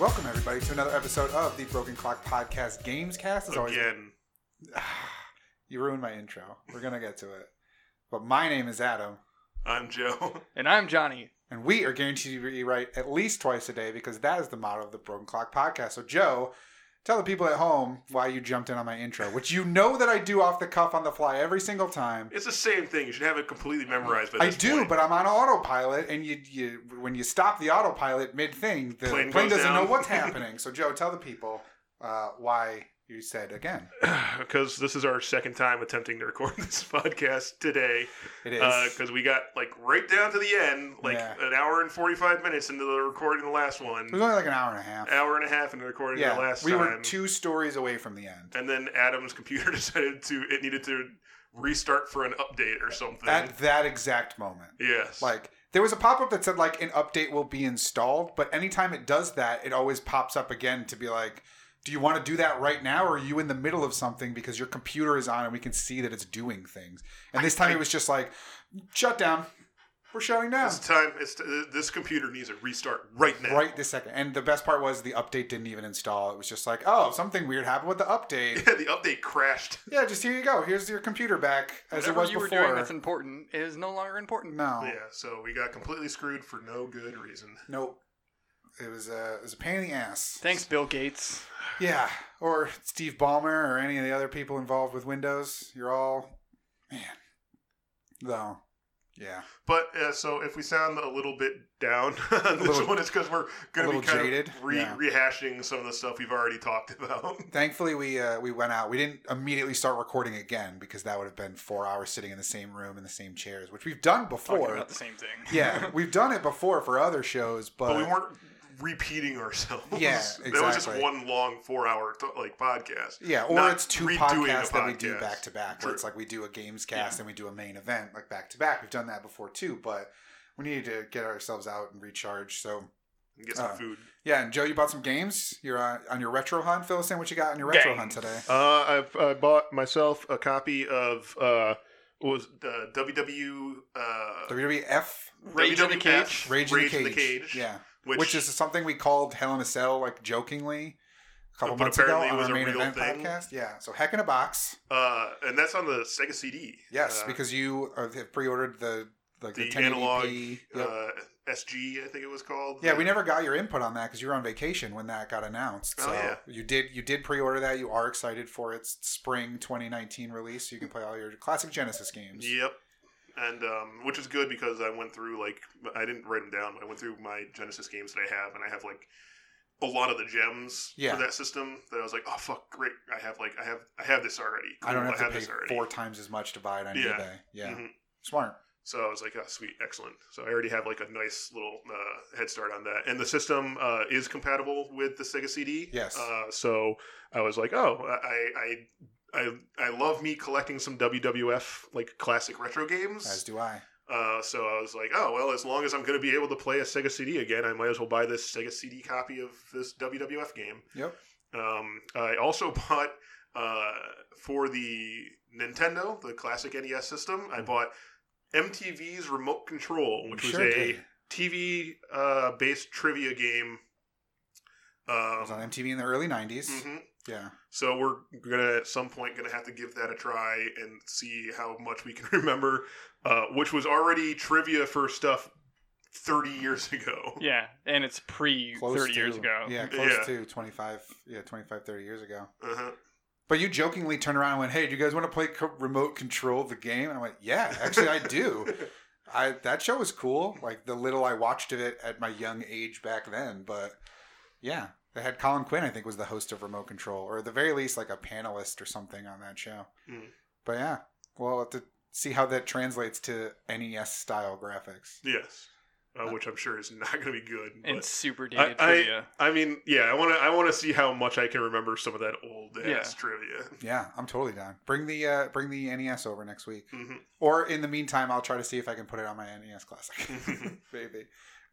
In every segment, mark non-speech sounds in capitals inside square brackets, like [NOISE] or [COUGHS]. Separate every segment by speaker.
Speaker 1: Welcome everybody to another episode of the Broken Clock Podcast Games Cast. As always,
Speaker 2: Again,
Speaker 1: you ruined my intro. We're gonna get to it, but my name is Adam,
Speaker 2: I'm Joe. [LAUGHS]
Speaker 3: And I'm Johnny.
Speaker 1: and we are guaranteed to be right at least twice a day because that is the motto of the Broken Clock Podcast. So, Joe, tell the people at home why you jumped in on my intro, which you know that I do off the cuff on the fly every single time.
Speaker 2: It's the same thing. You should have it completely memorized by
Speaker 1: I
Speaker 2: this
Speaker 1: do,
Speaker 2: point. [SIGHS]
Speaker 1: but I'm on autopilot, and you, you when you stop the autopilot mid thing, the plane,
Speaker 2: Plane goes
Speaker 1: doesn't know
Speaker 2: down. [LAUGHS]
Speaker 1: what's happening. So, Joe, tell the people uh, why you said again.
Speaker 2: because this is our second time attempting to record [LAUGHS] this podcast today.
Speaker 1: It is.
Speaker 2: Because we got like right down to the end, like
Speaker 1: Yeah.
Speaker 2: an hour and forty-five minutes into the recording of the last one,
Speaker 1: It was only like an hour and a half.
Speaker 2: hour and a half into recording
Speaker 1: yeah,
Speaker 2: the last
Speaker 1: we
Speaker 2: time,
Speaker 1: were two stories away from the end.
Speaker 2: and then Adam's computer [LAUGHS] decided to it needed to restart for an update or something.
Speaker 1: At that exact moment,
Speaker 2: yes,
Speaker 1: like there was a pop up that said like an update will be installed, but anytime it does that, it always pops up again to be like, "Do you want to do that right now, or are you in the middle of something because your computer is on and we can see that it's doing things?" And this time it was just like, "Shut down, we're shutting down."
Speaker 2: it's time. It's this computer needs a restart right now.
Speaker 1: Right this second, and the best part was the update didn't even install. It was just like, oh, something weird happened with the update.
Speaker 2: [LAUGHS]
Speaker 3: [LAUGHS]
Speaker 2: the update crashed.
Speaker 1: Yeah, just here you go. Here's your computer back as
Speaker 3: Whatever
Speaker 1: it was
Speaker 3: you
Speaker 1: before.
Speaker 3: were doing that's important is no longer important.
Speaker 1: no,
Speaker 2: Yeah, so we got completely screwed for no good reason.
Speaker 1: nope. It was a it was a pain in the ass.
Speaker 3: Thanks, Bill Gates.
Speaker 1: Yeah, or Steve Ballmer or any of the other people involved with Windows. You're all man. Though, yeah,
Speaker 2: But uh, so if we sound a little bit down [LAUGHS] on this
Speaker 1: little-
Speaker 2: one, it's because we're going
Speaker 1: a
Speaker 2: to
Speaker 1: little
Speaker 2: be kind
Speaker 1: jaded,
Speaker 2: of re-
Speaker 1: yeah.
Speaker 2: rehashing some of the stuff we've already talked [LAUGHS] about.
Speaker 1: thankfully we uh, we went out. We didn't immediately start recording again because that would have been four hours sitting in the same room in the same chairs, which we've done
Speaker 3: Talking
Speaker 1: before.
Speaker 3: about the same thing.
Speaker 1: yeah, we've done it before for other shows, but,
Speaker 2: But we weren't repeating ourselves.
Speaker 1: Yeah,
Speaker 2: [LAUGHS] That was just
Speaker 1: exactly.
Speaker 2: one long four-hour to- like podcast.
Speaker 1: yeah, or
Speaker 2: not
Speaker 1: it's two
Speaker 2: redoing a
Speaker 1: podcasts that we do
Speaker 2: podcast.
Speaker 1: back to back. So
Speaker 2: True.
Speaker 1: it's like we do a games cast and we do a main event like back to back. We've done that before too, but we needed to get ourselves out and recharge. So.
Speaker 2: And get some
Speaker 1: Uh,
Speaker 2: food.
Speaker 1: Yeah, and Joe, you bought some games. You're uh, on your retro hunt. Fill us in what you got on your retro
Speaker 3: Games.
Speaker 1: hunt today.
Speaker 2: Uh, I've I bought myself a copy of uh, what was the WW uh,
Speaker 1: WWF
Speaker 3: Rage in the Cage.
Speaker 1: Rage, in the Cage. Yeah, which,
Speaker 2: which,
Speaker 1: is something we called Hell in a Cell, like jokingly, a couple
Speaker 2: But
Speaker 1: months ago
Speaker 2: apparently it
Speaker 1: on
Speaker 2: was
Speaker 1: our
Speaker 2: a
Speaker 1: main
Speaker 2: real
Speaker 1: event
Speaker 2: thing.
Speaker 1: podcast. Yeah, so heck in a box.
Speaker 2: uh, and that's on the Sega CD.
Speaker 1: Yes,
Speaker 2: Uh,
Speaker 1: because you are, have pre-ordered the like the,
Speaker 2: the
Speaker 1: 1080p.
Speaker 2: analog
Speaker 1: Yep.
Speaker 2: uh, SG, I think it was called.
Speaker 1: yeah, we never got your input on that because you were on vacation when that got announced.
Speaker 2: Oh,
Speaker 1: So
Speaker 2: yeah.
Speaker 1: you did you did pre-order that. You are excited for its spring 2019 release. So you can play all your classic Genesis games.
Speaker 2: Yep, and um, which is good because I went through like I didn't write them down. but I went through my Genesis games that I have, and I have like a lot of the gems
Speaker 1: Yeah.
Speaker 2: for that system. That I was like, oh fuck, great! I have like I have I have this already.
Speaker 1: I don't
Speaker 2: Cool,
Speaker 1: have to
Speaker 2: have
Speaker 1: pay
Speaker 2: this already.
Speaker 1: four times as much to buy it on
Speaker 2: Yeah.
Speaker 1: eBay. Yeah,
Speaker 2: Mhm.
Speaker 1: smart.
Speaker 2: So I was like, oh, sweet, excellent. So I already have like a nice little uh, head start on that, and the system uh, is compatible with the Sega CD.
Speaker 1: Yes.
Speaker 2: Uh, so I was like, oh, I, I, I, I love me collecting some WWF like classic retro games.
Speaker 1: As do I.
Speaker 2: Uh, so I was like, oh well, as long as I'm going to be able to play a Sega CD again, I might as well buy this Sega CD copy of this WWF game.
Speaker 1: Yep.
Speaker 2: Um, I also [LAUGHS] bought uh, for the Nintendo, the classic NES system,
Speaker 1: Mm-hmm.
Speaker 2: I bought MTV's Remote Control, which
Speaker 1: Sure
Speaker 2: was a
Speaker 1: did.
Speaker 2: TV uh, based trivia game.
Speaker 1: It was
Speaker 2: Um,
Speaker 1: on MTV in the early '90s.
Speaker 2: mhm.
Speaker 1: Yeah,
Speaker 2: So we're gonna at some point gonna have to give that a try and see how much we can [LAUGHS] remember, uh, which was already trivia for stuff thirty years [LAUGHS] ago.
Speaker 3: Yeah, and it's pre
Speaker 1: close
Speaker 3: 30
Speaker 1: to,
Speaker 3: years ago.
Speaker 1: Yeah, close
Speaker 2: Yeah.
Speaker 1: to 25. Yeah, 25, 30 years ago.
Speaker 2: Uh-huh.
Speaker 1: But you jokingly turned around and went, "Hey, do you guys want to play co- remote control the game?" And I went, "Yeah, actually, I
Speaker 2: [LAUGHS]
Speaker 1: do." I that show was cool. Like the little I watched of it at my young age back then, but yeah, they had Colin Quinn. I think was the host of Remote Control, or at the very least, like a panelist or something on that show.
Speaker 2: Mm.
Speaker 1: But yeah, we'll have to see how that translates to NES style graphics.
Speaker 2: Yes, uh, which I'm sure is not gonna be good.
Speaker 3: And
Speaker 2: But
Speaker 3: super dated
Speaker 2: I-
Speaker 3: trivia.
Speaker 2: I mean, yeah, I wanna I wanna see how much I can remember some of that old ass
Speaker 3: Yeah.
Speaker 2: trivia.
Speaker 1: Yeah, I'm totally down. Bring the uh, bring the NES over next week,
Speaker 2: Mhm. Mm-hmm.
Speaker 1: or in the meantime, I'll try to see if I can put it on my NES Classic. E [LAUGHS] Maybe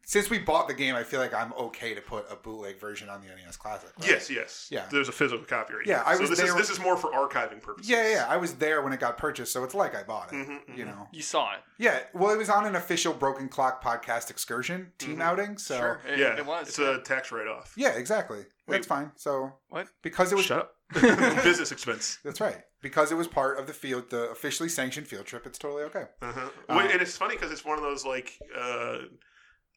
Speaker 1: since we bought the game, I feel like I'm okay to put a bootleg version on the NES Classic. right?
Speaker 2: Yes, yes.
Speaker 1: Yeah.
Speaker 2: There's a physical copy right
Speaker 1: Yeah,
Speaker 2: here.
Speaker 1: I
Speaker 2: so
Speaker 1: was
Speaker 2: this is
Speaker 1: there-
Speaker 2: this is more for archiving purposes.
Speaker 1: Yeah, yeah, yeah. I was there when it got purchased, so it's like I bought it.
Speaker 2: Mhm, mhm.
Speaker 1: You know.
Speaker 3: You saw it.
Speaker 1: Yeah. Well, it was on an official Broken Clock podcast excursion team
Speaker 2: Mhm.
Speaker 1: outing, so
Speaker 3: sure. It,
Speaker 2: Yeah,
Speaker 3: it was.
Speaker 2: It's a tax write off.
Speaker 1: yeah, exactly. That's fine. So
Speaker 3: What?
Speaker 1: Because it was
Speaker 2: Shut
Speaker 1: [LAUGHS]
Speaker 2: up. Business expense.
Speaker 1: that's right. Because it was part of the field, the officially sanctioned field trip. It's totally okay.
Speaker 2: Uh-huh.
Speaker 1: Uh,
Speaker 2: Wait, and it's funny because it's one of those like uh,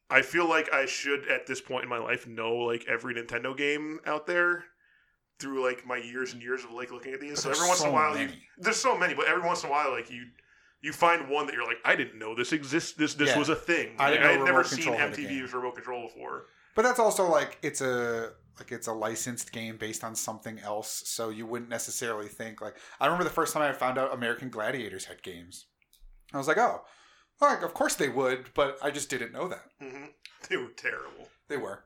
Speaker 2: I feel like I should at this point in my life know like every Nintendo game out there through like my years and years of like looking at these. So
Speaker 1: There's
Speaker 2: every once in
Speaker 1: so
Speaker 2: a while, you,
Speaker 1: many.
Speaker 2: there's so many, but every once in a while, like you you find one that you're like, I didn't know this exists. This this
Speaker 1: Yeah.
Speaker 2: was a thing.
Speaker 1: I didn't
Speaker 2: Like,
Speaker 1: know
Speaker 2: had never
Speaker 1: remote
Speaker 2: seen
Speaker 1: control had a
Speaker 2: MTV
Speaker 1: game.
Speaker 2: with remote control before.
Speaker 1: But that's also like it's a like it's a licensed game based on something else, so you wouldn't necessarily think like I remember the first time I found out American Gladiators had games. I was like, oh, like of course they would, but I just didn't know that.
Speaker 2: hmm [LAUGHS] They were terrible.
Speaker 1: They
Speaker 3: [LAUGHS]
Speaker 1: were.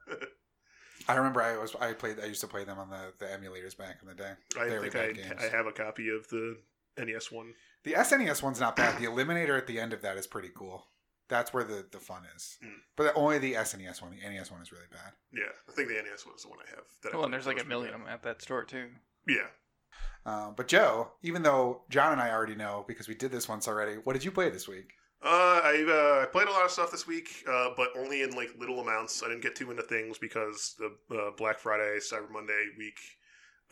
Speaker 1: I remember I was I played I used to play them on the, the emulators back in the day.
Speaker 2: I
Speaker 1: Very
Speaker 2: think
Speaker 1: bad
Speaker 2: I
Speaker 1: games.
Speaker 2: I have a copy of the NES one.
Speaker 1: The SNES one's not bad. The Eliminator at the end of that is pretty cool. That's where the, the fun is.
Speaker 3: Hmm.
Speaker 2: Mm.
Speaker 1: But only the SNES one. The NES one is really bad.
Speaker 2: Yeah, I think the NES one is the one I have. That I
Speaker 3: well,
Speaker 2: played
Speaker 3: and there's like a
Speaker 2: most.
Speaker 3: million of them at that store too.
Speaker 2: Yeah.
Speaker 1: Um, but Joe, even though John and I already know because we did this once already, what did you play this week?
Speaker 2: Uh, I uh, I played a lot of stuff this week, uh, but only in like little amounts. I didn't get too into things because the uh, Black Friday, Cyber Monday week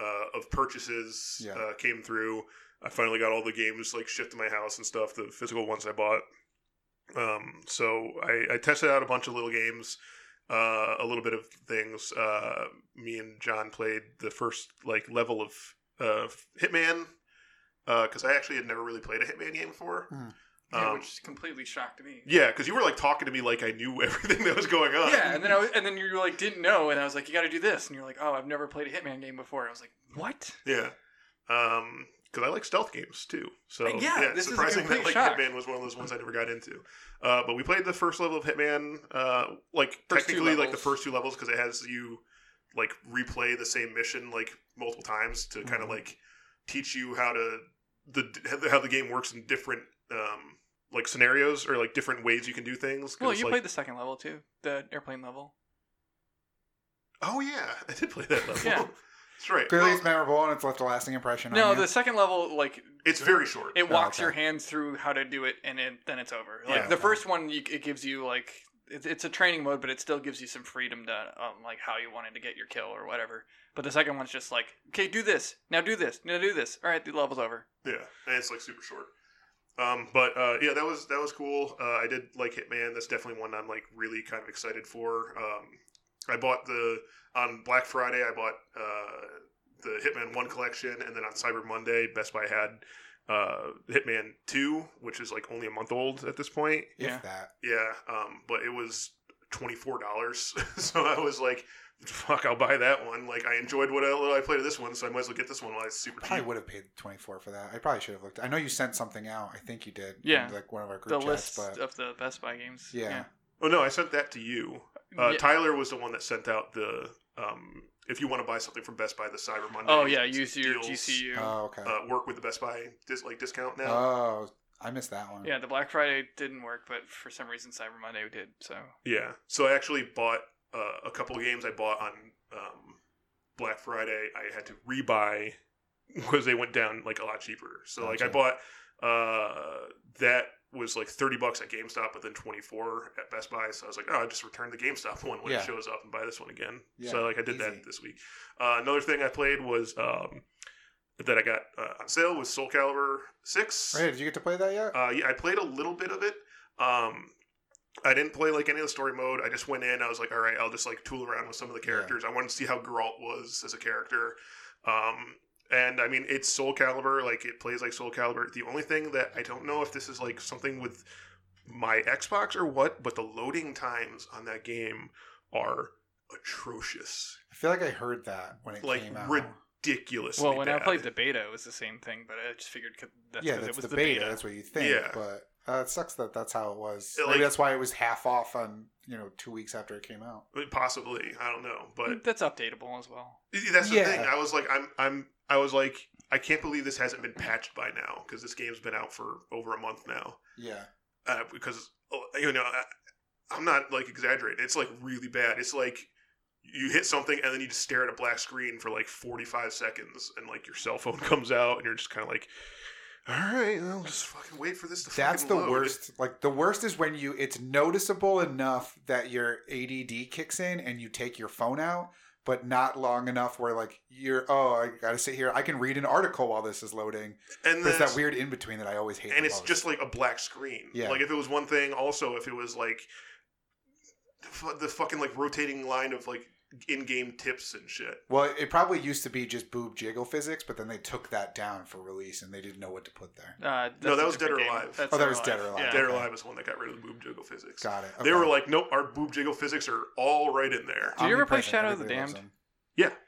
Speaker 2: uh, of purchases
Speaker 1: Yeah.
Speaker 2: uh, came through. I finally got all the games like shipped to my house and stuff, the physical ones I bought. Um, so I, I tested out a bunch of little games, uh, a little bit of things. Uh, me and John played the first like level of uh, Hitman because I actually had never really played a Hitman game before.
Speaker 1: Hmm.
Speaker 3: Yeah,
Speaker 2: Um,
Speaker 3: which is completely shocked me.
Speaker 2: yeah, because you were like talking to me like I knew [LAUGHS] everything that was going on.
Speaker 3: Yeah, and then I was, and then you like didn't know, and I was like, you got to do this, and you're like, oh, I've never played a Hitman game before. I was like, what?
Speaker 2: yeah. Um, because I like stealth games too. So
Speaker 3: Uh, yeah, this is a
Speaker 2: surprising that
Speaker 3: complete
Speaker 2: like
Speaker 3: shock.
Speaker 2: Hitman was one of those ones I never got into. Uh, but we played the first level of Hitman, uh, like
Speaker 3: First two
Speaker 2: technically like the
Speaker 3: levels.
Speaker 2: first two levels because it has you like replay the same mission like multiple times to kind
Speaker 3: Mm-hmm.
Speaker 2: of
Speaker 1: Mhm.
Speaker 2: like teach you how to the how the game works in different um like scenarios or like different ways you can do things. 'cause
Speaker 3: Well,
Speaker 2: it's
Speaker 3: you
Speaker 2: like-
Speaker 3: played the second level too, the airplane level.
Speaker 2: Oh yeah, [LAUGHS] I did play that level.
Speaker 3: Yeah.
Speaker 2: That's right.
Speaker 1: Clearly,
Speaker 2: Well,
Speaker 1: it's memorable and it's left a lasting impression.
Speaker 3: No,
Speaker 1: on you.
Speaker 3: the second level, like
Speaker 2: It's very short.
Speaker 3: it walks
Speaker 1: Oh, okay.
Speaker 3: your hands through how to do it, and it, then it's over. Like
Speaker 2: Yeah.
Speaker 3: the first one, you, it gives you like it, it's a training mode, but it still gives you some freedom to um, like how you wanted to get your kill or whatever. But the second one's just like, okay, do this now, do this now, do this. All right, the level's over.
Speaker 2: yeah, and it's like super short. Um, but uh, yeah, that was that was cool. Uh, I did like Hitman. That's definitely one I'm like really kind of excited for. Um, I bought the on Black Friday. I bought uh, the Hitman One collection, and then on Cyber Monday, Best Buy had uh, Hitman Two, which is like only a month old at this point.
Speaker 1: if
Speaker 3: Yeah.
Speaker 1: that.
Speaker 2: Yeah, um, but it was twenty four dollars, [LAUGHS] so I was like, "Fuck, I'll buy that one." Like, I enjoyed what I, what I played of this one, so I might as well get this one while it's super
Speaker 1: Probably
Speaker 2: cheap.
Speaker 1: would have paid twenty four for that. I probably should have looked. I know you sent something out. I think you did. in,
Speaker 3: Yeah.
Speaker 1: like one of our
Speaker 3: The
Speaker 1: group chats.
Speaker 3: list
Speaker 1: But
Speaker 3: of the Best Buy games.
Speaker 1: yeah.
Speaker 2: Oh no, I sent that to you. Uh,
Speaker 3: Yeah.
Speaker 2: Tyler was the one that sent out the um, if you want to buy something from Best Buy, the Cyber Monday.
Speaker 3: Oh yeah, use your
Speaker 2: deals,
Speaker 3: GCU.
Speaker 1: Oh okay.
Speaker 2: Uh, work with the Best Buy dis- like discount now.
Speaker 1: oh, I missed that one.
Speaker 3: Yeah, the Black Friday didn't work, but for some reason Cyber Monday did. So
Speaker 2: Yeah. So I actually bought uh, a couple of games I bought on um, Black Friday. I had to rebuy [LAUGHS] because they went down like a lot cheaper. So like I
Speaker 1: Gotcha.
Speaker 2: bought uh, that was like 30 bucks at GameStop, but then 24 at Best Buy. So I was like, oh, I just return the GameStop one when
Speaker 1: Yeah.
Speaker 2: it shows up and buy this one again.
Speaker 1: Yeah,
Speaker 2: so like I did
Speaker 1: easy.
Speaker 2: that this week. Uh, another thing I played was um, that I got uh, on sale was Soul Calibur 6.
Speaker 1: Hey, did you get to play that yet?
Speaker 2: Uh, yeah, I played a little bit of it. Um, I didn't play like any of the story mode. I just went in. I was like, all right, I'll just like tool around with some of the characters. I wanted to see how Geralt was as a character. Um, and I mean, it's Soul Calibur. Like it plays like Soul Calibur. The only thing that I don't know if this is like something with my Xbox or what, but the loading times on that game are atrocious,
Speaker 1: I feel like I heard that when it
Speaker 2: like
Speaker 1: came out.
Speaker 2: ridiculous.
Speaker 3: well, when I played the beta, it was the same thing, but I just figured 'cause- that's
Speaker 1: yeah,
Speaker 3: because
Speaker 1: that's
Speaker 3: it was
Speaker 1: the, beta, That's what you think.
Speaker 2: Yeah.
Speaker 1: But uh, it sucks that that's how it was.
Speaker 2: It,
Speaker 1: Maybe
Speaker 2: like-
Speaker 1: that's why it was half off on you know two weeks after it came out.
Speaker 2: possibly, I don't know, but
Speaker 3: that's updatable as well.
Speaker 2: That's the
Speaker 1: Yeah.
Speaker 2: thing. I was like, I'm, I'm, I was like, I can't believe this hasn't been patched by now because this game's been out for over a month now.
Speaker 1: Yeah,
Speaker 2: Uh, because uh, you know, I, I'm not like exaggerating. It's like really bad. It's like you hit something and then you just stare at a black screen for like 45 seconds and like your cell phone [LAUGHS] comes out and you're just kind of like, all right, I'll just fucking wait for this to
Speaker 1: That's
Speaker 2: fucking
Speaker 1: the
Speaker 2: load."
Speaker 1: worst. Like the worst is when you it's noticeable enough that your ADD kicks in and you take your phone out, but not long enough where like you're oh I gotta sit here. I can read an article while this is loading.
Speaker 2: And
Speaker 1: There's
Speaker 2: then
Speaker 1: that weird in between that I always hate.
Speaker 2: and
Speaker 1: the
Speaker 2: it's
Speaker 1: most.
Speaker 2: just like a black screen.
Speaker 1: Yeah.
Speaker 2: Like if it was one thing, also if it was like the fu- the fucking like rotating line of like in-game tips and shit.
Speaker 1: well, it probably used to be just boob jiggle physics, but then they took that down for release and they didn't know what to put there.
Speaker 3: Uh,
Speaker 2: No,
Speaker 3: that's
Speaker 2: that
Speaker 3: a
Speaker 2: was Dead
Speaker 3: different
Speaker 2: or
Speaker 3: game.
Speaker 2: Alive.
Speaker 3: That's
Speaker 1: Oh, that was Dead or Alive.
Speaker 3: Yeah.
Speaker 2: Dead or
Speaker 1: okay.
Speaker 2: Alive is one that got rid of the boob jiggle physics.
Speaker 1: Got it.
Speaker 2: They
Speaker 1: okay.
Speaker 2: were like, nope, our boob jiggle physics are all right in there.
Speaker 3: Did you ever play
Speaker 1: Omnipresent.
Speaker 3: Shadow of the
Speaker 1: Everybody loves
Speaker 3: Damned?
Speaker 1: them.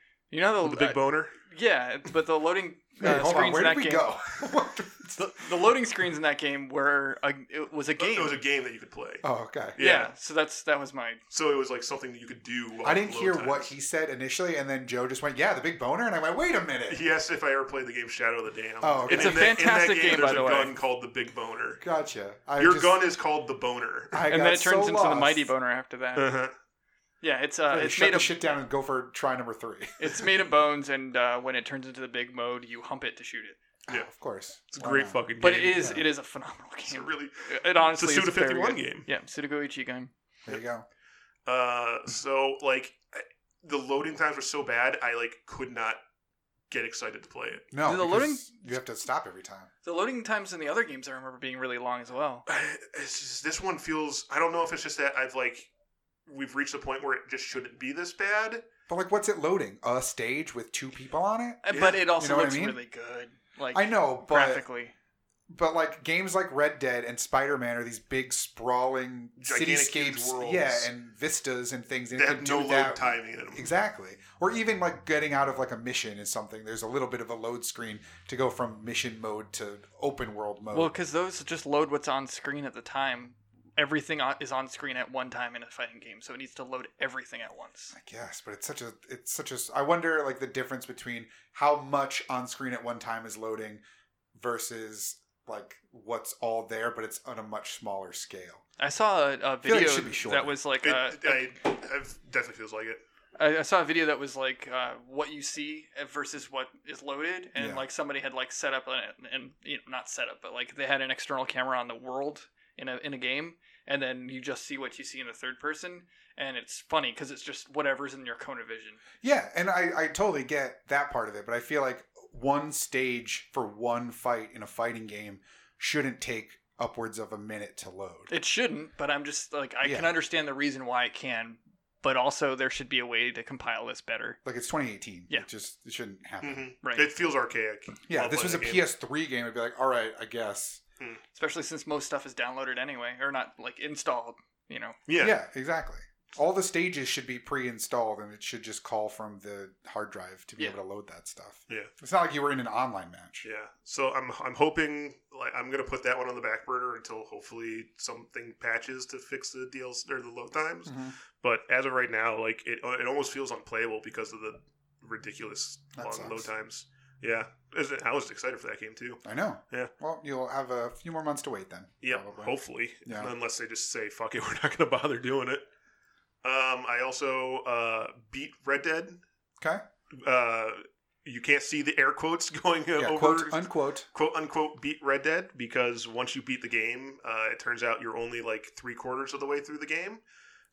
Speaker 1: Oh,
Speaker 3: You know the,
Speaker 2: With the big
Speaker 3: uh,
Speaker 2: boner.
Speaker 3: yeah, but the loading uh,
Speaker 1: Wait, hold on.
Speaker 3: screens
Speaker 1: Where
Speaker 3: in that
Speaker 1: did we
Speaker 3: game.
Speaker 1: go? What the-
Speaker 3: [LAUGHS] The, the loading screens in that game were a, it was a game.
Speaker 2: Oh, It was a game that you could play.
Speaker 1: oh, okay.
Speaker 3: yeah. so that's that was my
Speaker 2: So it was like something that you could do. while
Speaker 1: I didn't
Speaker 2: load
Speaker 1: hear what
Speaker 2: times.
Speaker 1: he said initially, and then Joe just went, "Yeah, the big boner," and I went, "Wait a minute."
Speaker 2: He asked if I ever played the game Shadow of the Dam.
Speaker 1: Oh, okay.
Speaker 2: And
Speaker 1: It's a
Speaker 2: in that- in that
Speaker 3: fantastic game,
Speaker 2: there's
Speaker 3: by the
Speaker 2: a
Speaker 3: way.
Speaker 2: gun called the Big Boner.
Speaker 1: Gotcha. I
Speaker 2: Your
Speaker 1: just-
Speaker 2: gun is called the Boner.
Speaker 1: [LAUGHS] I
Speaker 3: and
Speaker 1: got
Speaker 3: then it turns
Speaker 1: so
Speaker 3: into the
Speaker 1: lost.
Speaker 3: mighty boner after that.
Speaker 2: Uh-huh.
Speaker 3: yeah, it's uh,
Speaker 1: Really,
Speaker 3: it's
Speaker 1: shut
Speaker 3: made
Speaker 1: the
Speaker 3: of
Speaker 1: shit down and go for try number three.
Speaker 3: it's made of bones, and uh, when it turns into the big mode, you hump it to shoot it.
Speaker 2: Yeah.
Speaker 1: Oh, [LAUGHS] of course.
Speaker 2: It's a
Speaker 1: Why
Speaker 2: great
Speaker 1: not?
Speaker 2: fucking game.
Speaker 3: But it is
Speaker 1: yeah.
Speaker 3: it is a phenomenal
Speaker 2: It's a
Speaker 3: game.
Speaker 2: really
Speaker 3: It honestly
Speaker 2: it's a
Speaker 3: is
Speaker 2: Suda
Speaker 3: very
Speaker 2: 51
Speaker 3: good.
Speaker 2: game.
Speaker 3: Yeah, Sudoku game.
Speaker 1: There you go.
Speaker 2: Uh, so like I- the loading times were so bad, I like could not get excited to play it.
Speaker 1: No,
Speaker 3: Did the loading-
Speaker 1: because You have to stop every time.
Speaker 3: The loading times in the other games I remember being really long as well.
Speaker 2: [SIGHS] It's just, this one feels. I don't know if it's just that I've like we've reached a point where it just shouldn't be this bad.
Speaker 1: But like, what's it loading? A stage with two people on it?
Speaker 3: Uh,
Speaker 2: Yeah.
Speaker 3: But it also
Speaker 1: know what I
Speaker 3: looks
Speaker 1: mean?
Speaker 3: really good. Like
Speaker 1: I know, but
Speaker 3: graphically.
Speaker 1: but like games like Red Dead and Spider Man are these big sprawling
Speaker 2: Gigantic
Speaker 1: cityscapes,
Speaker 2: huge worlds.
Speaker 1: yeah, and vistas and things. And
Speaker 2: They
Speaker 1: if
Speaker 2: have
Speaker 1: you
Speaker 2: no
Speaker 1: do
Speaker 2: load
Speaker 1: that-
Speaker 2: timing in them.
Speaker 1: Exactly. Or even like getting out of like a mission is something. There's a little bit of a load screen to go from mission mode to open world mode.
Speaker 3: Well, because those just load what's on screen at the time. Everything on, is on screen at one time in a fighting game, so it needs to load everything at once.
Speaker 1: I guess, but it's such a it's such a. I wonder like the difference between how much on screen at one time is loading versus like what's all there, but it's on a much smaller scale.
Speaker 3: I saw a, a
Speaker 1: feel like it
Speaker 3: video
Speaker 1: should be shorter.
Speaker 3: that was like
Speaker 2: It,
Speaker 3: uh,
Speaker 2: I, I've- definitely feels like it.
Speaker 3: I, I saw a video that was like uh, what you see versus what is loaded, and
Speaker 1: Yeah.
Speaker 3: like somebody had like set up an, and you know not set up, but like they had an external camera on the world in a in a game, and then you just see what you see in the third person, and it's funny because it's just whatever's in your cone of vision.
Speaker 1: Yeah, and I I totally get that part of it, but I feel like one stage for one fight in a fighting game shouldn't take upwards of a minute to load.
Speaker 3: It shouldn't, but I'm just like I
Speaker 1: Yeah.
Speaker 3: can understand the reason why it can, but also there should be a way to compile this better,
Speaker 1: like it's 2018.
Speaker 3: Yeah.
Speaker 1: It just it shouldn't happen.
Speaker 2: hmm
Speaker 3: right?
Speaker 2: It feels archaic.
Speaker 1: Yeah,
Speaker 2: I'll
Speaker 1: this
Speaker 2: play
Speaker 1: was a
Speaker 2: that game.
Speaker 1: PS3 game. I'd be like, all right, I guess.
Speaker 3: Especially since most stuff is downloaded anyway, or not like installed. You know,
Speaker 2: Yeah.
Speaker 1: yeah, exactly. All the stages should be pre-installed, and it should just call from the hard drive to be
Speaker 3: Yeah.
Speaker 1: able to load that stuff.
Speaker 2: Yeah.
Speaker 1: it's not like you were in an online match.
Speaker 2: Yeah. So I'm I'm hoping like I'm gonna put that one on the back burner until hopefully something patches to fix the deals or the load times.
Speaker 1: Mhm.
Speaker 2: But as of right now, like it it almost feels unplayable because of the ridiculous
Speaker 1: That
Speaker 2: long
Speaker 1: sucks.
Speaker 2: load times. Yeah. As in- I was excited for that game too.
Speaker 1: I know.
Speaker 2: Yeah.
Speaker 1: Well, you'll have a few more months to wait then.
Speaker 2: Yeah.
Speaker 1: probably.
Speaker 2: Hopefully.
Speaker 1: Yeah.
Speaker 2: Unless they just say fuck it, [LAUGHS] we're not gonna bother doing it. Um, I also uh, beat Red Dead.
Speaker 1: Okay.
Speaker 2: Uh, you can't see the air quotes [LAUGHS] going uh,
Speaker 1: Yeah,
Speaker 2: over
Speaker 1: quote unquote.
Speaker 2: quote unquote beat Red Dead because once you beat the game, uh, it turns out you're only like three quarters of the way through the game,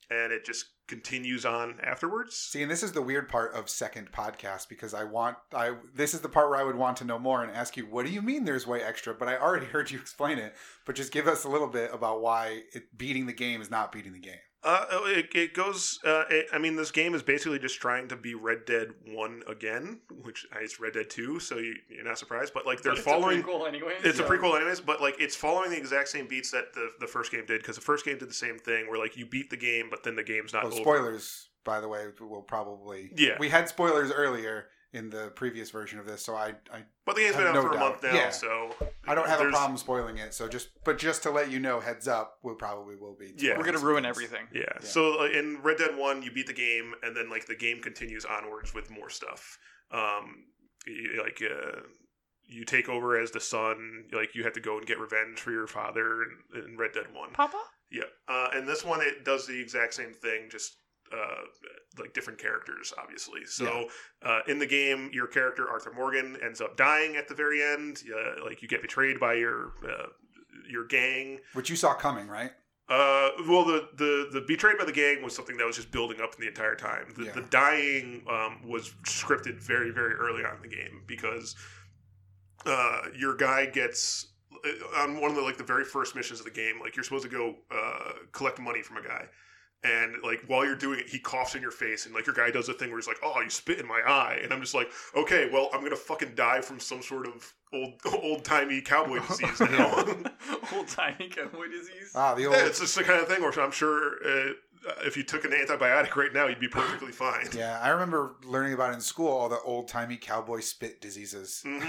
Speaker 2: and it just continues on afterwards.
Speaker 1: See, and this is the weird part of second podcast because I want I this is the part where I would want to know more and ask you, what do you mean there's way extra? But I already [LAUGHS] heard you explain it. But just give us a little bit about why it, beating the game is not beating the game.
Speaker 2: Uh, it, it goes. Uh, it, I mean, this game is basically just trying to be Red Dead One again, which uh, it's Red Dead Two, so you, you're not surprised. But like they're
Speaker 3: But it's a
Speaker 2: following.
Speaker 3: prequel anyway.
Speaker 2: It's
Speaker 1: Yeah.
Speaker 2: a prequel, anyways, but like it's following the exact same beats that the the first game did because the first game did the same thing where like you beat the game, but then the game's not
Speaker 1: Well,
Speaker 2: over.
Speaker 1: spoilers, by the way, we'll probably
Speaker 2: Uh, Yeah.
Speaker 1: We had spoilers earlier in the previous version of this, so I I,
Speaker 2: But the game's been
Speaker 1: Have
Speaker 2: out
Speaker 1: no
Speaker 2: for a
Speaker 1: doubt.
Speaker 2: month now,
Speaker 1: Yeah.
Speaker 2: so
Speaker 1: I don't have a
Speaker 2: there's-
Speaker 1: problem spoiling it. So just but just to let you know, heads up, we probably will be.
Speaker 2: Yeah.
Speaker 3: We're
Speaker 1: spoiling
Speaker 3: gonna
Speaker 1: some
Speaker 3: ruin
Speaker 1: things.
Speaker 3: everything.
Speaker 2: [LAUGHS] Yeah.
Speaker 1: Yeah.
Speaker 2: So uh, in Red Dead One, you beat the game, and then like the game continues onwards with more stuff. Um, you, like uh, you take over as the son. Like you have to go and get revenge for your father in, in Red Dead One.
Speaker 3: Papa.
Speaker 2: Yeah, uh, and this one it does the exact same thing, just uh, like different characters, obviously. So uh, in the game, your character Arthur Morgan ends up dying at the very end. Uh, like you get betrayed by your uh, your gang.
Speaker 1: Which you saw coming, right?
Speaker 2: Uh, well, the, the the betrayed by the gang was something that was just building up the entire time. The,
Speaker 1: Yeah.
Speaker 2: the dying um, was scripted very very early on in the game because uh, your guy gets uh, on one of the like the very first missions of the game. Like you're supposed to go uh, collect money from a guy, and like while you're doing it, he coughs in your face, and like your guy does a thing where he's like, "Oh, you spit in my eye," and I'm just like, "Okay, well, I'm gonna fucking die from some sort of old [LAUGHS] old timey cowboy disease
Speaker 3: [LAUGHS]
Speaker 2: now."
Speaker 3: Old timey cowboy disease. [LAUGHS]
Speaker 1: Ah, [LAUGHS] the old.
Speaker 2: Yeah, it's just the kind of thing where I'm sure uh, if you took an antibiotic right now, you'd be perfectly fine.
Speaker 1: Yeah, I remember learning about it in school all the old timey cowboy spit diseases.
Speaker 2: hmm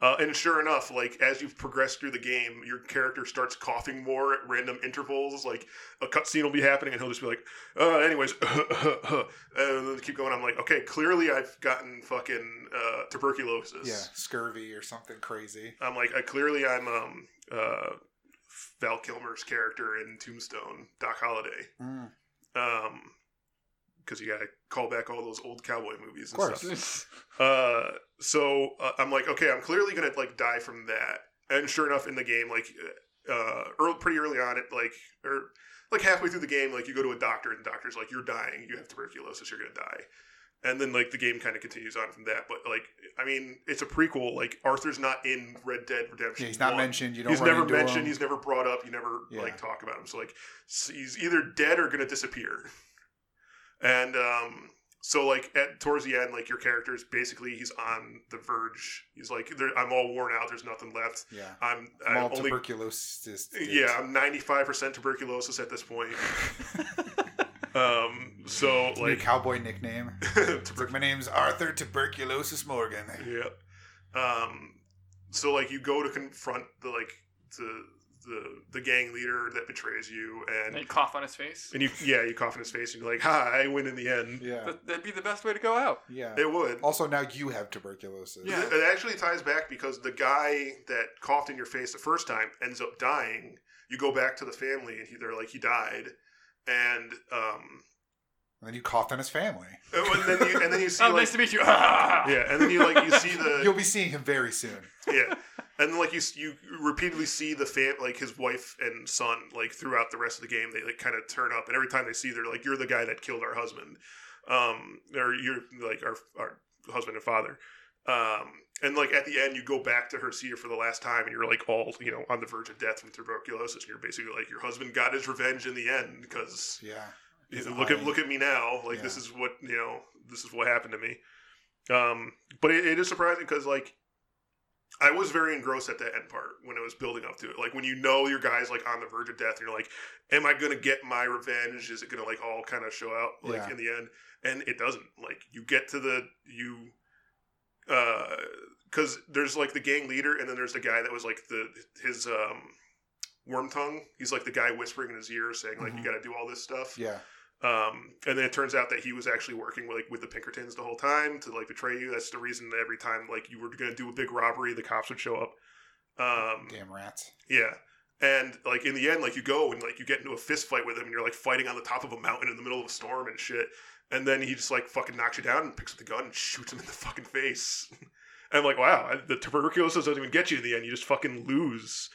Speaker 2: Uh, and sure enough, like as you've progressed through the game, your character starts coughing more at random intervals. Like a cutscene will be happening, and he'll just be like, uh, "Anyways," [LAUGHS] and then keep going. I'm like, "Okay, clearly I've gotten fucking uh, tuberculosis."
Speaker 1: Yeah, scurvy or something crazy.
Speaker 2: I'm like, I, clearly I'm um, uh, Val Kilmer's character in Tombstone, Doc Holliday.
Speaker 1: Mm,
Speaker 2: um because you gotta call back all those old cowboy movies
Speaker 1: of
Speaker 2: and
Speaker 1: course.
Speaker 2: stuff uh so uh, i'm like okay i'm clearly gonna like die from that and sure enough in the game like uh early, pretty early on it like or like halfway through the game like you go to a doctor and the doctor's like you're dying you have tuberculosis you're gonna die and then like the game kind of continues on from that but like i mean it's a prequel like arthur's not in red dead redemption
Speaker 1: Yeah, he's not
Speaker 2: 1
Speaker 1: mentioned. You don't.
Speaker 2: he's
Speaker 1: run
Speaker 2: never
Speaker 1: into
Speaker 2: mentioned.
Speaker 1: him.
Speaker 2: He's never brought up. You never
Speaker 1: Yeah.
Speaker 2: like talk about him. So like s he's either dead or gonna disappear. [LAUGHS] And um, so like at towards the end, like your character is basically he's on the verge. He's like, there, I'm all worn out. There's nothing left.
Speaker 1: yeah.
Speaker 2: I'm,
Speaker 1: Mall
Speaker 2: I'm only
Speaker 1: tuberculosis. dude.
Speaker 2: yeah. I'm 95 percent tuberculosis at this
Speaker 1: [LAUGHS]
Speaker 2: point. um, so
Speaker 1: It's a new
Speaker 2: like
Speaker 1: cowboy nickname.
Speaker 2: [LAUGHS]
Speaker 1: It's like,
Speaker 2: tuberculosis.
Speaker 1: my name's Arthur Tuberculosis Morgan.
Speaker 2: Yeah. Um, so like you go to confront the like the the the gang leader that betrays you and
Speaker 3: And cough on his face.
Speaker 2: And you, yeah, you cough in his face, and you're like, "Ha, I win in the end."
Speaker 1: Yeah.
Speaker 3: That- That'd be the best way to go out.
Speaker 1: Yeah.
Speaker 2: It would.
Speaker 1: Also, now you have tuberculosis.
Speaker 3: Yeah.
Speaker 2: It actually ties back because the guy that coughed in your face the first time ends up dying. You go back to the family, and he, they're like, "He died," and um,
Speaker 1: And then you coughed on his family.
Speaker 2: and then you, and then you see
Speaker 3: [LAUGHS] oh,
Speaker 2: like,
Speaker 3: nice to meet you. yeah.
Speaker 2: yeah, and then you like you see
Speaker 3: [LAUGHS]
Speaker 2: the
Speaker 1: You'll be seeing him very soon.
Speaker 2: yeah and then like you you repeatedly see the fam like his wife and son like throughout the rest of the game they like kind of turn up and every time they see they're like you're the guy that killed our husband um or you're like our our husband and father um and like at the end you go back to her see her for the last time and you're like all you know on the verge of death from tuberculosis and you're basically like your husband got his revenge in the end because
Speaker 1: Yeah.
Speaker 2: yeah,
Speaker 1: His
Speaker 2: look at
Speaker 1: eye.
Speaker 2: look at me now. Like this
Speaker 1: Yeah.
Speaker 2: is what you know. This is what happened to me. Um, but it, it is surprising because like I was very engrossed at that end part when it was building up to it. Like when you know your guy's like on the verge of death, and you're like, "Am I gonna get my revenge? Is it gonna like all kind of show out like
Speaker 1: Yeah.
Speaker 2: in the end?" And it doesn't. Like you get to the you. uh 'cause because there's like the gang leader, and then there's the guy that was like the his um, worm tongue. He's like the guy whispering in his ear, saying like,
Speaker 1: Mhm.
Speaker 2: "You got to do all this stuff."
Speaker 1: Yeah.
Speaker 2: Um, and then it turns out that he was actually working with, like with the Pinkertons the whole time to like betray you. That's the reason that every time like you were going to do a big robbery, the cops would show up. Um,
Speaker 1: Damn
Speaker 2: [LAUGHS]
Speaker 1: rats.
Speaker 2: yeah. And like in the end, like you go and like you get into a fist fight with him, and you're like fighting on the top of a mountain in the middle of a storm and shit. And then he just like fucking knocks you down and picks up the gun and shoots him in the fucking face. [LAUGHS] and I'm like, wow, I- the tuberculosis doesn't even get you in the end. You just fucking lose.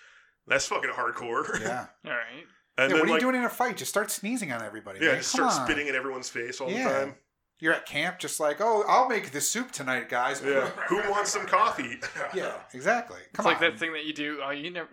Speaker 2: That's fucking hardcore.
Speaker 1: Yeah.
Speaker 3: All right.
Speaker 2: [LAUGHS] And
Speaker 1: yeah,
Speaker 2: then
Speaker 1: what are you
Speaker 2: like,
Speaker 1: doing in a fight? Just start sneezing on everybody.
Speaker 2: yeah,
Speaker 1: man.
Speaker 2: just
Speaker 1: Come
Speaker 2: start
Speaker 1: on.
Speaker 2: spitting in everyone's face all
Speaker 1: Yeah.
Speaker 2: the time.
Speaker 1: You're at camp, just like, oh, I'll make this soup tonight, guys. [LAUGHS]
Speaker 2: Yeah. [LAUGHS] Who wants some coffee?
Speaker 1: Yeah, exactly. Come
Speaker 3: it's like
Speaker 1: on.
Speaker 3: that thing that you do. Oh, you never.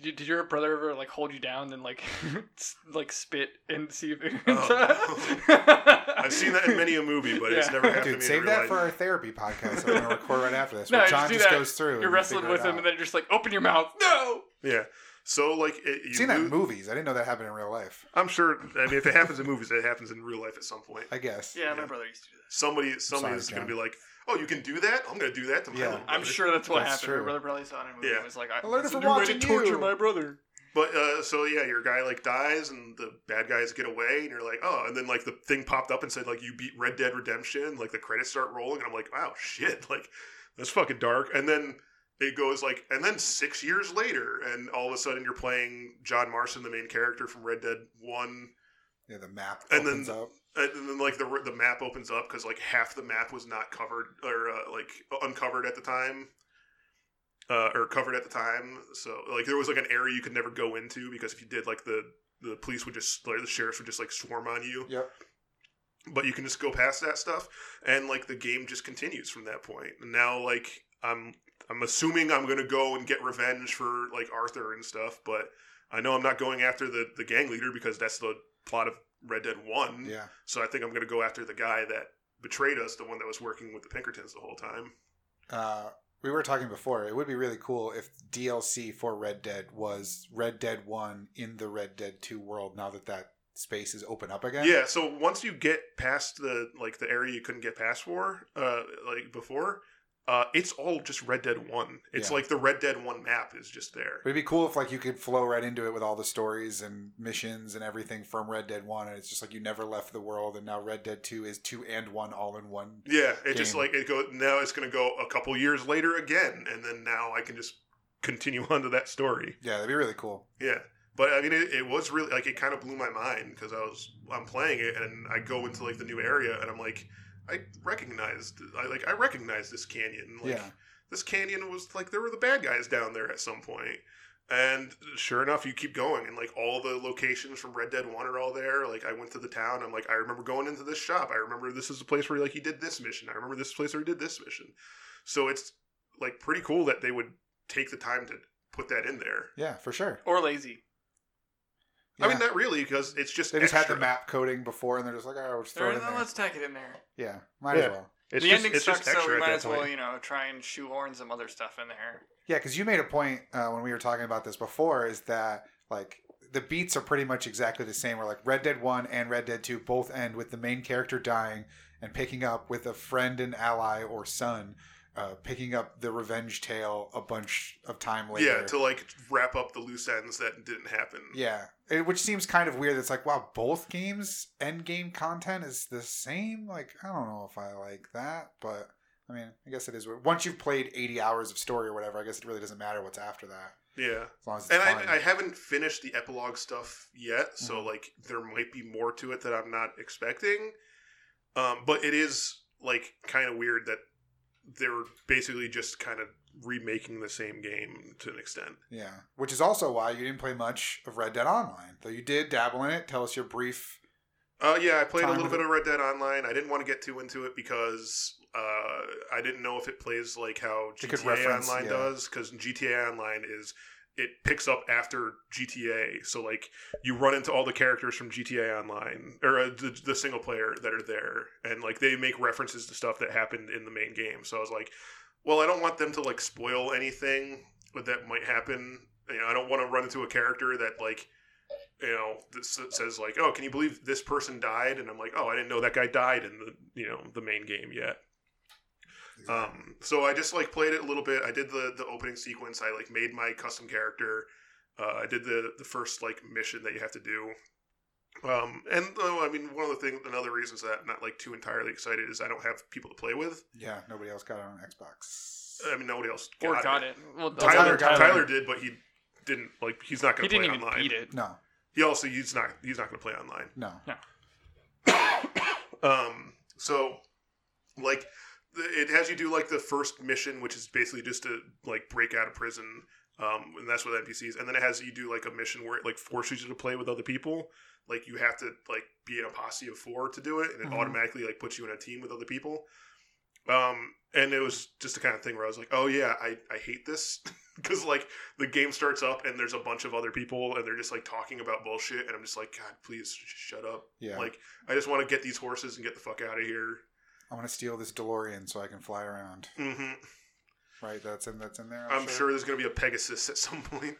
Speaker 3: you- Did your brother ever like hold you down and like [LAUGHS] s- like spit and see if?
Speaker 2: Oh, [LAUGHS]
Speaker 3: [LAUGHS]
Speaker 2: I've seen that in many a movie, but it's
Speaker 3: Yeah.
Speaker 2: never happened
Speaker 1: Dude,
Speaker 2: to me in
Speaker 1: save
Speaker 2: real
Speaker 1: that
Speaker 2: life.
Speaker 1: for our therapy podcast that we're
Speaker 3: [LAUGHS]
Speaker 1: going to record right after this.
Speaker 3: No,
Speaker 1: where
Speaker 3: just
Speaker 1: John
Speaker 3: do
Speaker 1: just,
Speaker 3: that.
Speaker 1: goes through. and
Speaker 3: You're
Speaker 1: we
Speaker 3: wrestling
Speaker 1: figure it
Speaker 3: with him,
Speaker 1: out.
Speaker 3: and then you're just like, open your mouth. No.
Speaker 2: Yeah. So like, it, you
Speaker 1: I've seen that in
Speaker 2: lose-
Speaker 1: movies. I didn't know that happened in real life.
Speaker 2: I'm sure. I mean, if it happens in movies, it happens in real life at some
Speaker 1: [LAUGHS]
Speaker 2: point.
Speaker 1: I guess.
Speaker 3: Yeah, my
Speaker 2: Yeah.
Speaker 3: brother used to do that.
Speaker 2: Somebody, somebody
Speaker 1: Sorry,
Speaker 2: is going
Speaker 1: John.
Speaker 2: to be like, "Oh, you can do that. I'm going to do that to my
Speaker 1: Yeah.
Speaker 2: little
Speaker 3: I'm
Speaker 2: brother."
Speaker 3: sure that's what
Speaker 1: That's
Speaker 3: happened. My
Speaker 1: true.
Speaker 3: brother probably saw it in a movie
Speaker 2: Yeah.
Speaker 3: and was like, I,
Speaker 1: I learned
Speaker 3: that's
Speaker 1: it
Speaker 3: a
Speaker 1: from
Speaker 3: new way to
Speaker 1: watching
Speaker 3: torture
Speaker 1: you.
Speaker 3: my brother.
Speaker 2: But uh, so yeah, your guy like dies, and the bad guys get away, and you're like, "Oh!" And then like the thing popped up and said like, "You beat Red [LAUGHS] Dead Redemption." Like the credits start rolling, and I'm like, "Wow, shit!" Like that's fucking dark. And then it goes like, and then six years later, and all of a sudden you're playing John Marston, the main character from Red Dead One,
Speaker 1: Yeah, the map
Speaker 2: And then-
Speaker 1: opens up.
Speaker 2: and then like the the map opens up because like half the map was not covered or uh, like uncovered at the time, uh, or covered at the time. So like there was like an area you could never go into because if you did, like the the police would just like the sheriffs would just like swarm on you.
Speaker 1: Yep.
Speaker 2: but you can just go past that stuff and like the game just continues from that point and now like i'm i'm assuming i'm gonna go and get revenge for like arthur and stuff but i know i'm not going after the the gang leader because that's the plot of red dead 1
Speaker 1: Yeah.
Speaker 2: so i think i'm gonna go after the guy that betrayed us the one that was working with the pinkertons the whole time
Speaker 1: Uh, we were talking before. It would be really cool if DLC for Red Dead was Red Dead One in the Red Dead Two world. Now that that space is open up again.
Speaker 2: Yeah, so once you get past the like the area you couldn't get past for, uh, like before, uh, it's all just Red Dead One. It's
Speaker 1: Yeah.
Speaker 2: like the Red Dead One map is just there.
Speaker 1: But it'd be cool if like you could flow right into it with all the stories and missions and everything from Red Dead One, and it's just like you never left the world, and now Red Dead Two is two and one all in one.
Speaker 2: Yeah, it just
Speaker 1: game.
Speaker 2: like it go now it's gonna go a couple years later again, and then now I can just continue [LAUGHS] on to that story.
Speaker 1: Yeah, that'd be really cool.
Speaker 2: Yeah, but I mean, it, it was really like it kind of blew my mind because I was I'm playing it and I go into like the new area and I'm like, I recognized I like I recognize this canyon. Like,
Speaker 1: yeah,
Speaker 2: this canyon was like there were the bad guys down there at some point. And sure enough, you keep going, and like all the locations from Red Dead One are all there. Like I went to the town. I'm like, I remember going into this shop. I remember this is the place where like he did this mission. I remember this place where he did this mission. So it's like pretty cool that they would take the time to put that in there.
Speaker 1: yeah, for sure.
Speaker 3: Or lazy.
Speaker 2: I
Speaker 1: Yeah.
Speaker 2: mean, not really because it's just
Speaker 1: they just
Speaker 2: extra.
Speaker 1: had the map coding before, and they're just like, all right, we'll just throw it in there.
Speaker 3: Let's tack it in there.
Speaker 1: Yeah, might
Speaker 2: Yeah.
Speaker 1: as well.
Speaker 2: It's
Speaker 3: the
Speaker 2: just,
Speaker 3: ending
Speaker 2: it's
Speaker 3: sucks,
Speaker 2: just extra
Speaker 3: so we
Speaker 2: at
Speaker 3: might
Speaker 2: that
Speaker 3: as well,
Speaker 2: point.
Speaker 3: you know, try and shoehorn some other stuff in there.
Speaker 1: Yeah, because you made a point uh, when we were talking about this before is that like the beats are pretty much exactly the same. Where like Red Dead One and Red Dead Two both end with the main character dying and picking up with a friend and ally or son, uh, picking up the revenge tale a bunch of time later.
Speaker 2: Yeah, to like wrap up the loose ends that didn't happen.
Speaker 1: yeah, it, which seems kind of weird. It's like wow, both games end game content is the same. Like I don't know if I like that, but. I mean, I guess it is. weird. Once you've played 80 hours of story or whatever, I guess it really doesn't matter what's after that.
Speaker 2: yeah.
Speaker 1: As long as it's
Speaker 2: and
Speaker 1: fun.
Speaker 2: I, I haven't finished the epilogue stuff yet so
Speaker 1: Mm-hmm.
Speaker 2: like there might be more to it that i'm not expecting um, but it is like kind of weird that they're basically just kind of remaking the same game to an extent
Speaker 1: Yeah, which is also why you didn't play much of Red Dead Online, though you did dabble in it. Tell us your brief.
Speaker 2: uh, yeah i played
Speaker 1: Time
Speaker 2: a little
Speaker 1: of
Speaker 2: bit
Speaker 1: it.
Speaker 2: of red dead online i didn't want to get too into it because uh, i didn't know if it plays like how
Speaker 1: It could
Speaker 2: gta
Speaker 1: reference,
Speaker 2: online
Speaker 1: yeah.
Speaker 2: does because gta online is it picks up after GTA. So like you run into all the characters from GTA Online or uh, the, the single player that are there, and like they make references to stuff that happened in the main game. So I was like, well, I don't want them to like spoil anything that might happen. You know, I don't want to run into a character that like. You know, this says like, "Oh, can you believe this person died?" And I'm like, "Oh, I didn't know that guy died in the you know the main game yet."
Speaker 1: Uh,
Speaker 2: Um, so I just like played it a little bit. I did the the opening sequence. I like made my custom character. Uh, I did the the first like mission that you have to do. Um, and though I mean, one of the things, another reasons that I'm not like too entirely excited is I don't have people to play with.
Speaker 1: yeah, nobody else got it on Xbox.
Speaker 2: I mean, nobody else
Speaker 3: Or got,
Speaker 2: it.
Speaker 3: it. Well,
Speaker 2: Tyler,
Speaker 1: Tyler got
Speaker 2: Tyler,
Speaker 1: it.
Speaker 2: did, but he didn't like. He's not
Speaker 3: He
Speaker 2: going to play
Speaker 3: didn't even
Speaker 2: online.
Speaker 3: beat it.
Speaker 1: No,
Speaker 2: He also he's not he's not going to play online.
Speaker 1: no.
Speaker 2: Um, so, like, the- it has you do like the first mission, which is basically just to like break out of prison, um, and that's with NPCs. And then it has you do like a mission where it like forces you to play with other people. Like you have to like be in a posse of four to do it, and it
Speaker 1: Mhm.
Speaker 2: automatically like puts you in a team with other people. Um, and it was just the kind of thing where I was like, oh yeah, I I hate this [LAUGHS] because like the game starts up and there's a bunch of other people and they're just like talking about bullshit, and I'm just like, God, please sh- shut up.
Speaker 1: Yeah,
Speaker 2: Like, I just want to get these horses and get the fuck out of here.
Speaker 1: I want to steal this DeLorean so I can fly around.
Speaker 2: hmm
Speaker 1: Right, that's in that's in there.
Speaker 2: I'm sure. there's going to be a Pegasus at some [LAUGHS] point.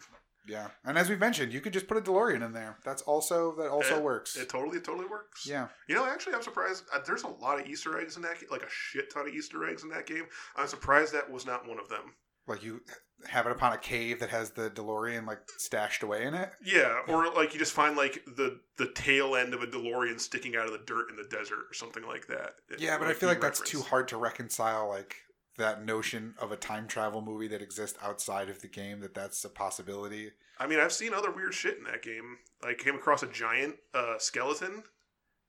Speaker 1: Yeah, and as we mentioned, you could just put a DeLorean in there. That's also that also works.
Speaker 2: It totally, it totally works.
Speaker 1: yeah,
Speaker 2: You know, actually, I'm surprised. Uh, there's a lot of Easter eggs in that, ga- like a shit ton of Easter eggs in that game. I'm surprised that was not one of them.
Speaker 1: like you have it upon a cave that has the DeLorean like stashed away in it.
Speaker 2: Yeah, or like you just find like the the tail end of a DeLorean sticking out of the dirt in the desert or something like that. It
Speaker 1: Yeah, but I
Speaker 2: might
Speaker 1: feel
Speaker 2: be
Speaker 1: like that's too
Speaker 2: referenced.
Speaker 1: hard to reconcile. Like that notion of a time travel movie that exists outside of the game that that's a possibility.
Speaker 2: I mean, I've seen other weird shit in that game. I came across a giant uh, skeleton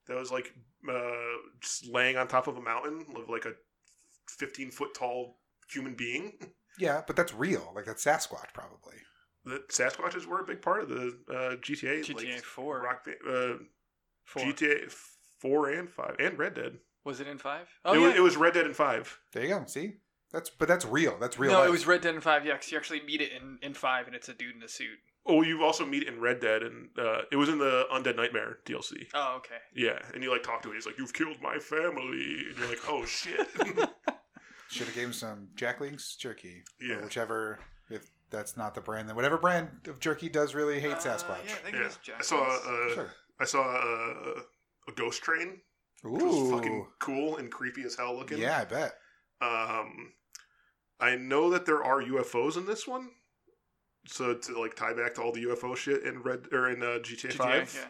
Speaker 2: that was like uh, just laying on top of a mountain of like a 15 foot tall human being. [LAUGHS]
Speaker 1: Yeah, but that's real. Like that's Sasquatch probably.
Speaker 2: The Sasquatches were a big part of the uh, GTA,
Speaker 3: GTA
Speaker 2: like,
Speaker 3: four.
Speaker 2: Rock, Ba- uh,
Speaker 3: Four.
Speaker 2: GTA four and five and Red Dead.
Speaker 3: Was it in five? Oh
Speaker 2: it,
Speaker 3: yeah.
Speaker 2: was, it was Red Dead and five.
Speaker 1: There you go. See, that's but that's real. That's real.
Speaker 3: no,
Speaker 1: life.
Speaker 3: it was Red Dead in five. Yeah, 'cause you actually meet it in, in five, and it's a dude in a suit.
Speaker 2: Oh, you also meet in Red Dead, and uh, it was in the Undead Nightmare DLC.
Speaker 3: Oh okay.
Speaker 2: Yeah, and you like talk to it. He's like, "You've killed my family," and you're like, "Oh shit." [LAUGHS]
Speaker 1: should have gave him some Jack Link's jerky. or
Speaker 2: yeah,
Speaker 1: whichever. If that's not the brand, then whatever brand of jerky does really hate
Speaker 3: Uh,
Speaker 1: Sasquatch.
Speaker 3: yeah, I think it
Speaker 2: yeah.
Speaker 3: was
Speaker 2: I
Speaker 3: Jack.
Speaker 2: saw uh,
Speaker 1: Sure.
Speaker 2: I saw uh, a ghost train. It was fucking
Speaker 1: Ooh.
Speaker 2: cool and creepy as hell looking.
Speaker 1: Yeah, I bet.
Speaker 2: Um, I know that there are UFOs in this one. So to like tie back to all the UFO shit in Red or in uh, GTA, Five.
Speaker 3: Yeah.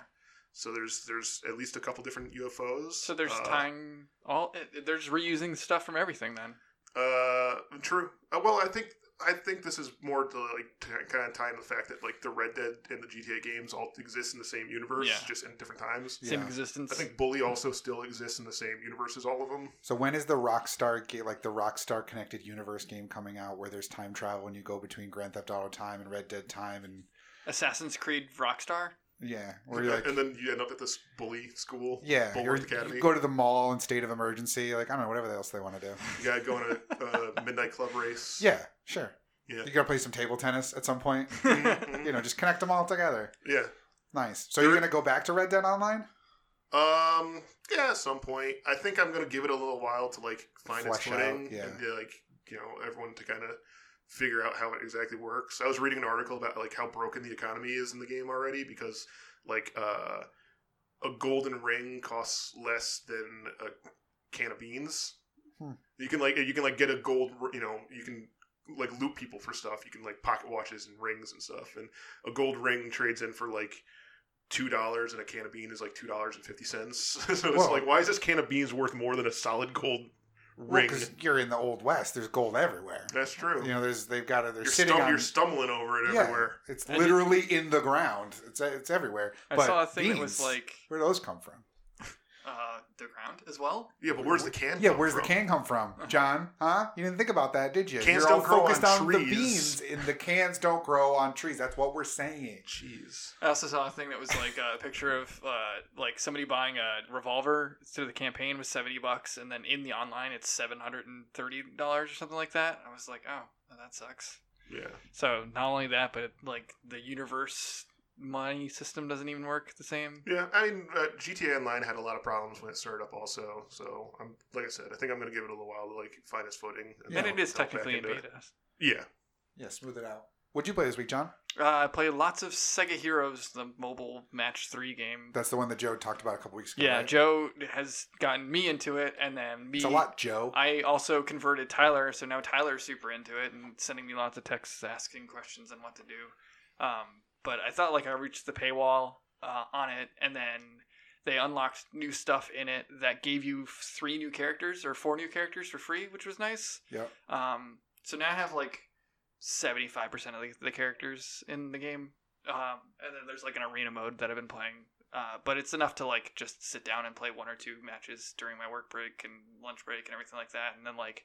Speaker 2: So there's there's at least a couple different UFOs.
Speaker 3: So there's
Speaker 2: uh,
Speaker 3: tying all. They're just reusing stuff from everything then.
Speaker 2: Uh, true. Uh, well, I think I think this is more to like t- kind of tie in the fact that like the Red Dead and the GTA games all exist in the same universe,
Speaker 3: Yeah.
Speaker 2: just in different times.
Speaker 3: Same
Speaker 1: Yeah.
Speaker 3: existence.
Speaker 2: I think Bully also still exists in the same universe as all of them.
Speaker 1: So when is the Rockstar game, like the Rockstar connected universe game coming out, where there's time travel and you go between Grand Theft Auto time and Red Dead time, and
Speaker 3: Assassin's Creed Rockstar.
Speaker 1: yeah, where you're like,
Speaker 2: and then you end up at this bully school. [LAUGHS]
Speaker 1: yeah, you're,
Speaker 2: Bulworth Academy.
Speaker 1: you go to the mall in state of emergency, like I don't know, whatever else they
Speaker 2: [LAUGHS]
Speaker 1: want to do.
Speaker 2: You gotta go in a uh, midnight club race. [LAUGHS]
Speaker 1: Yeah, sure.
Speaker 2: Yeah.
Speaker 1: You gotta play some table tennis at some
Speaker 2: [LAUGHS]
Speaker 1: point.
Speaker 2: Mhm.
Speaker 1: you know, just connect them all together.
Speaker 2: yeah.
Speaker 1: Nice. So you're
Speaker 2: There-
Speaker 1: gonna go back to Red Dead Online?
Speaker 2: Um. Yeah. At some point, I think I'm gonna give it a little while to like find its
Speaker 1: Flesh out,
Speaker 2: footing
Speaker 1: yeah.
Speaker 2: and to, like you know everyone to kind of figure out how it exactly works. I was reading an article about like how broken the economy is in the game already because like uh, a golden ring costs less than a can of beans.
Speaker 1: Hmm.
Speaker 2: You can like you can like get a gold r- you know you can like loot people for stuff. You can like pocket watches and rings and stuff. And a gold ring trades in for like two dollars and a can of bean is like two dollars and fifty cents. [LAUGHS] so it's
Speaker 1: Whoa.
Speaker 2: like why is this can of beans worth more than a solid gold
Speaker 1: Well,
Speaker 2: ring?
Speaker 1: 'cause you're in the old west. There's gold everywhere.
Speaker 2: That's true.
Speaker 1: You know, there's they've got it. They're
Speaker 2: you're,
Speaker 1: sitting
Speaker 2: stum-
Speaker 1: on.
Speaker 2: you're stumbling over it
Speaker 1: Yeah.
Speaker 2: everywhere.
Speaker 1: It's
Speaker 3: And
Speaker 1: literally in the ground. It's it's everywhere.
Speaker 3: I
Speaker 1: But
Speaker 3: saw a thing that was
Speaker 1: beans,
Speaker 3: like
Speaker 1: where do those come from?
Speaker 3: uh, the ground as well.
Speaker 2: Yeah, but where's the can?
Speaker 1: Yeah,
Speaker 2: come
Speaker 1: where's
Speaker 2: from?
Speaker 1: the can come from,
Speaker 2: [LAUGHS]
Speaker 1: John? Huh? You didn't think about that, did you?
Speaker 2: Cans
Speaker 1: You're all
Speaker 2: don't grow
Speaker 1: focused
Speaker 2: on
Speaker 1: on, the
Speaker 2: trees.
Speaker 1: beans, and the cans don't grow on trees. That's what we're saying.
Speaker 2: Jeez.
Speaker 3: I also saw a thing that was like a picture of uh, like somebody buying a revolver through the campaign was seventy bucks, and then in the online it's seven hundred and thirty dollars or something like that. I was like, oh, well, that sucks.
Speaker 2: Yeah.
Speaker 3: So not only that, but like the universe money system doesn't even work the same.
Speaker 2: Yeah, I mean, uh, GTA Online had a lot of problems when it started up, also. So, I'm like I said, I think I'm going to give it a little while to like find its footing.
Speaker 1: Yeah.
Speaker 3: and
Speaker 2: then
Speaker 3: it is
Speaker 2: I'll back
Speaker 3: technically in
Speaker 2: into it.
Speaker 3: beta.
Speaker 2: Yeah,
Speaker 1: Yeah, smooth it out. What'd you play this week, John?
Speaker 3: Uh, I play lots of Sega Heroes, the mobile match three game.
Speaker 1: That's the one that Joe talked about a couple weeks ago.
Speaker 3: yeah,
Speaker 1: right?
Speaker 3: Joe has gotten me into it, and then me.
Speaker 1: It's a lot, Joe.
Speaker 3: I also converted Tyler, so now Tyler's super into it and sending me lots of texts asking questions and what to do. Um, but I thought like I reached the paywall uh, on it, and then they unlocked new stuff in it that gave you three new characters or four new characters for free, which was nice.
Speaker 1: Yep.
Speaker 3: Um, so now I have like seventy five percent of the, the characters in the game, um, and then there's like an arena mode that I've been playing. Uh, but it's enough to like just sit down and play one or two matches during my work break and lunch break and everything like that. And then like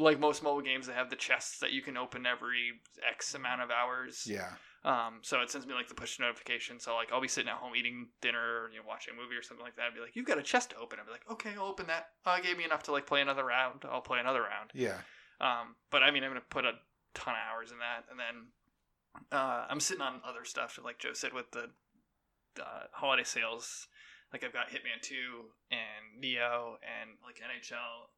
Speaker 3: like most mobile games, they have the chests that you can open every X amount of hours.
Speaker 1: yeah,
Speaker 3: Um, so it sends me like the push notification. So like I'll be sitting at home eating dinner or you know, watching a movie or something like that. I'd be like, "You've got a chest to open." I'd be like, "Okay, I'll open that." Oh, it gave me enough to like play another round. I'll play another round.
Speaker 1: yeah.
Speaker 3: Um, but I mean, I'm gonna put a ton of hours in that, and then uh, I'm sitting on other stuff. Like Joe said, with the uh, holiday sales, like I've got Hitman Two and Neo and like NHL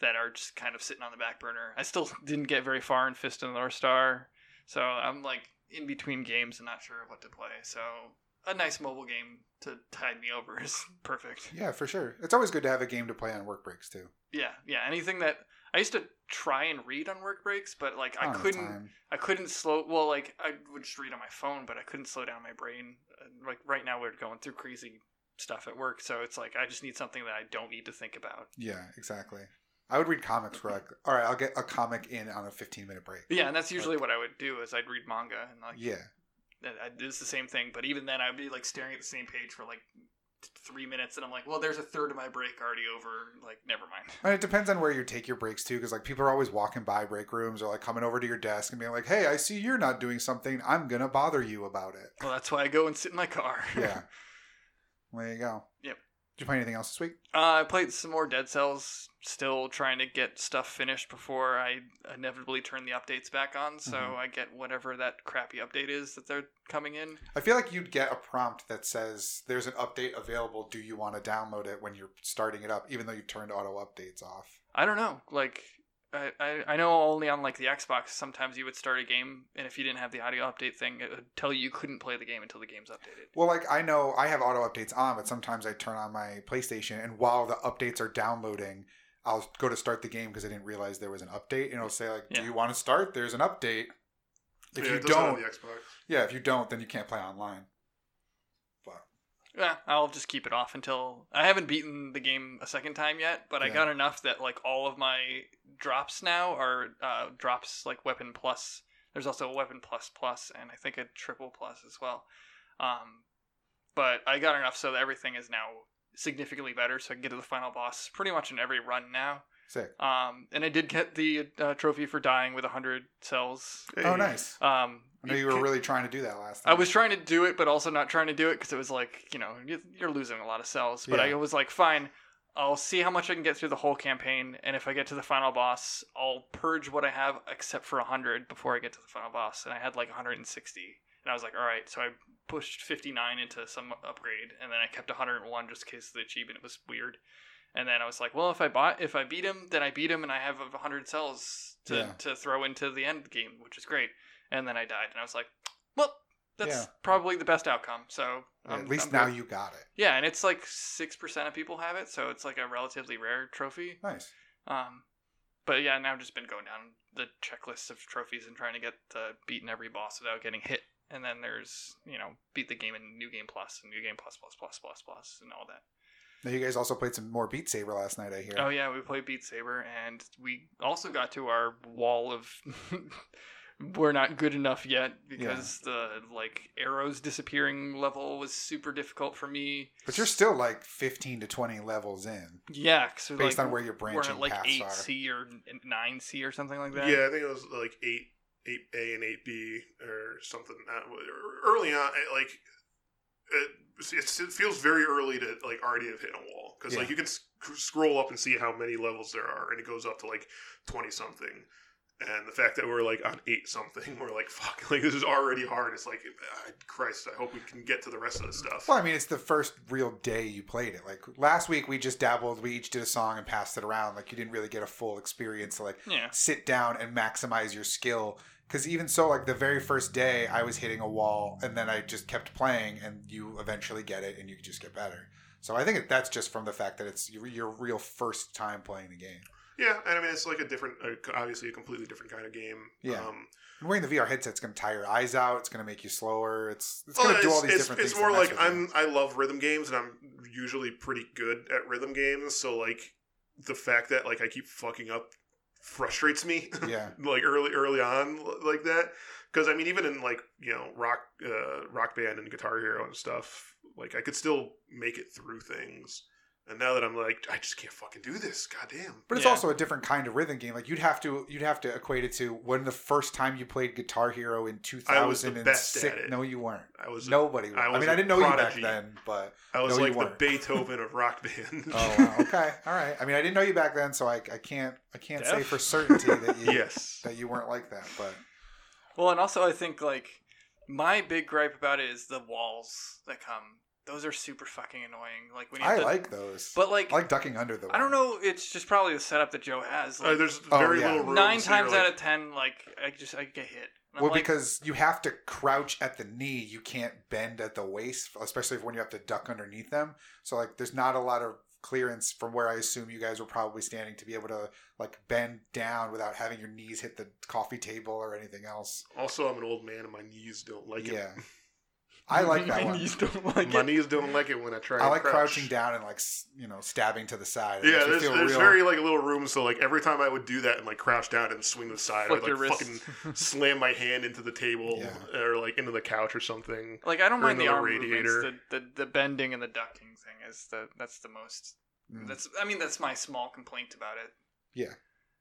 Speaker 3: that are just kind of sitting on the back burner. I still didn't get very far in Fist of the North Star, so I'm like in between games and not sure what to play. So a nice mobile game to tide me over is [LAUGHS] perfect.
Speaker 1: Yeah, for sure. It's always good to have a game to play on work breaks too.
Speaker 3: Yeah, yeah. Anything that I used to try and read on work breaks, but like I
Speaker 1: don't have
Speaker 3: couldn't.
Speaker 1: time.
Speaker 3: I couldn't slow. Well, like I would just read on my phone, but I couldn't slow down my brain. And, Like right now, we're going through crazy stuff at work, so it's like I just need something that I don't need to think about.
Speaker 1: Yeah, exactly. I would read comics where like, all right, I'll get a comic in on a 15 minute break.
Speaker 3: Yeah, and that's usually what I would do is I'd read manga and like
Speaker 1: Yeah.
Speaker 3: I- I- it's the same thing. But even then, I'd be like staring at the same page for like t- three minutes, and I'm like, well, there's a third of my break already over. Like, never mind.
Speaker 1: And it depends on where you take your breaks too, because like people are always walking by break rooms or like coming over to your desk and being like, "Hey, I see you're not doing something. I'm gonna bother you about it."
Speaker 3: [LAUGHS] Well, that's why I go and sit in my car.
Speaker 1: Yeah. there you go.
Speaker 3: Yep.
Speaker 1: Did you play anything else this week?
Speaker 3: Uh, I played some more Dead Cells, still trying to get stuff finished before I inevitably turn the updates back on, so
Speaker 1: Mhm.
Speaker 3: I get whatever that crappy update is that they're coming in.
Speaker 1: I feel like you'd get a prompt that says, "There's an update available. Do you want to download it?" When you're starting it up, even though you've turned auto updates off.
Speaker 3: I don't know, like. I, I, I know only on like the Xbox sometimes you would start a game and if you didn't have the audio update thing it would tell you you couldn't play the game until the game's updated.
Speaker 1: Well, like I know I have auto updates on, but sometimes I turn on my PlayStation, and while the updates are downloading, I'll go to start the game because I didn't realize there was an update, and it'll say like,
Speaker 3: Yeah.
Speaker 1: "Do you want to start? There's an update." If
Speaker 2: Yeah,
Speaker 1: you
Speaker 2: it does that on
Speaker 1: don't,
Speaker 2: the Xbox.
Speaker 1: yeah, if you don't, then you can't play online.
Speaker 3: Yeah, I'll just keep it off until I haven't beaten the game a second time yet, but I
Speaker 1: Yeah.
Speaker 3: got enough that like all of my drops now are uh, drops like weapon plus. There's also a weapon plus plus and I think a triple plus as well. Um, but I got enough so that everything is now significantly better, so I can get to the final boss pretty much in every run now.
Speaker 1: Sick.
Speaker 3: Um, and I did get the uh, trophy for dying with 100 cells.
Speaker 1: Oh, nice.
Speaker 3: Um,
Speaker 1: I know you were really trying to do that last time.
Speaker 3: I was trying to do it, but also not trying to do it because it was like, you know, you- you're losing a lot of cells. But
Speaker 1: Yeah.
Speaker 3: I was like, fine, I'll see how much I can get through the whole campaign. And if I get to the final boss, I'll purge what I have except for 100 before I get to the final boss. And I had like 160. And I was like, all right. So I pushed 59 into some upgrade. And then I kept 101 just in case the achievement was weird. And then I was like, well, if I bought, if I beat him, then I beat him, and I have 100 cells to,
Speaker 1: Yeah.
Speaker 3: to throw into the end game, which is great. And then I died, and I was like, well, that's
Speaker 1: Yeah.
Speaker 3: probably the best outcome. So
Speaker 1: Yeah,
Speaker 3: I'm-
Speaker 1: at least
Speaker 3: I'm
Speaker 1: now
Speaker 3: good.
Speaker 1: you got it.
Speaker 3: yeah, and it's like six percent of people have it, so it's like a relatively rare trophy.
Speaker 1: Nice.
Speaker 3: Um, but yeah, now I've just been going down the checklist of trophies and trying to get uh, beaten every boss without getting hit. And then there's you know beat the game in New Game Plus and New Game Plus Plus Plus Plus Plus and all that.
Speaker 1: Now you guys also played some more Beat Saber last night. I hear.
Speaker 3: Oh yeah, we played Beat Saber, and we also got to our wall of [LAUGHS] we're not good enough yet because the like arrows disappearing level was super difficult for me.
Speaker 1: But you're still like 15 to 20 levels in,
Speaker 3: Yeah, 'cause we're,
Speaker 1: based
Speaker 3: like,
Speaker 1: on where your
Speaker 3: we're
Speaker 1: branching
Speaker 3: at like
Speaker 1: paths
Speaker 3: eight
Speaker 1: are.
Speaker 3: C or nine C or something like that.
Speaker 2: Yeah, I think it was like eight, eight A and eight B or something. Uh, Early on, it, like it, it's- it feels very early to like already have hit a wall because like
Speaker 1: Yeah.
Speaker 2: you can sc- scroll up and see how many levels there are, and it goes up to like twenty something. And the fact that we're like on eight something, [LAUGHS] we're like fuck, like this is already hard. It's like ah, Christ, I hope we can get to the rest of this stuff.
Speaker 1: Well, I mean, it's the first real day you played it. Like last week, we just dabbled. We each did a song and passed it around. Like you didn't really get a full experience to like
Speaker 3: Yeah.
Speaker 1: sit down and maximize your skill. Because even so, like the very first day, I was hitting a wall, and then I just kept playing, and you eventually get it, and you just get better. So I think that's just from the fact that it's your, your real first time playing the game.
Speaker 2: Yeah, and I mean it's like a different, uh, obviously a completely different kind of game.
Speaker 1: Yeah.
Speaker 2: Um,
Speaker 1: And wearing the VR headset's going to tire your eyes out. It's going to make you slower. It's it's
Speaker 2: Well,
Speaker 1: going to do all these different
Speaker 2: Oh, it's
Speaker 1: things.
Speaker 2: more
Speaker 1: to mess
Speaker 2: like
Speaker 1: with you.
Speaker 2: I'm I love rhythm games and I'm usually pretty good at rhythm games, so like the fact that like I keep fucking up frustrates me [LAUGHS]
Speaker 1: yeah.
Speaker 2: like early early on l- like that because I mean even in like you know rock uh, rock band and guitar hero and stuff like I could still make it through things and now that I'm like I just can't fucking do this goddamn
Speaker 1: But it's
Speaker 3: Yeah.
Speaker 1: also a different kind of rhythm game. Like you'd have to you'd have to equate it to when the first time you played Guitar Hero in two
Speaker 2: I was the
Speaker 1: thousand and
Speaker 2: best
Speaker 1: six.
Speaker 2: at it.
Speaker 1: No, you weren't.
Speaker 2: I was
Speaker 1: Nobody. Was.
Speaker 2: I
Speaker 1: I,
Speaker 2: was
Speaker 1: mean,
Speaker 2: a
Speaker 1: I didn't know
Speaker 2: prodigy.
Speaker 1: you back then,
Speaker 2: [LAUGHS]
Speaker 1: but
Speaker 2: I was
Speaker 1: No, you
Speaker 2: like the
Speaker 1: weren't. [LAUGHS]
Speaker 2: Beethoven of rock band
Speaker 1: oh, wow. okay, all right. I mean, I didn't know you back then, so I, I can't I can't say
Speaker 3: Deaf?
Speaker 1: for certainty
Speaker 2: [LAUGHS]
Speaker 1: that you
Speaker 2: [LAUGHS] yes
Speaker 1: that you weren't like that. But
Speaker 3: Well, and also I think like my big gripe about it is the walls that come. Those are super fucking annoying. Like when you have
Speaker 1: I
Speaker 3: to-
Speaker 1: like those.
Speaker 3: but like,
Speaker 1: I like ducking under the.
Speaker 3: I don't
Speaker 1: wall.
Speaker 3: know. It's just probably the setup that Joe has.
Speaker 2: Uh,
Speaker 3: Like,
Speaker 2: there's
Speaker 1: Oh,
Speaker 2: very
Speaker 1: yeah.
Speaker 2: little room
Speaker 3: nine
Speaker 2: so you're
Speaker 3: times
Speaker 2: like-
Speaker 3: out of ten, like I just I get hit. And I'm
Speaker 1: Well,
Speaker 3: like,
Speaker 1: because you have to crouch at the knee, you can't bend at the waist, especially when you have to duck underneath them. So like, there's not a lot of clearance from where I assume you guys were probably standing to be able to like bend down without having your knees hit the coffee table or anything else.
Speaker 2: Also, I'm an old man and my knees don't like it.
Speaker 1: yeah, I like
Speaker 3: [LAUGHS]
Speaker 1: that
Speaker 3: And
Speaker 1: one.
Speaker 3: You don't
Speaker 2: [LAUGHS]
Speaker 3: like
Speaker 2: My
Speaker 3: it.
Speaker 2: knees don't like it when I try.
Speaker 1: I
Speaker 2: and
Speaker 1: like
Speaker 2: crouch.
Speaker 1: crouching down and like s- you know stabbing to the side. It
Speaker 2: Yeah,
Speaker 1: makes me
Speaker 2: there's,
Speaker 1: feel
Speaker 2: there's
Speaker 1: real-
Speaker 2: very like little room, so like every time I would do that and like crouch down and swing the side,
Speaker 3: Flick
Speaker 2: I
Speaker 3: your
Speaker 2: would like
Speaker 3: wrist. [LAUGHS]
Speaker 2: fucking slam my hand into the table
Speaker 1: Yeah.
Speaker 2: or like into the couch or something.
Speaker 3: Like I don't
Speaker 2: Or
Speaker 3: mind the
Speaker 2: another
Speaker 3: arm movements,
Speaker 2: radiator.
Speaker 3: the, the the bending and the ducking thing is the that's the most.
Speaker 1: Mm.
Speaker 3: That's I mean that's my small complaint about it,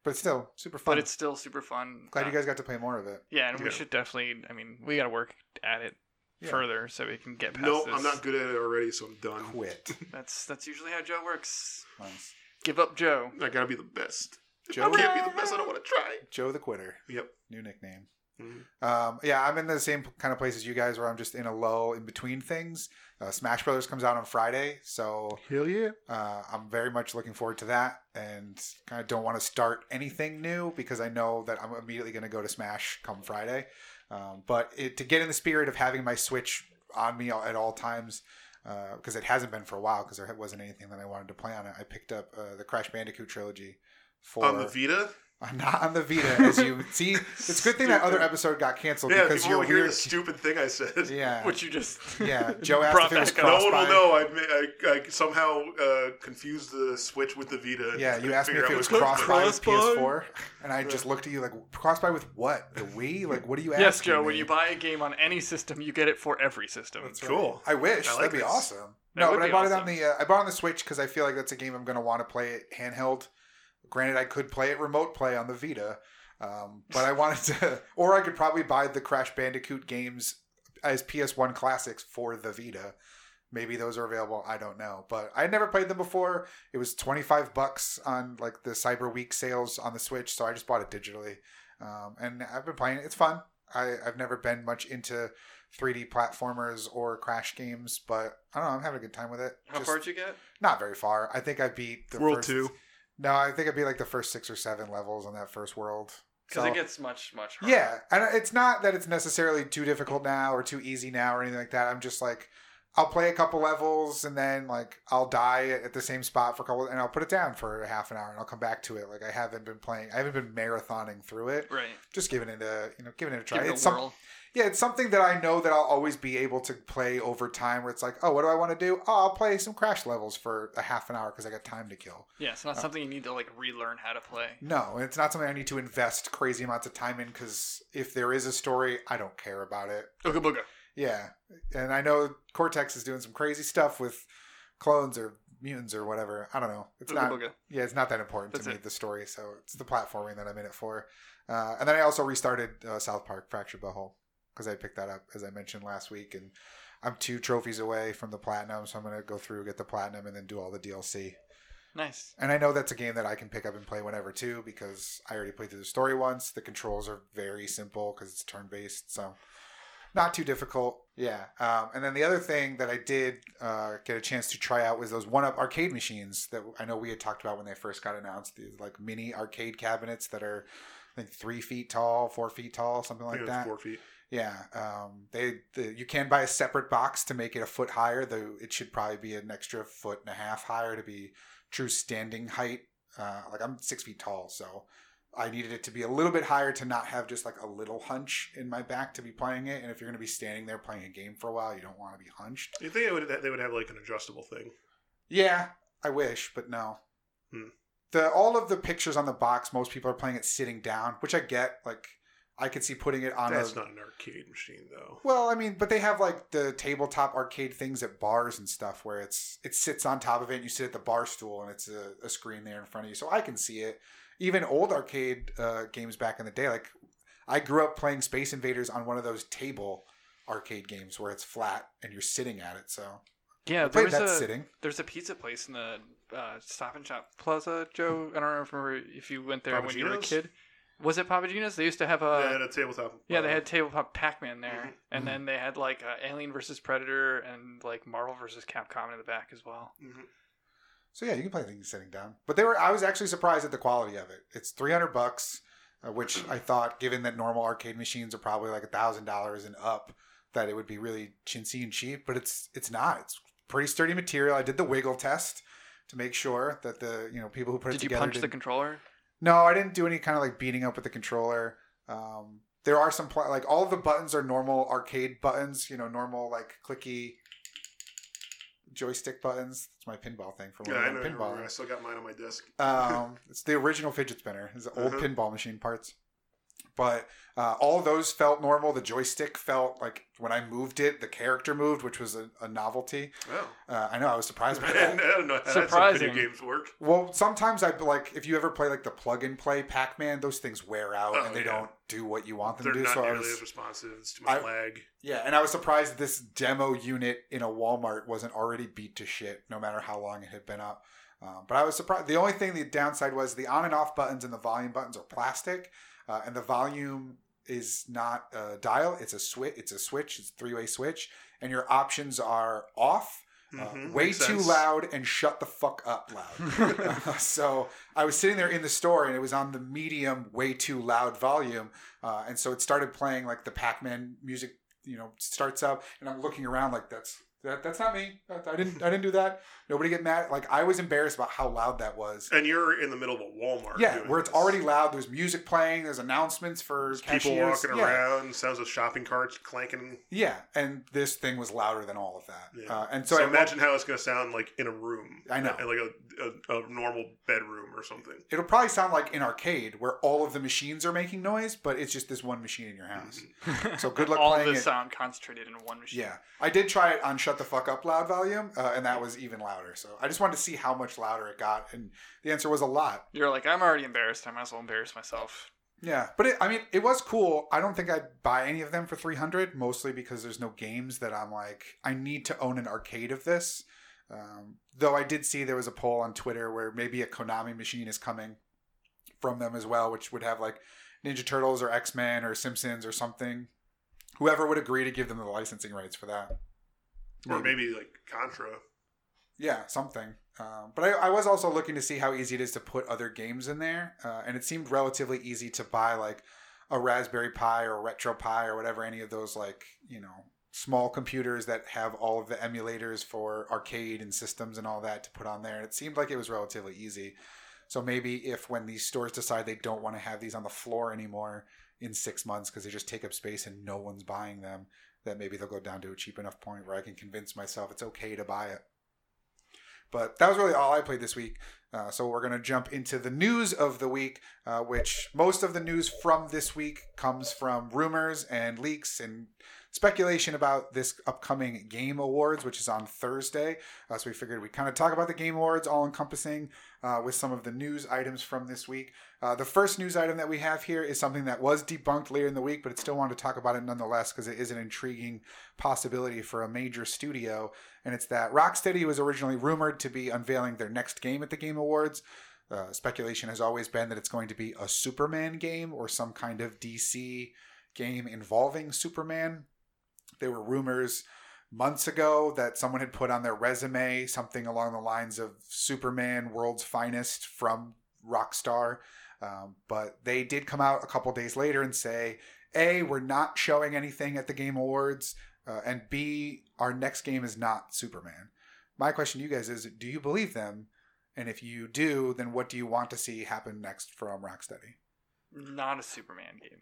Speaker 1: but still super fun.
Speaker 3: but it's still super fun.
Speaker 1: glad you
Speaker 3: Uh,
Speaker 1: guys got to play more of it.
Speaker 3: Yeah, and
Speaker 2: Yeah.
Speaker 3: we should definitely. I mean, we got to work at it
Speaker 1: Yeah.
Speaker 3: further so we can get past.
Speaker 2: Nope,
Speaker 3: this.
Speaker 2: I'm
Speaker 3: [LAUGHS]
Speaker 2: not good at it already, so I'm done.
Speaker 1: Quit.
Speaker 3: That's that's usually how Joe works.
Speaker 1: Nice.
Speaker 3: Give up, Joe.
Speaker 2: I gotta be the best. If
Speaker 1: Joe-
Speaker 2: I can't be the best, I don't want to try.
Speaker 1: Joe the Quitter.
Speaker 2: Yep.
Speaker 1: New nickname.
Speaker 2: Mhm.
Speaker 1: Um, yeah, I'm in the same kind of place as you guys, where I'm just in a lull in between things. Uh, Smash Brothers comes out on Friday, so
Speaker 2: Hell yeah.
Speaker 1: uh, I'm very much looking forward to that, and kind of don't want to start anything new because I know that I'm immediately going to go to Smash come Friday. Um, but it, to get in the spirit of having my Switch on me at all times, because it hasn't been for a while, because there wasn't anything that I wanted to play on it. I picked up uh, the Crash Bandicoot trilogy. For,
Speaker 2: On the Vita?
Speaker 1: I'm not on the Vita, as you see. It's a good thing that other
Speaker 2: Stupid.
Speaker 1: episode got canceled
Speaker 2: Yeah,
Speaker 1: because
Speaker 2: people
Speaker 1: you're
Speaker 2: will hear
Speaker 1: weird.
Speaker 2: the stupid thing I said.
Speaker 1: yeah,
Speaker 3: Which you just [LAUGHS]
Speaker 1: yeah. Joe asked
Speaker 3: brought
Speaker 1: if it was
Speaker 3: back
Speaker 2: No
Speaker 3: up.
Speaker 1: cross-
Speaker 2: one will
Speaker 1: Crossbody.
Speaker 2: know. I, ma- I, I somehow uh, confused the Switch with the Vita. and
Speaker 1: Yeah,
Speaker 2: couldn't
Speaker 1: you asked me
Speaker 2: figure
Speaker 1: if it
Speaker 2: out
Speaker 1: was
Speaker 2: which
Speaker 1: cross by with
Speaker 3: Cross-buy?
Speaker 1: PS4, and I just looked at you like, cross by with what? The Wii? Like, what are you asking?
Speaker 3: Yes, Joe. When
Speaker 1: me?
Speaker 3: you buy a game on any system, you get it for every system.
Speaker 1: That's
Speaker 2: right. Cool.
Speaker 1: I wish
Speaker 2: I like
Speaker 1: that'd be
Speaker 2: this.
Speaker 1: awesome.
Speaker 3: That
Speaker 1: no,
Speaker 3: would
Speaker 1: but I
Speaker 3: be
Speaker 1: bought
Speaker 3: awesome.
Speaker 1: it on the uh, I bought it on the Switch because I feel like that's a game I'm going to want to play it handheld. Granted, I could play it remote play on the Vita, um, but I wanted to, [LAUGHS] or I could probably buy the Crash Bandicoot games as PS1 classics for the Vita. Maybe those are available. I don't know, but I had never played them before. It was twenty five bucks on like the Cyber Week sales on the Switch, so I just bought it digitally, um, and I've been playing it. It's fun. I, I've never been much into 3D platformers or Crash games, but I don't know. I'm having a good time with it.
Speaker 3: How
Speaker 1: Just
Speaker 3: far'd you get?
Speaker 1: Not very far. I think I beat the
Speaker 2: World
Speaker 1: first,
Speaker 2: two.
Speaker 1: No, I think I beat like the first six or seven levels on that first world.
Speaker 3: Because
Speaker 1: So-
Speaker 3: it gets much much harder.
Speaker 1: yeah, and it's not that it's necessarily too difficult now or too easy now or anything like that. I'm just like, I'll play a couple levels and then like I'll die at the same spot for a couple, and I'll put it down for a half an hour and I'll come back to it. Like I haven't been playing, I haven't been marathoning through it.
Speaker 3: Right.
Speaker 1: Just giving it a, you know, giving it a try.
Speaker 3: Give it a
Speaker 1: it's some,
Speaker 3: whirl.
Speaker 1: yeah, it's something that I know that I'll always be able to play over time. Where it's like, oh, what do I want to do? Oh, I'll play some crash levels for a half an hour because I got time to kill.
Speaker 3: Yeah, it's not something you need to like relearn how to play.
Speaker 1: No, it's not something I need to invest crazy amounts of time in because if there is a story, I don't care about it.
Speaker 3: Ooga booga.
Speaker 1: Yeah, and I know Cortex is doing some crazy stuff with clones or mutants or whatever. I don't know. It's
Speaker 3: Ooga
Speaker 1: not.
Speaker 3: booga.
Speaker 1: Yeah, it's not that important
Speaker 3: That's
Speaker 1: to me
Speaker 3: it.
Speaker 1: the story. So it's the platforming that I'm in it for. Uh, and then I also restarted uh, South Park Fractured Butthole because I picked that up as I mentioned last week, and I'm two trophies away from the platinum, so I'm gonna go through get the platinum and then do all the DLC.
Speaker 3: Nice.
Speaker 1: And I know that's a game that I can pick up and play whenever too, because I already played through the story once. The controls are very simple because it's turn based, so not too difficult. Yeah. Um, and then the other thing that I did uh, get a chance to try out was those one up arcade machines that I know we had talked about when they first got announced. These like mini arcade cabinets that are, I think, three feet tall, four feet tall, something
Speaker 2: I
Speaker 1: like
Speaker 2: think it was
Speaker 1: that.
Speaker 2: Four feet.
Speaker 1: Yeah, um, they the, you can buy a separate box to make it a foot higher, though it should probably be an extra foot and a half higher to be true standing height. Uh, like I'm six feet tall, so I needed it to be a little bit higher to not have just like a little hunch in my back to be playing it. And if you're going to be standing there playing a game for a while, you don't want to be hunched.
Speaker 2: You think they would, they would have like an adjustable thing?
Speaker 1: Yeah, I wish, but no.
Speaker 2: Hmm.
Speaker 1: The all of the pictures on the box, most people are playing it sitting down, which I get. Like I could see putting it on a
Speaker 2: That's not an arcade machine though.
Speaker 1: Well, I mean, but they have like the tabletop arcade things at bars and stuff where it's it sits on top of it and you sit at the bar stool and it's a, a screen there in front of you. So I can see it. Even old arcade uh, games back in the day, like I grew up playing Space Invaders on one of those table arcade games where it's flat and you're sitting at it. So
Speaker 3: Yeah,
Speaker 1: I played
Speaker 3: there's
Speaker 1: that
Speaker 3: a
Speaker 1: sitting.
Speaker 3: there's a pizza place in the uh, Stop and Shop Plaza, Joe. I don't remember if you went there when you were a
Speaker 2: Papagino's?
Speaker 3: kid. Was it Papagino's? They used to have a
Speaker 2: they had a tabletop.
Speaker 3: Uh, yeah, they
Speaker 2: uh,
Speaker 3: had tabletop Pac-Man there,
Speaker 2: Mhm.
Speaker 1: Mhm.
Speaker 3: and then they had like uh, Alien versus Predator and like Marvel versus Capcom in the back as well.
Speaker 2: mhm.
Speaker 1: So yeah, you can play things sitting down. But they were I was actually surprised at the quality of it. It's 300 bucks, uh, which I thought given that normal arcade machines are probably like $1000 and up that it would be really chintzy and cheap, but it's it's not. It's pretty sturdy material. I did the wiggle test to make sure that the, you know, people who put it
Speaker 3: Did you
Speaker 1: together
Speaker 3: punch the
Speaker 1: didn't-
Speaker 3: controller?
Speaker 1: No, I didn't do any kind of like beating up with the controller. Um there are some pla- like all of the buttons are normal arcade buttons, you know, normal like clicky joystick buttons. It's my pinball thing for
Speaker 2: Yeah,
Speaker 1: when
Speaker 2: I
Speaker 1: I'm
Speaker 2: know. you were- I
Speaker 1: pinballing.
Speaker 2: still got mine on my desk.
Speaker 1: Um, it's the original fidget spinner. It's the old
Speaker 2: Uh-huh.
Speaker 1: pinball machine parts. But uh, all those felt normal. The joystick felt like when I moved it, the character moved, which was a, a novelty.
Speaker 2: Oh. [LAUGHS]
Speaker 1: Uh, I know I was surprised by
Speaker 2: I
Speaker 1: that.
Speaker 2: [LAUGHS] don't know how that's how video
Speaker 3: Surprising.
Speaker 2: games work.
Speaker 1: Well, sometimes I like if you ever play like the plug and play Pac Man, those things wear out
Speaker 2: Oh,
Speaker 1: and they
Speaker 2: yeah.
Speaker 1: don't do what you want them
Speaker 2: They're
Speaker 1: to do.
Speaker 2: not
Speaker 1: So I
Speaker 2: nearly
Speaker 1: was
Speaker 2: as responsive. It's too
Speaker 1: I-
Speaker 2: much lag.
Speaker 1: yeah, and I was surprised this demo unit in a Walmart wasn't already beat to shit, no matter how long it had been up. Um, but I was surprised. The only thing the downside was the on and off buttons and the volume buttons are plastic, uh, and the volume is not a dial; it's a switch. It's a switch. It's a three way switch, and your options are off,
Speaker 2: Mhm,
Speaker 1: uh, way
Speaker 2: makes
Speaker 1: too
Speaker 2: sense.
Speaker 1: loud and shut the fuck up
Speaker 2: [LAUGHS]
Speaker 1: loud. Uh, so I was sitting there in the store and it was on the medium, way too loud volume. Uh, and so it started playing like the Pac Man music, you know, starts up and I'm looking around like that's. That, that's not me. That- I didn't. I didn't do that. Nobody get mad. Like I was embarrassed about how loud that was.
Speaker 2: And you're in the middle of a Walmart.
Speaker 1: Yeah,
Speaker 2: doing
Speaker 1: where it's
Speaker 2: this.
Speaker 1: already loud. There's music playing. There's announcements for
Speaker 2: There's people
Speaker 1: cashiers.
Speaker 2: walking
Speaker 1: Yeah.
Speaker 2: around, sounds of shopping carts clanking.
Speaker 1: Yeah, and this thing was louder than all of that.
Speaker 2: Yeah.
Speaker 1: Uh, and so,
Speaker 2: So,
Speaker 1: I
Speaker 2: imagine how it's going to sound like in a room.
Speaker 1: I know.
Speaker 2: Uh, Like a, a, a normal bedroom or something.
Speaker 1: it'll probably sound like an arcade where all of the machines are making noise, but it's just this one machine in your house. So
Speaker 3: [LAUGHS]
Speaker 1: good luck
Speaker 3: All
Speaker 1: playing
Speaker 3: the
Speaker 1: it.
Speaker 3: sound concentrated in one machine.
Speaker 1: Yeah, I did try it on "Shut the Fuck Up" loud volume, uh, and that was even louder. So I just wanted to see how much louder it got, and the answer was a lot.
Speaker 3: You're like, I'm already embarrassed. I might as well embarrass myself.
Speaker 1: Yeah, but it, I mean, it was cool. I don't think I'd buy any of them for three hundred, mostly because there's no games that I'm like, I need to own an arcade of this. Um, though I did see there was a poll on Twitter where maybe a Konami machine is coming from them as well, which would have like Ninja Turtles or X Men or Simpsons or something. Whoever would agree to give them the licensing rights for that.
Speaker 2: Or maybe like Contra.
Speaker 1: Yeah, something. Um, but I, I was also looking to see how easy it is to put other games in there, uh, and it seemed relatively easy to buy like a Raspberry Pi or a Retro Pi or whatever any of those like you know small computers that have all of the emulators for arcade and systems and all that to put on there. It seemed like it was relatively easy. So maybe if when these stores decide they don't want to have these on the floor anymore in six months because they just take up space and no one's buying them, that maybe they'll go down to a cheap enough point where I can convince myself it's okay to buy it. But that was really all I played this week. Uh, so we're going to jump into the news of the week, uh, which most of the news from this week comes from rumors and leaks and speculation about this upcoming Game Awards, which is on Thursday. Uh, so we figured we'd kind of talk about the Game Awards, all encompassing, uh, with some of the news items from this week. Uh, the first news item that we have here is something that was debunked later in the week, but it still wanted to talk about it nonetheless because it is an intriguing possibility for a major studio and it's that Rocksteady was originally rumored to be unveiling their next game at the Game Awards. Uh, speculation has always been that it's going to be a Superman game or some kind of DC game involving Superman. There were rumors months ago that someone had put on their resume something along the lines of Superman World's Finest from Rockstar. Um, but they did come out a couple days later and say, A, we're not showing anything at the Game Awards uh, and B, our next game is not Superman. My question to you guys is: Do you believe them? And if you do, then what do you want to see happen next from Rocksteady?
Speaker 3: Not a Superman game.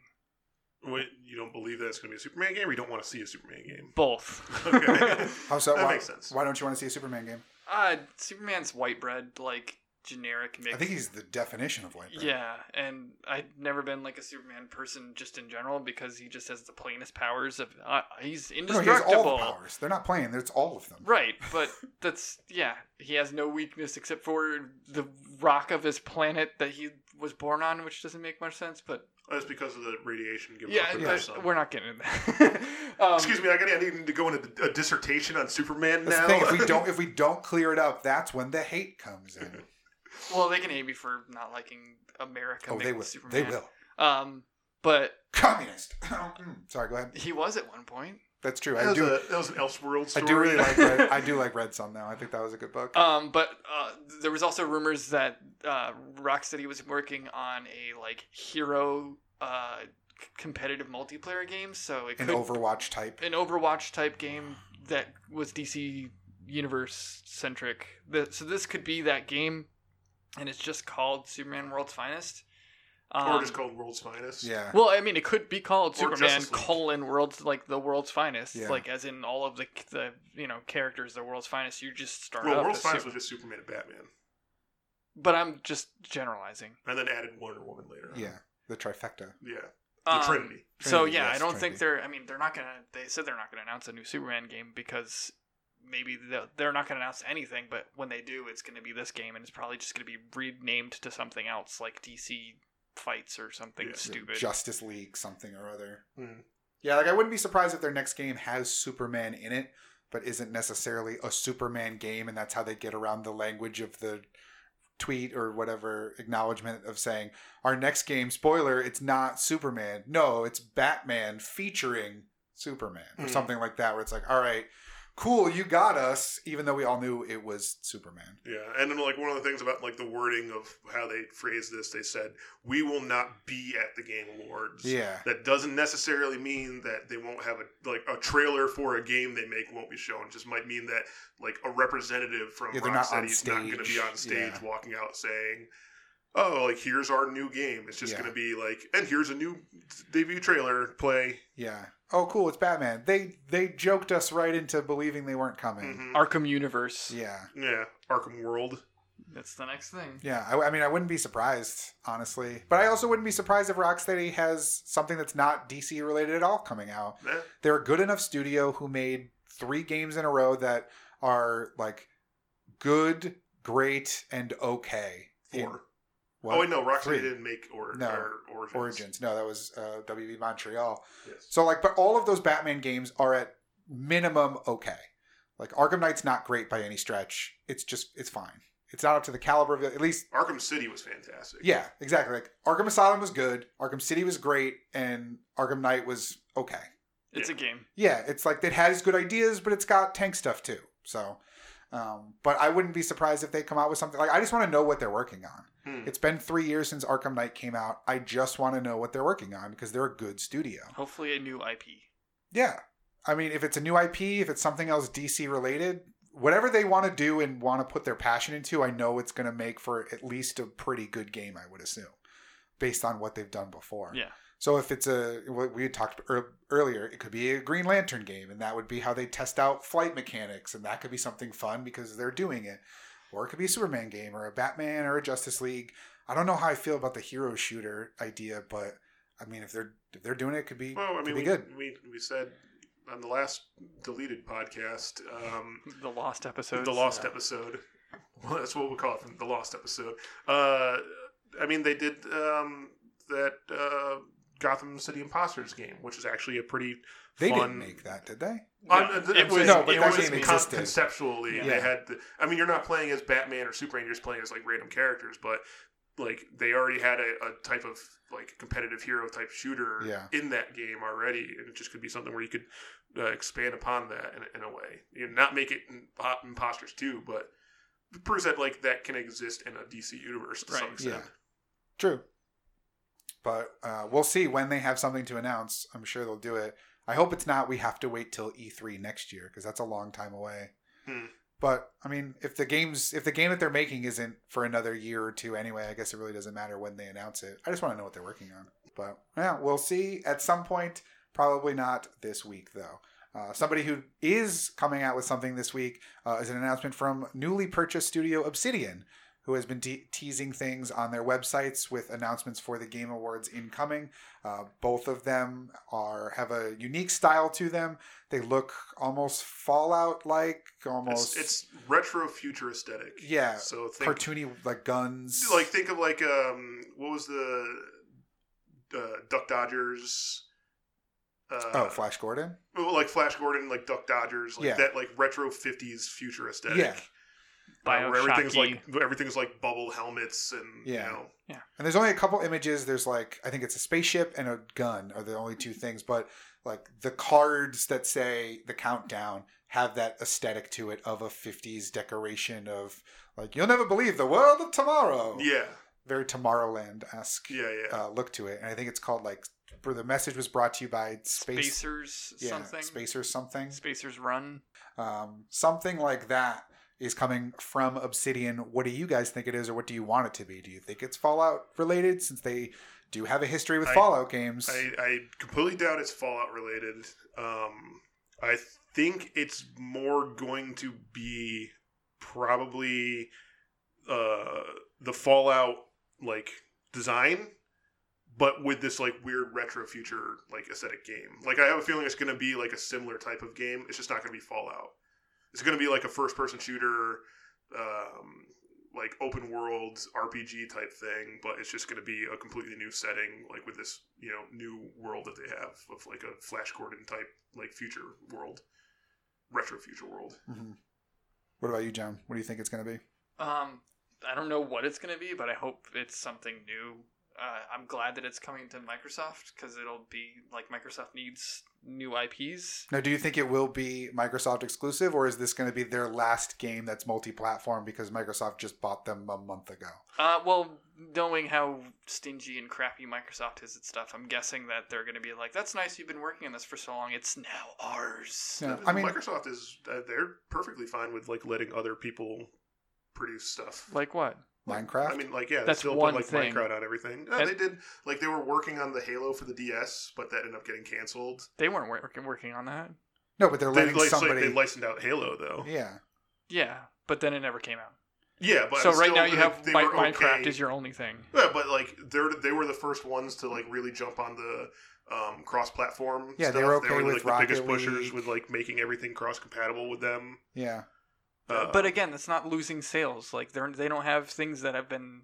Speaker 2: Wait, you don't believe that it's going to be a Superman game, or you don't want to see a Superman
Speaker 1: [LAUGHS]
Speaker 2: game?
Speaker 3: Both.
Speaker 2: Okay.
Speaker 1: How so?
Speaker 2: That
Speaker 1: why,
Speaker 2: makes sense.
Speaker 1: Why don't you want to see a Superman game?
Speaker 3: [LAUGHS] uh, Superman's white bread, like generic mix.
Speaker 1: I think he's the definition of white. bread.
Speaker 3: Yeah, and I've never been like a Superman person just in general because he just has the plainest powers of. Uh, he's
Speaker 1: No, he has
Speaker 3: indestructible.
Speaker 1: all the powers. They're not playing. It's all of them.
Speaker 3: Right, but that's yeah. He has no weakness except for the rock of his planet that he was born on, which doesn't make much sense. But
Speaker 2: That's because of the radiation given
Speaker 3: yeah,
Speaker 2: off in
Speaker 1: Yeah.
Speaker 2: your
Speaker 3: but
Speaker 2: sun.
Speaker 3: we're not getting into that. [LAUGHS] um,
Speaker 2: Excuse me, I got I need to go into a dissertation on Superman
Speaker 1: That's
Speaker 2: now.
Speaker 1: the thing. If
Speaker 2: [LAUGHS]
Speaker 1: we don't, if we don't clear it up, that's when the hate comes in.
Speaker 3: Well, they can hate me for not liking America.
Speaker 1: oh, they
Speaker 3: making
Speaker 1: will.
Speaker 3: Superman.
Speaker 1: They will.
Speaker 3: Um, but
Speaker 1: Communist. [LAUGHS] Mm, Sorry. Go ahead.
Speaker 3: he was at one point.
Speaker 1: That's true.
Speaker 2: that,
Speaker 1: I
Speaker 2: was
Speaker 1: do.
Speaker 2: a, that was an Elseworld
Speaker 1: I
Speaker 2: story.
Speaker 1: do really
Speaker 2: [LAUGHS]
Speaker 1: like. Red, I do like Red Sun though. I think that was a good book.
Speaker 3: Um, but uh, there was also rumors that uh, Rocksteady was working on a like hero uh, c- competitive multiplayer game, so it
Speaker 1: An
Speaker 3: could
Speaker 1: Overwatch type.
Speaker 3: an Overwatch type game that was DC universe centric. So this could be that game, and it's just called Superman World's Finest.
Speaker 2: or
Speaker 3: Um,
Speaker 2: just called World's Finest.
Speaker 1: Yeah.
Speaker 3: well, I mean, it could be called
Speaker 2: Or
Speaker 3: Superman
Speaker 2: Justice League.
Speaker 3: colon world's like the world's finest,
Speaker 1: Yeah.
Speaker 3: like as in all of the the you know characters, the world's finest. You just start
Speaker 2: Well,
Speaker 3: out.
Speaker 2: World's
Speaker 3: as
Speaker 2: Finest was
Speaker 3: Sup-
Speaker 2: just Superman and Batman,
Speaker 3: but I'm just generalizing.
Speaker 2: and then added Wonder Woman later. on.
Speaker 1: Yeah. The trifecta.
Speaker 2: yeah, the
Speaker 3: Um,
Speaker 2: Trinity.
Speaker 3: So
Speaker 1: Trinity,
Speaker 3: yeah,
Speaker 1: yes,
Speaker 3: I don't
Speaker 1: Trinity.
Speaker 3: think they're. I mean, they're not gonna. They said they're not gonna announce a new Superman game because maybe they'll- they're not gonna announce anything. But when they do, it's gonna be this game, and it's probably just gonna be renamed to something else, like DC fights or something
Speaker 2: Yeah.
Speaker 3: stupid.
Speaker 1: Justice League something or other.
Speaker 2: Mhm.
Speaker 1: Yeah, like I wouldn't be surprised if their next game has Superman in it, but isn't necessarily a Superman game, and that's how they get around the language of the tweet or whatever acknowledgement of saying our next game spoiler it's not superman no it's batman featuring superman or
Speaker 2: Mhm.
Speaker 1: something like that where it's like all right cool you got us even though we all knew it was superman
Speaker 2: Yeah, and then like one of the things about like the wording of how they phrased this, they said we will not be at the Game Awards.
Speaker 1: yeah
Speaker 2: That doesn't necessarily mean that they won't have a like a trailer for a game they make won't be shown. It just might mean that like a representative from
Speaker 1: Yeah, they're not on
Speaker 2: Rocksteady's not, going to be
Speaker 1: stage.
Speaker 2: on stage
Speaker 1: Yeah.
Speaker 2: walking out saying, "Oh, like here's our new game." It's just
Speaker 1: Yeah.
Speaker 2: going to be like, "And here's a new debut trailer play."
Speaker 1: yeah oh cool it's batman they they joked us right into believing they weren't coming
Speaker 2: Mhm.
Speaker 3: Arkham Universe.
Speaker 1: yeah
Speaker 2: yeah, Arkham World.
Speaker 3: That's the next thing.
Speaker 1: Yeah, I, I mean, I wouldn't be surprised, honestly. But I also wouldn't be surprised if Rocksteady has something that's not DC related at all coming out.
Speaker 2: Yeah.
Speaker 1: They're a good enough studio who made three games in a row that are like good, great, and okay. In-
Speaker 2: Four.
Speaker 1: what?
Speaker 2: Oh wait, no, Rocksteady
Speaker 1: Three.
Speaker 2: didn't make or,
Speaker 1: No.
Speaker 2: or Origins.
Speaker 1: Origins. No, that was uh, WB Montreal.
Speaker 2: Yes.
Speaker 1: So like, but all of those Batman games are at minimum okay. Like Arkham Knight's not great by any stretch. It's just it's fine. It's not up to the caliber of the, at least
Speaker 2: Arkham City was fantastic.
Speaker 1: Yeah, exactly. Like Arkham Asylum was good, Arkham City was great, and Arkham Knight was okay.
Speaker 3: It's
Speaker 2: Yeah.
Speaker 3: a game.
Speaker 1: Yeah, it's like it has good ideas, but it's got tank stuff too. So, um, but I wouldn't be surprised if they come out with something. Like I just want to know what they're working on.
Speaker 2: Hmm.
Speaker 1: It's been three years since Arkham Knight came out. I just want to know what they're working on because they're a good studio.
Speaker 3: Hopefully, a new IP.
Speaker 1: Yeah, I mean, if it's a new IP, if it's something else DC related, whatever they want to do and want to put their passion into, I know it's going to make for at least a pretty good game. I would assume, based on what they've done before.
Speaker 3: Yeah.
Speaker 1: So if it's a what we had talked ear- earlier, it could be a Green Lantern game, and that would be how they test out flight mechanics, and that could be something fun because they're doing it. Or it could be a Superman game, or a Batman, or a Justice League. I don't know how I feel about the hero shooter idea, but I mean, if they're if they're doing it, it could be
Speaker 2: Well, I
Speaker 1: could
Speaker 2: mean,
Speaker 1: be
Speaker 2: we,
Speaker 1: good.
Speaker 2: we we said on the last deleted podcast, um,
Speaker 3: The lost episode.
Speaker 2: the lost
Speaker 1: yeah.
Speaker 2: episode. [LAUGHS] Well, that's what we call it, from the lost episode. Uh, I mean, they did um, that uh, Gotham City Imposters game, which is actually a pretty
Speaker 1: They
Speaker 2: fun.
Speaker 1: didn't make that, did they?
Speaker 2: Uh, th- it was,
Speaker 1: No, but
Speaker 2: it
Speaker 1: that
Speaker 2: was
Speaker 1: game
Speaker 2: con-
Speaker 1: existed.
Speaker 2: conceptually.
Speaker 1: Yeah.
Speaker 2: They had. The, I mean, you're not playing as Batman or Super Ranger, you're just playing as like random characters, but like they already had a, a type of like competitive hero type shooter
Speaker 1: Yeah.
Speaker 2: in that game already, and it just could be something where you could uh, expand upon that in, in a way. You know, not make it in, uh, imposters too, but proves that like that can exist in a DC universe to
Speaker 3: Right.
Speaker 2: some extent.
Speaker 1: Yeah. True. But uh, we'll see when they have something to announce. I'm sure they'll do it. I hope it's not. We have to wait till E3 next year because that's a long time away.
Speaker 2: Hmm.
Speaker 1: But I mean, if the games, if the game that they're making isn't for another year or two anyway, I guess it really doesn't matter when they announce it. I just want to know what they're working on. But yeah, we'll see at some point. Probably not this week though. Uh, somebody who is coming out with something this week uh, is an announcement from newly purchased studio Obsidian who has been te- teasing things on their websites with announcements for the Game Awards incoming. Uh, both of them are have a unique style to them. They look almost Fallout like, almost
Speaker 2: It's, it's retro future aesthetic.
Speaker 1: yeah,
Speaker 2: So think
Speaker 1: cartoony like guns.
Speaker 2: like think of like um what was the uh, Duck Dodgers uh
Speaker 1: oh, Flash Gordon.
Speaker 2: well, like Flash Gordon like Duck Dodgers like
Speaker 1: Yeah.
Speaker 2: that like retro 50s future aesthetic
Speaker 1: Yeah.
Speaker 2: uh, where everything's
Speaker 3: Bioshocky.
Speaker 2: like everything's like bubble helmets and
Speaker 1: Yeah.
Speaker 2: you know
Speaker 1: And there's only a couple images. There's like I think it's a spaceship and a gun are the only two things. But like the cards that say the countdown have that aesthetic to it of a 50s decoration of like you'll never believe the world of tomorrow.
Speaker 2: yeah
Speaker 1: very Tomorrowland esque
Speaker 2: yeah yeah
Speaker 1: uh, look to it, and I think it's called like for the message was brought to you by Space,
Speaker 3: Spacers
Speaker 1: yeah,
Speaker 3: something.
Speaker 1: Space or something,
Speaker 3: Spacers Run.
Speaker 1: um, something like that is coming from Obsidian. What do you guys think it is, or what do you want it to be? Do you think it's Fallout related since they do have a history with
Speaker 2: I-
Speaker 1: Fallout games.
Speaker 2: I, I completely doubt it's Fallout related. Um, I think it's more going to be probably uh, the Fallout like design, but with this like weird retro future like aesthetic game. Like I have a feeling it's going to be like a similar type of game. It's just not going to be Fallout. It's going to be like a first person shooter. Um, like open world RPG type thing, but it's just going to be a completely new setting, like with this you know new world that they have of like a Flash Gordon type like future world, retro future world.
Speaker 1: Mhm. What about you, John? What do you think it's going to be?
Speaker 3: Um, I don't know what it's gonna be, but I hope it's something new. Uh, I'm glad that it's coming to Microsoft because it'll be like Microsoft needs new IPs.
Speaker 1: Now, do you think it will be Microsoft exclusive, or is this going to be their last game that's multi-platform because Microsoft just bought them a month ago?
Speaker 3: Uh, well, knowing how stingy and crappy Microsoft is at stuff, I'm guessing that they're gonna be like, "That's nice, you've been working on this for so long. It's now ours."
Speaker 1: Yeah,
Speaker 2: And
Speaker 1: I mean,
Speaker 2: Microsoft is uh, they're perfectly fine with like letting other people produce stuff.
Speaker 3: Like what?
Speaker 1: Minecraft.
Speaker 2: I mean, like yeah, they
Speaker 3: That's
Speaker 2: still
Speaker 3: one
Speaker 2: put like
Speaker 3: thing.
Speaker 2: Minecraft on everything. Yeah,
Speaker 3: And-
Speaker 2: they did like they were working on the Halo for the DS, but that ended up getting canceled.
Speaker 3: They weren't working working on that.
Speaker 1: no, but they're
Speaker 2: They,
Speaker 1: letting
Speaker 2: like,
Speaker 1: somebody.
Speaker 2: they licensed out Halo though.
Speaker 1: yeah,
Speaker 3: Yeah, but then it never came out.
Speaker 2: Yeah, but
Speaker 3: so
Speaker 2: it's
Speaker 3: right
Speaker 2: still,
Speaker 3: now you
Speaker 2: like,
Speaker 3: have
Speaker 2: they
Speaker 3: Mi-
Speaker 2: were
Speaker 3: Minecraft
Speaker 2: okay.
Speaker 3: is your only thing.
Speaker 2: Yeah, but like they're they were the first ones to like really jump on the um, cross-platform.
Speaker 1: Yeah,
Speaker 2: stuff.
Speaker 1: they were okay
Speaker 2: like
Speaker 1: with
Speaker 2: the biggest
Speaker 1: Rocket
Speaker 2: pushers
Speaker 1: League.
Speaker 2: with like making everything cross-compatible with them.
Speaker 1: yeah.
Speaker 2: Uh,
Speaker 3: but again, that's not losing sales. Like they're they don't have things that have been.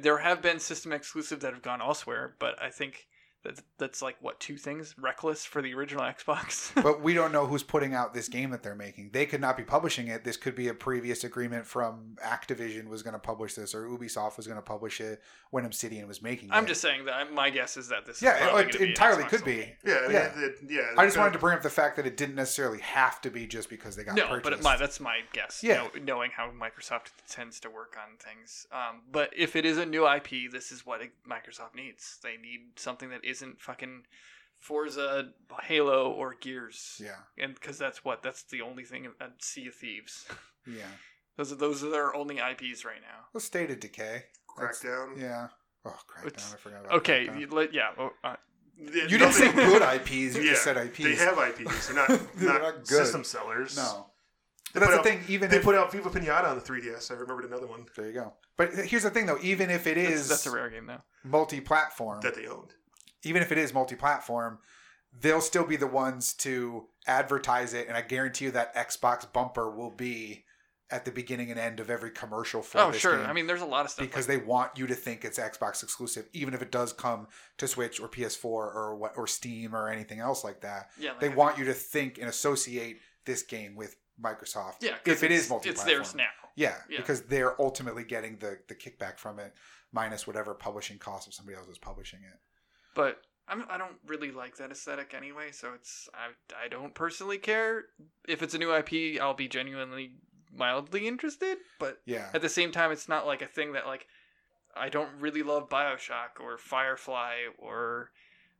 Speaker 3: There have been system exclusive that have gone elsewhere, but I think that that's like what two things: Reckless for the original [LAUGHS] Xbox.
Speaker 1: but we don't know who's putting out this game that they're making. They could not be publishing it. This could be a previous agreement from Activision was going to publish this, or Ubisoft was going to publish it when Obsidian was making it.
Speaker 3: I'm just saying that I- my guess is that this. is
Speaker 1: yeah,
Speaker 3: probably
Speaker 1: it,
Speaker 3: gonna
Speaker 1: it
Speaker 3: be an
Speaker 1: entirely
Speaker 3: Xbox
Speaker 1: could
Speaker 3: only.
Speaker 1: be.
Speaker 2: yeah, I mean,
Speaker 1: yeah.
Speaker 2: it- yeah.
Speaker 1: I just wanted to bring up the fact that it didn't necessarily have to be just because they got
Speaker 3: No,
Speaker 1: purchased.
Speaker 3: but it, my, that's my guess.
Speaker 1: Yeah.
Speaker 3: know- knowing how Microsoft tends to work on things, um, but if it is a new IP, this is what it, Microsoft needs. They need something that isn't fucking Forza, Halo, or Gears.
Speaker 1: yeah,
Speaker 3: and because that's what that's the only thing at Sea of Thieves.
Speaker 1: yeah.
Speaker 3: Those are those are their only IPs right now.
Speaker 1: Well, State of Decay. That's-
Speaker 2: Crackdown.
Speaker 1: Yeah. Oh,
Speaker 3: It's-
Speaker 1: Crackdown. I forgot about
Speaker 3: okay,
Speaker 1: Crackdown.
Speaker 3: you, let, yeah, oh, uh,
Speaker 1: You
Speaker 2: Yeah, no,
Speaker 1: didn't
Speaker 2: they-
Speaker 1: say good IPs. You
Speaker 2: Yeah,
Speaker 1: just said IPs.
Speaker 2: They have IPs. They're not,
Speaker 1: [LAUGHS] They're
Speaker 2: not,
Speaker 1: not good.
Speaker 2: system sellers.
Speaker 1: no.
Speaker 2: They
Speaker 1: But that's
Speaker 2: put
Speaker 1: the
Speaker 2: out-
Speaker 1: thing. Even
Speaker 2: They
Speaker 1: if,
Speaker 2: put out Viva Pinata on the 3DS. I remembered another one
Speaker 1: there you go. But here's the thing, though. Even if it
Speaker 3: that's,
Speaker 1: is
Speaker 3: that's a rare game though.
Speaker 1: multi-platform,
Speaker 2: that they owned.
Speaker 1: even if it is multi-platform, they'll still be the ones to advertise it, and I guarantee you that Xbox bumper will be at the beginning and end of every commercial for
Speaker 3: Oh
Speaker 1: this
Speaker 3: sure,
Speaker 1: game
Speaker 3: I mean there's a lot of stuff.
Speaker 1: because
Speaker 3: like,
Speaker 1: they want you to think it's Xbox exclusive, even if it does come to Switch or PS4 or what or Steam or anything else like that.
Speaker 3: yeah, like,
Speaker 1: They
Speaker 3: I-
Speaker 1: want you to think and associate this game with Microsoft.
Speaker 3: yeah 'cause
Speaker 1: if it is
Speaker 3: it's-
Speaker 1: multi,
Speaker 3: it's theirs now.
Speaker 1: yeah,
Speaker 3: Yeah.
Speaker 1: because they're ultimately getting the the kickback from it, minus whatever publishing cost of somebody else is publishing it.
Speaker 3: But I'm, I don't really like that aesthetic anyway, so it's I I don't personally care if it's a new IP. I'll be genuinely mildly interested, but
Speaker 1: Yeah,
Speaker 3: at the same time it's not like a thing that like i don't really love bioshock or firefly or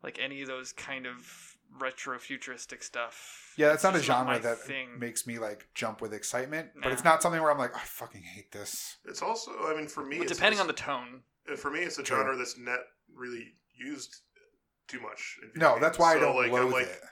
Speaker 3: like any of those kind of retro futuristic stuff
Speaker 1: yeah, that's
Speaker 3: It's
Speaker 1: not a
Speaker 3: just my
Speaker 1: genre that
Speaker 3: thing
Speaker 1: makes me like jump with excitement, but it's
Speaker 3: Nah.
Speaker 1: not something where I'm like, I fucking hate this.
Speaker 2: It's also, I mean, for me,
Speaker 3: But
Speaker 2: it's
Speaker 3: depending
Speaker 2: also-
Speaker 3: on the tone
Speaker 2: Uh, for me, it's a
Speaker 1: Sure.
Speaker 2: genre that's not really used too much. in video
Speaker 1: No, that's why I
Speaker 2: games. So,
Speaker 1: don't
Speaker 2: like,
Speaker 1: loathe
Speaker 2: I'm like,
Speaker 1: it.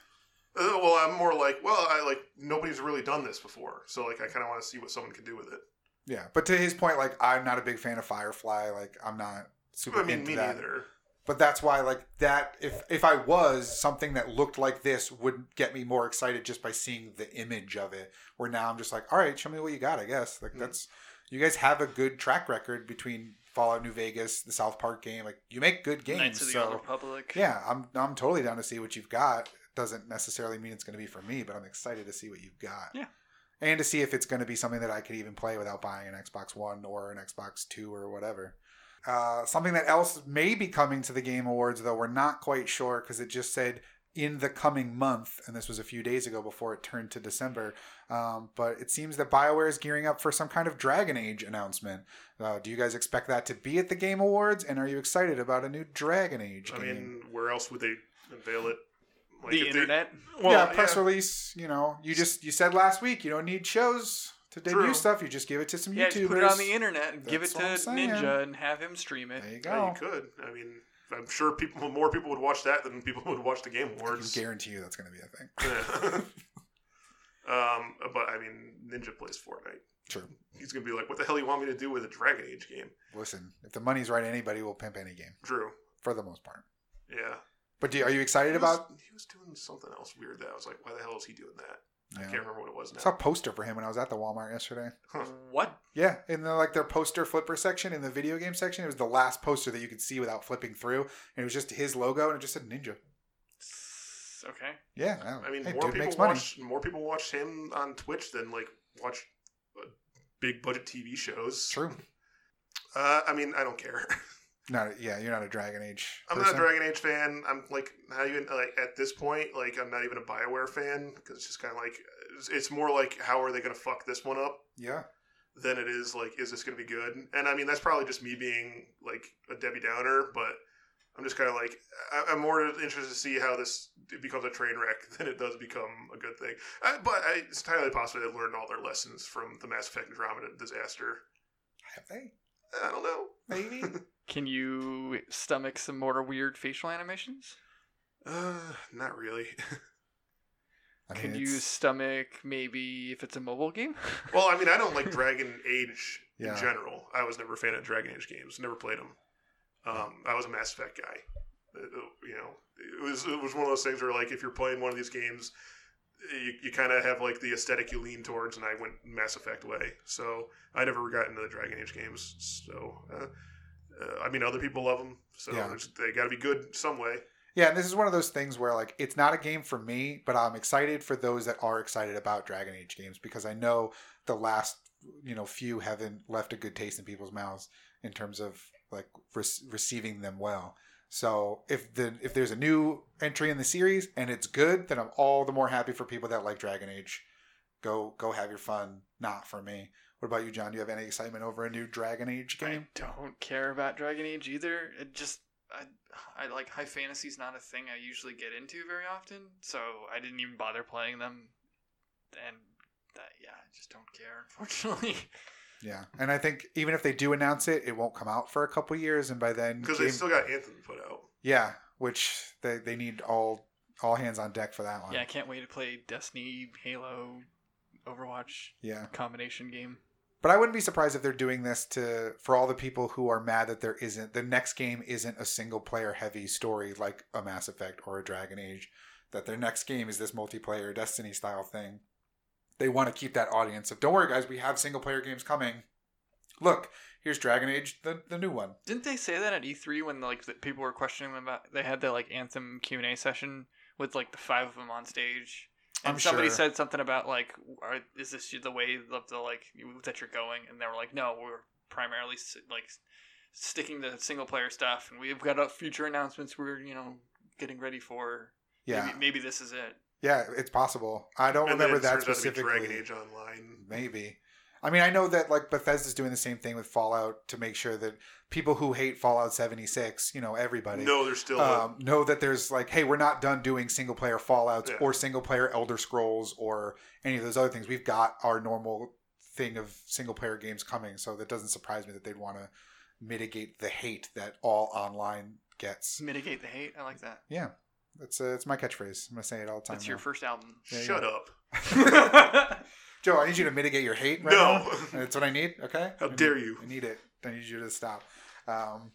Speaker 2: Uh, well, I'm more like, well, I like nobody's really done this before, so like I kind of want to see what someone can do with it.
Speaker 1: Yeah, but to his point, like I'm not a big fan of Firefly. Like I'm not super
Speaker 2: I mean,
Speaker 1: into
Speaker 2: me
Speaker 1: that.
Speaker 2: neither.
Speaker 1: But that's why, like that, if if I was something that looked like this, would get me more excited just by seeing the image of it. Where now I'm just like, all right, show me what you got. I guess like
Speaker 2: Mhm.
Speaker 1: that's you guys have a good track record between Fallout New Vegas, the South Park game. Like you make good games.
Speaker 3: knights of the
Speaker 1: so
Speaker 3: old republic
Speaker 1: yeah, I'm I'm totally down to see what you've got. Doesn't necessarily mean it's going to be for me, but I'm excited to see what you've got.
Speaker 3: Yeah.
Speaker 1: And to see if it's going to be something that I could even play without buying an Xbox One or an Xbox Two or whatever. Uh, something that else may be coming to the Game Awards, though we're not quite sure because it just said in the coming month, and this was a few days ago before it turned to December. Um, but it seems that BioWare is gearing up for some kind of Dragon Age announcement. Uh, do you guys expect that to be at the Game Awards? And are you excited about a new Dragon Age
Speaker 2: I
Speaker 1: game?
Speaker 2: mean, where else would they unveil it? Like,
Speaker 3: the
Speaker 2: if they-
Speaker 3: internet
Speaker 2: well,
Speaker 1: yeah, press release. You know, you just you said last week you don't need shows to debut
Speaker 2: True.
Speaker 1: stuff. You just give it to some
Speaker 3: yeah
Speaker 1: YouTubers.
Speaker 3: just put it on the internet and give it
Speaker 1: That's
Speaker 3: to
Speaker 1: what I'm saying.
Speaker 3: ninja and have him stream it
Speaker 1: There you go.
Speaker 2: Yeah, you could. I mean, I'm sure people more people would watch that than people [LAUGHS] would watch the
Speaker 1: I
Speaker 2: Game
Speaker 1: can
Speaker 2: Awards.
Speaker 1: guarantee you that's going to be a thing.
Speaker 2: Yeah. [LAUGHS] um, but I mean, Ninja plays Fortnite.
Speaker 1: True.
Speaker 2: He's gonna be like, "What the hell you want me to do with a Dragon Age game?"
Speaker 1: Listen, if the money's right, anybody will pimp any game
Speaker 2: Drew.
Speaker 1: for the most part.
Speaker 2: Yeah.
Speaker 1: But do, are you excited
Speaker 2: He was,
Speaker 1: about?
Speaker 2: he was doing something else weird that I was like, "Why the hell is he doing that?" I
Speaker 1: Yeah.
Speaker 2: can't remember what it was
Speaker 1: I
Speaker 2: now.
Speaker 1: saw a poster for him when I was at the Walmart yesterday.
Speaker 2: Huh.
Speaker 3: What?
Speaker 1: Yeah, in the like their poster flipper section in the video game section, it was the last poster that you could see without flipping through, and it was just his logo and it just said Ninja.
Speaker 3: S- Okay.
Speaker 1: Yeah, I, don't-
Speaker 2: I mean,
Speaker 1: hey,
Speaker 2: more
Speaker 1: dude
Speaker 2: people
Speaker 1: makes money.
Speaker 2: watch more people watch him on Twitch than like watch uh, big budget TV shows. [LAUGHS]
Speaker 1: True.
Speaker 2: Uh, I mean, I don't care. [LAUGHS]
Speaker 1: Not yeah, you're not a Dragon Age.
Speaker 2: I'm not
Speaker 1: person.
Speaker 2: a Dragon Age fan. I'm like not even like at this point. Like I'm not even a Bioware fan because it's just kind of like it's, it's more like how are they going to fuck this one up
Speaker 1: Yeah,
Speaker 2: than it is like is this going to be good? And I mean that's probably just me being like a Debbie Downer, but I'm just kind of like I, I'm more interested to see how this it becomes a train wreck [LAUGHS] than it does become a good thing. I, but I, it's entirely possible they learned all their lessons from the Mass Effect Andromeda disaster.
Speaker 1: have they?
Speaker 2: I don't know.
Speaker 1: [LAUGHS] Maybe.
Speaker 3: Can you stomach some more weird facial animations?
Speaker 2: Uh, not really.
Speaker 1: I mean,
Speaker 3: Can you
Speaker 1: it's-
Speaker 3: stomach maybe if it's a mobile game?
Speaker 2: Well, I mean, I don't like Dragon Age
Speaker 1: Yeah.
Speaker 2: in general. I was never a fan of Dragon Age games. Never played them. Um, I was a Mass Effect guy. Uh, You know, it was it was one of those things where like if you're playing one of these games, you, you kind of have like the aesthetic you lean towards, and I went Mass Effect way. So I never got into the Dragon Age games. So uh, uh, I mean, other people love them. So
Speaker 1: Yeah.
Speaker 2: there's- they got to be good some way.
Speaker 1: Yeah, and this is one of those things where like it's not a game for me, but I'm excited for those that are excited about Dragon Age games because I know the last you know few haven't left a good taste in people's mouths in terms of like rec- receiving them well. So if the if there's a new entry in the series and it's good, then I'm all the more happy for people that like Dragon Age. Go go have your fun. Not for me. What about you, John? Do you have any excitement over a new Dragon Age
Speaker 3: I
Speaker 1: game?
Speaker 3: don't care about Dragon Age either. It just I, I like high fantasy is not a thing I usually get into very often, so I didn't even bother playing them. And that, yeah, I just don't care, [LAUGHS] unfortunately.
Speaker 1: Yeah, and I think even if they do announce it, it won't come out for a couple years, and by then
Speaker 2: Because they
Speaker 1: game-
Speaker 2: still got Anthem put out.
Speaker 1: Yeah, which they, they need all all hands on deck for that one.
Speaker 3: yeah, I can't wait to play Destiny, Halo, Overwatch
Speaker 1: Yeah.
Speaker 3: combination game.
Speaker 1: But I wouldn't be surprised if they're doing this to for all the people who are mad that there isn't the next game isn't a single player heavy story like a Mass Effect or a Dragon Age, that their next game is this multiplayer Destiny style thing. They want to keep that audience of don't worry guys, we have single player games coming. Look, here's Dragon Age, the, the new one.
Speaker 3: Didn't they say that at E3 when like the people were questioning them about they had the like Anthem Q and A session with like the five of them on stage? And
Speaker 1: I'm
Speaker 3: somebody
Speaker 1: sure.
Speaker 3: said something about like, are, is this the way of the like you- that you're going? And they were like, no, we're primarily s- like sticking to single player stuff, and we've got uh, future announcements we're you know getting ready for.
Speaker 1: Yeah.
Speaker 3: maybe, maybe this is it.
Speaker 1: Yeah, it's possible. I don't
Speaker 2: and
Speaker 1: remember
Speaker 2: then it
Speaker 1: that
Speaker 2: turns out to be
Speaker 1: specifically.
Speaker 2: Dragon Age Online.
Speaker 1: Maybe. I mean, I know that like Bethesda's doing the same thing with Fallout to make sure that people who hate Fallout 76, you know, everybody,
Speaker 2: No, there's still a
Speaker 1: um, know that there's like, hey, we're not done doing single player Fallouts
Speaker 2: Yeah.
Speaker 1: or single player Elder Scrolls or any of those other things. We've got our normal thing of single player games coming, so that doesn't surprise me that they'd want to mitigate the hate that all online gets.
Speaker 3: Mitigate the hate. I like that.
Speaker 1: That's uh, it's my catchphrase. I'm gonna say it all the time.
Speaker 3: That's your
Speaker 1: now.
Speaker 3: first album.
Speaker 1: Yeah,
Speaker 2: shut up.
Speaker 1: [LAUGHS]
Speaker 3: [LAUGHS]
Speaker 1: Joe. I need you to mitigate your hate. Right
Speaker 2: [LAUGHS]
Speaker 1: now.
Speaker 2: no.
Speaker 1: That's what I need. Okay.
Speaker 2: How
Speaker 1: I need-
Speaker 2: dare you.
Speaker 1: I need it. I need you to stop. Um,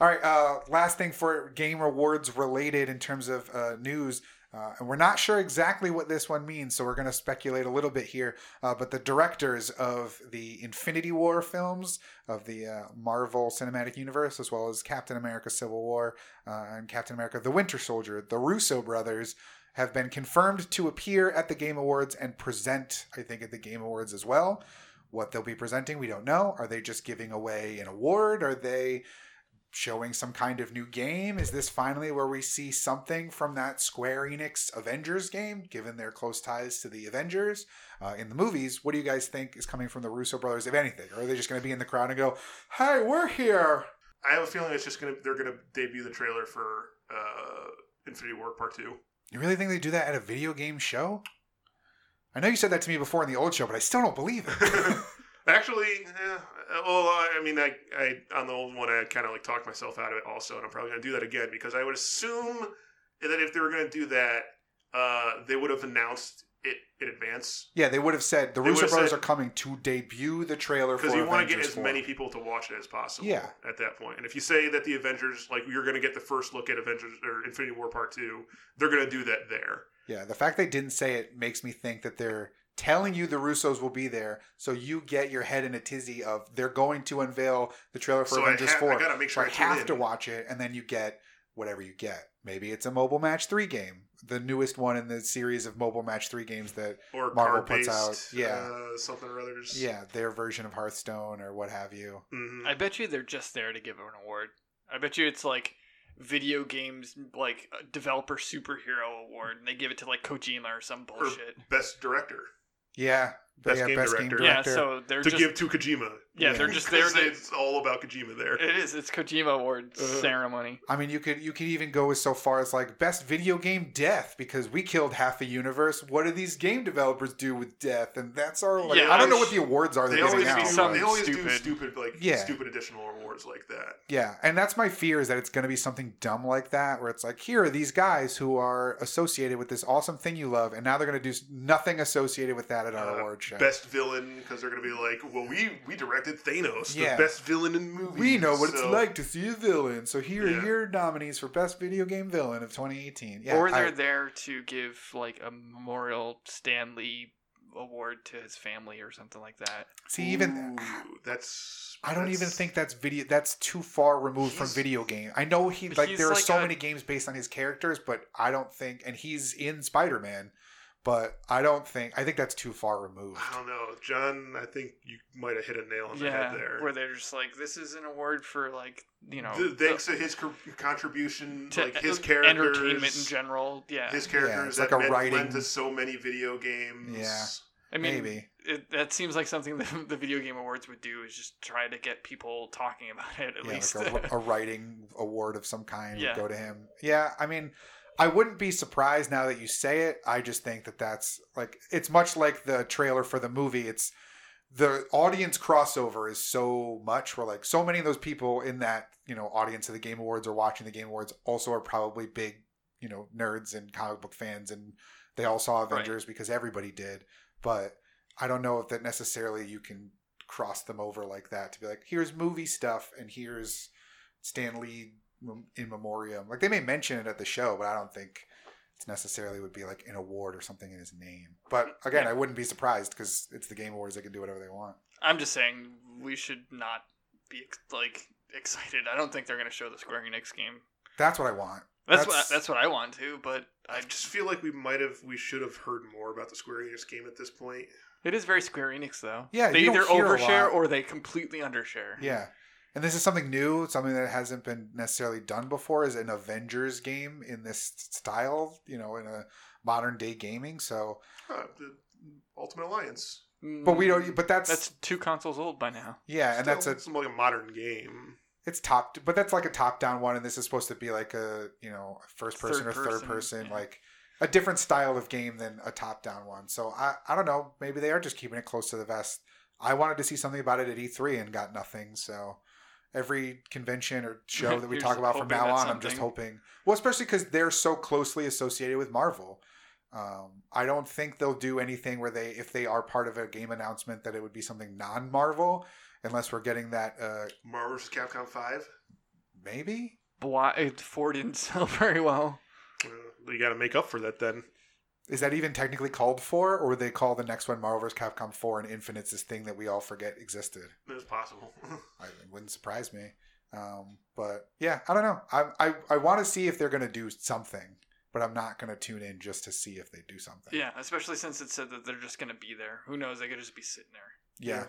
Speaker 1: all right. Uh, last thing for game rewards related in terms of uh, news. Uh, and we're not sure exactly what this one means, so we're going to speculate a little bit here. Uh, but the directors of the Infinity War films of the uh, Marvel Cinematic Universe, as well as Captain America Civil War uh, and Captain America the Winter Soldier, the Russo brothers, have been confirmed to appear at the Game Awards and present, I think, at the Game Awards as well what they'll be presenting we don't know are they just giving away an award are they showing some kind of new game is this finally where we see something from that square enix avengers game given their close ties to the avengers uh, in the movies what do you guys think is coming from the russo brothers if anything or are they just going to be in the crowd and go hey we're here
Speaker 2: I have a feeling it's just gonna they're gonna debut the trailer for uh, Infinity War
Speaker 1: [LAUGHS]
Speaker 2: Part Two. [LAUGHS]
Speaker 1: you really think they do that at a
Speaker 2: [LAUGHS]
Speaker 1: video game show i know you said that to me before in the old show but i still don't believe it
Speaker 2: I Actually, yeah, well, I mean, I, I on the old one, I kind of like talked myself out of it also, and I'm probably gonna do that again because I would assume that if they were gonna do that, uh, they would have announced it in advance
Speaker 1: Yeah, they would have said the
Speaker 2: They would
Speaker 1: Russo
Speaker 2: have
Speaker 1: brothers
Speaker 2: said-
Speaker 1: are coming to debut the trailer for
Speaker 2: because you want to get
Speaker 1: Avengers
Speaker 2: as
Speaker 1: 4.
Speaker 2: many people to watch it as possible.
Speaker 1: Yeah.
Speaker 2: At that point, and if you say that the Avengers, like you're gonna get the first look at Avengers or Infinity War Part Two, they're gonna do that there.
Speaker 1: Yeah, the fact they didn't say it makes me think that they're telling you the Russos will be there, so you get your head in a tizzy of they're going to unveil the trailer for
Speaker 2: so I,
Speaker 1: Avengers
Speaker 2: ha- I
Speaker 1: Four.
Speaker 2: gotta make
Speaker 1: So
Speaker 2: sure
Speaker 1: I
Speaker 2: I tune
Speaker 1: have
Speaker 2: in.
Speaker 1: to watch it, and then you get whatever you get. Maybe it's a mobile match three game, the newest one in the series of mobile match three games that
Speaker 2: or
Speaker 1: Marvel
Speaker 2: card
Speaker 1: puts
Speaker 2: based,
Speaker 1: out, yeah.
Speaker 2: uh, something or others.
Speaker 1: yeah, their version of Hearthstone or what have you.
Speaker 2: Mhm.
Speaker 3: I bet you they're just there to give an award. I bet you it's like video games like a developer superhero award and they give it to like Kojima or some bullshit.
Speaker 2: Best director
Speaker 1: Yeah, but
Speaker 2: Best
Speaker 1: yeah,
Speaker 2: game
Speaker 1: best
Speaker 2: director.
Speaker 1: game
Speaker 3: yeah,
Speaker 1: director.
Speaker 3: so they're
Speaker 2: to
Speaker 3: just
Speaker 2: give to Kojima.
Speaker 1: yeah.
Speaker 3: yeah, they're just
Speaker 2: [LAUGHS]
Speaker 3: there
Speaker 2: 'Cause
Speaker 3: to
Speaker 2: it's all about Kojima there.
Speaker 3: It is. It's Kojima Award
Speaker 2: Uh-huh.
Speaker 3: ceremony.
Speaker 1: I mean, you could you could even go as so far as like best video game death because we killed half the universe. What do these game developers do with death? And that's our like.
Speaker 3: Yeah,
Speaker 1: I don't know
Speaker 2: always-
Speaker 1: what the awards are.
Speaker 2: they,
Speaker 1: They're
Speaker 2: always
Speaker 1: giving
Speaker 3: do
Speaker 1: out.
Speaker 2: do,
Speaker 3: something
Speaker 2: they always do
Speaker 3: stupid.
Speaker 2: stupid like
Speaker 1: Yeah.
Speaker 2: stupid additional awards like that.
Speaker 1: Yeah, and that's my fear is that it's going to be something dumb like that, where it's like, here are these guys who are associated with this awesome thing you love, and now they're going to do s- nothing associated with that at our
Speaker 2: Uh,
Speaker 1: award show.
Speaker 2: Best villain because they're gonna be like, well, we we directed Thanos,
Speaker 1: Yeah.
Speaker 2: the best villain in movies.
Speaker 1: we know what it's
Speaker 2: so-
Speaker 1: like to see a villain, so here
Speaker 2: Yeah.
Speaker 1: are your nominees for best video game villain of 2018. Yeah,
Speaker 3: or they're
Speaker 1: I-
Speaker 3: there to give like a memorial Stanley award to his family or something like that.
Speaker 1: see
Speaker 2: Mm.
Speaker 1: even.
Speaker 2: Ooh, that's
Speaker 1: I don't even
Speaker 2: that's-
Speaker 1: think that's video. That's too far removed from
Speaker 2: He's-
Speaker 1: video game. I know he like
Speaker 3: He's
Speaker 1: there are
Speaker 3: like
Speaker 1: so
Speaker 3: a-
Speaker 1: many games based on his characters, but I don't think. And he's in Spider Man, but I don't think. I think that's too far removed.
Speaker 2: I don't know, John. I think you might have hit a nail on the
Speaker 3: yeah,
Speaker 2: head there.
Speaker 3: where they're just like, this is an award for like you know,
Speaker 2: Th-
Speaker 3: the-
Speaker 2: thanks to his co- contribution,
Speaker 3: to
Speaker 2: like his
Speaker 3: en-
Speaker 2: characters,
Speaker 3: entertainment in general. Yeah,
Speaker 2: his
Speaker 1: Yeah,
Speaker 2: characters
Speaker 1: it's like
Speaker 2: that
Speaker 1: a
Speaker 2: meant-
Speaker 1: writing-
Speaker 2: lent to so many video games.
Speaker 1: Yeah.
Speaker 3: I mean,
Speaker 1: Maybe.
Speaker 3: It, that seems like something [LAUGHS] that the video game awards would do is just try to get people talking about it at
Speaker 1: yeah,
Speaker 3: least.
Speaker 1: like oh, a, a writing award of some kind would
Speaker 3: Yeah.
Speaker 1: go to him. Yeah, I mean, I wouldn't be surprised now that you say it. I just think that that's like it's much like the trailer for the movie. It's the audience crossover is so much. We're like so many of those people in that you know audience of the Game Awards or watching the Game Awards also are probably big you know nerds and comic book fans, and they all saw Avengers because everybody did. But I don't know if that necessarily you can cross them over like that to be like here's movie stuff and here's Stan Lee mem- in memoriam. Like they may mention it at the show, but I don't think it's necessarily would be like an award or something in his name. But again, I wouldn't be surprised because it's the Game Awards; they can do whatever they want.
Speaker 3: [LAUGHS] I'm just saying we should not be ex- like excited. I don't think they're going to show the Square Enix game.
Speaker 1: That's what I want.
Speaker 3: That's,
Speaker 1: That's-
Speaker 3: what that's what I want to, but
Speaker 2: I
Speaker 3: I
Speaker 2: just feel like we might have, we should have heard more about the Square Enix game at this point.
Speaker 3: It is very Square Enix though.
Speaker 1: Yeah,
Speaker 3: they
Speaker 1: you don't
Speaker 3: either
Speaker 1: hear a
Speaker 3: overshare
Speaker 1: lot.
Speaker 3: or they completely undershare.
Speaker 1: Yeah, and this is something new, something that hasn't been necessarily done before. Is an Avengers game in this style? You know, in a modern day gaming. So,
Speaker 2: Huh, Uh, the Ultimate Alliance.
Speaker 3: Mm,
Speaker 1: but we don't. But that's,
Speaker 3: that's two consoles old by now.
Speaker 1: yeah, and that's
Speaker 2: Still,
Speaker 1: a
Speaker 2: it's like a modern game.
Speaker 1: it's top but that's like a top down one and this is supposed to be like a you know first person
Speaker 3: Third
Speaker 1: or
Speaker 3: person,
Speaker 1: third person
Speaker 3: yeah.
Speaker 1: like a different style of game than a top down one so I, I don't know maybe they are just keeping it close to the vest i wanted to see something about it at e3 and got nothing so every convention
Speaker 3: [LAUGHS]
Speaker 1: or show that we
Speaker 3: You're
Speaker 1: talk
Speaker 3: just
Speaker 1: about from
Speaker 3: hoping
Speaker 1: now on
Speaker 3: that's
Speaker 1: i'm just
Speaker 3: something.
Speaker 1: hoping well especially because they're so closely associated with marvel um, i don't think they'll do anything where they if they are part of a game announcement that it would be something non-marvel unless we're getting that uh,
Speaker 2: Marvel vs. Capcom 5.
Speaker 1: maybe
Speaker 3: Why eh, Four didn't [LAUGHS] sell very well.
Speaker 2: Uh, you got to make up for that then.
Speaker 1: is that even technically called for, or would they call the next one Marvel vs. Capcom 4 and Infinite's this thing that we all forget existed?
Speaker 2: It's possible. [LAUGHS]
Speaker 1: I, it wouldn't surprise me. Um, but yeah, I don't know. I I, I want to see if they're going to do something, but I'm not going to tune in just to see if they do something.
Speaker 3: Yeah, especially since it said that they're just going to be there. Who knows? They could just be sitting there.
Speaker 1: Yeah.
Speaker 2: Yeah.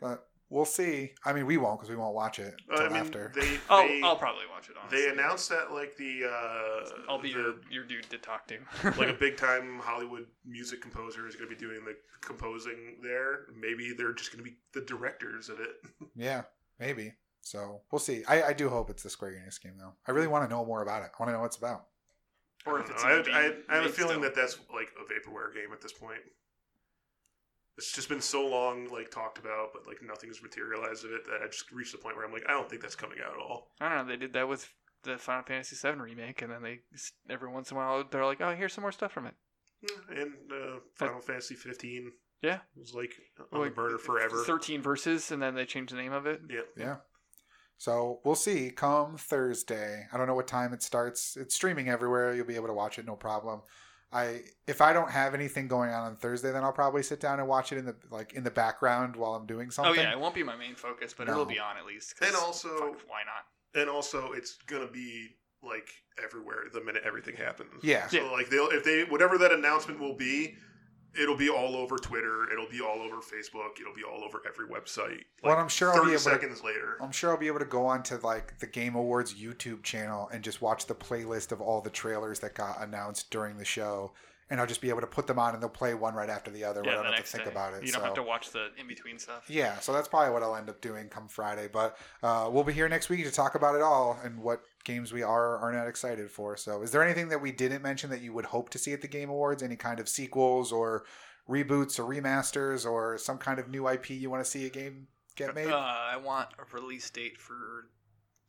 Speaker 1: But we'll see. I mean, we won't because we won't watch it
Speaker 2: Uh,
Speaker 1: until
Speaker 2: I mean,
Speaker 1: after.
Speaker 2: they,
Speaker 3: Oh,
Speaker 2: they,
Speaker 3: I'll probably watch it. Honestly.
Speaker 2: they announced that like the uh,
Speaker 3: I'll be
Speaker 2: the-
Speaker 3: your, your dude to talk to.
Speaker 2: [LAUGHS] like a
Speaker 3: [LAUGHS]
Speaker 2: big time Hollywood music composer is going to be doing the composing there. Maybe they're just going to be the directors of it.
Speaker 1: Yeah, maybe. So we'll see. I, I do hope it's the Square Enix game though. I really want to know more about it. I want to know what it's about.
Speaker 2: I, don't know. I, I, I have a feeling that that's like a vaporware game at this point. it's just been so long like talked about, but like nothing's materialized of it that I just reached the point where I'm like, I don't think that's coming out at all.
Speaker 3: I don't know. They did that with the Final Fantasy VII remake, and then they every once in a while they're like, "Oh, here's some more stuff from it."
Speaker 2: And uh, Final Fantasy 15
Speaker 3: Yeah,
Speaker 2: was like on
Speaker 3: Like,
Speaker 2: the burner forever.
Speaker 3: Thirteen verses, and then they changed the name of it.
Speaker 2: yeah,
Speaker 1: Yeah. So we'll see come Thursday. I don't know what time it starts. It's streaming everywhere. You'll be able to watch it no problem. I if I don't have anything going on on Thursday, then I'll probably sit down and watch it in the like in the background while I'm doing
Speaker 3: Oh
Speaker 1: something.
Speaker 3: yeah, it won't be my main focus, but
Speaker 1: No.
Speaker 3: it'll be on at least. 'cause
Speaker 2: And also-
Speaker 3: fuck, why not?
Speaker 2: and also it's gonna be like everywhere the minute everything happens.
Speaker 1: Yeah.
Speaker 2: So like they'll if they whatever that announcement will be, it'll be all over Twitter. It'll be all over Facebook. It'll be all over every website.
Speaker 1: Well,
Speaker 2: Like,
Speaker 1: I'm sure I'll be able to-
Speaker 2: seconds later.
Speaker 1: I'm sure I'll be able to go on to like the Game Awards YouTube channel and just watch the playlist of all the trailers that got announced during the show, and I'll just be able to put them on and they'll play one right after the other. where I
Speaker 3: yeah,
Speaker 1: don't
Speaker 3: the
Speaker 1: have
Speaker 3: next
Speaker 1: to think
Speaker 3: day.
Speaker 1: about it.
Speaker 3: You don't
Speaker 1: so.
Speaker 3: have to watch the in between stuff.
Speaker 1: Yeah, so that's probably what I'll end up doing come Friday. But uh, we'll be here next week to talk about it all and what games we are or are not excited for. So, is there anything that we didn't mention that you would hope to see at the Game Awards? Any kind of sequels or reboots or remasters or some kind of new IP you want to see a game get made?
Speaker 3: Uh, I want a release date for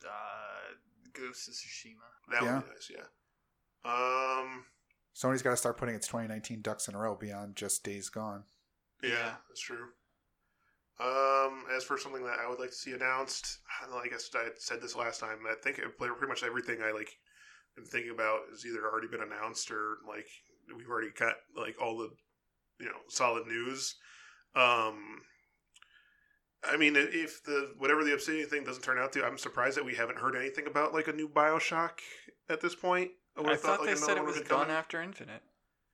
Speaker 3: uh, Ghost of Tsushima.
Speaker 2: That
Speaker 1: Yeah.
Speaker 2: would be nice. Yeah. Um.
Speaker 1: Sony's got to start putting its 2019 ducks in a row beyond just Days Gone.
Speaker 2: Yeah,
Speaker 3: Yeah.
Speaker 2: that's true. Um, as for something that I would like to see announced, I guess I said this last time. I think it- pretty much everything I like am thinking about has either already been announced or like we've already got like all the you know solid news. Um, I mean, i- if the whatever the Obsidian thing doesn't turn out to, I'm surprised that we haven't heard anything about like a new Bioshock at this point.
Speaker 3: I,
Speaker 2: would've
Speaker 3: thought,
Speaker 2: like,
Speaker 3: they
Speaker 2: another
Speaker 3: said it
Speaker 2: one
Speaker 3: was
Speaker 2: would've
Speaker 3: done
Speaker 2: been coming.
Speaker 3: after Infinite.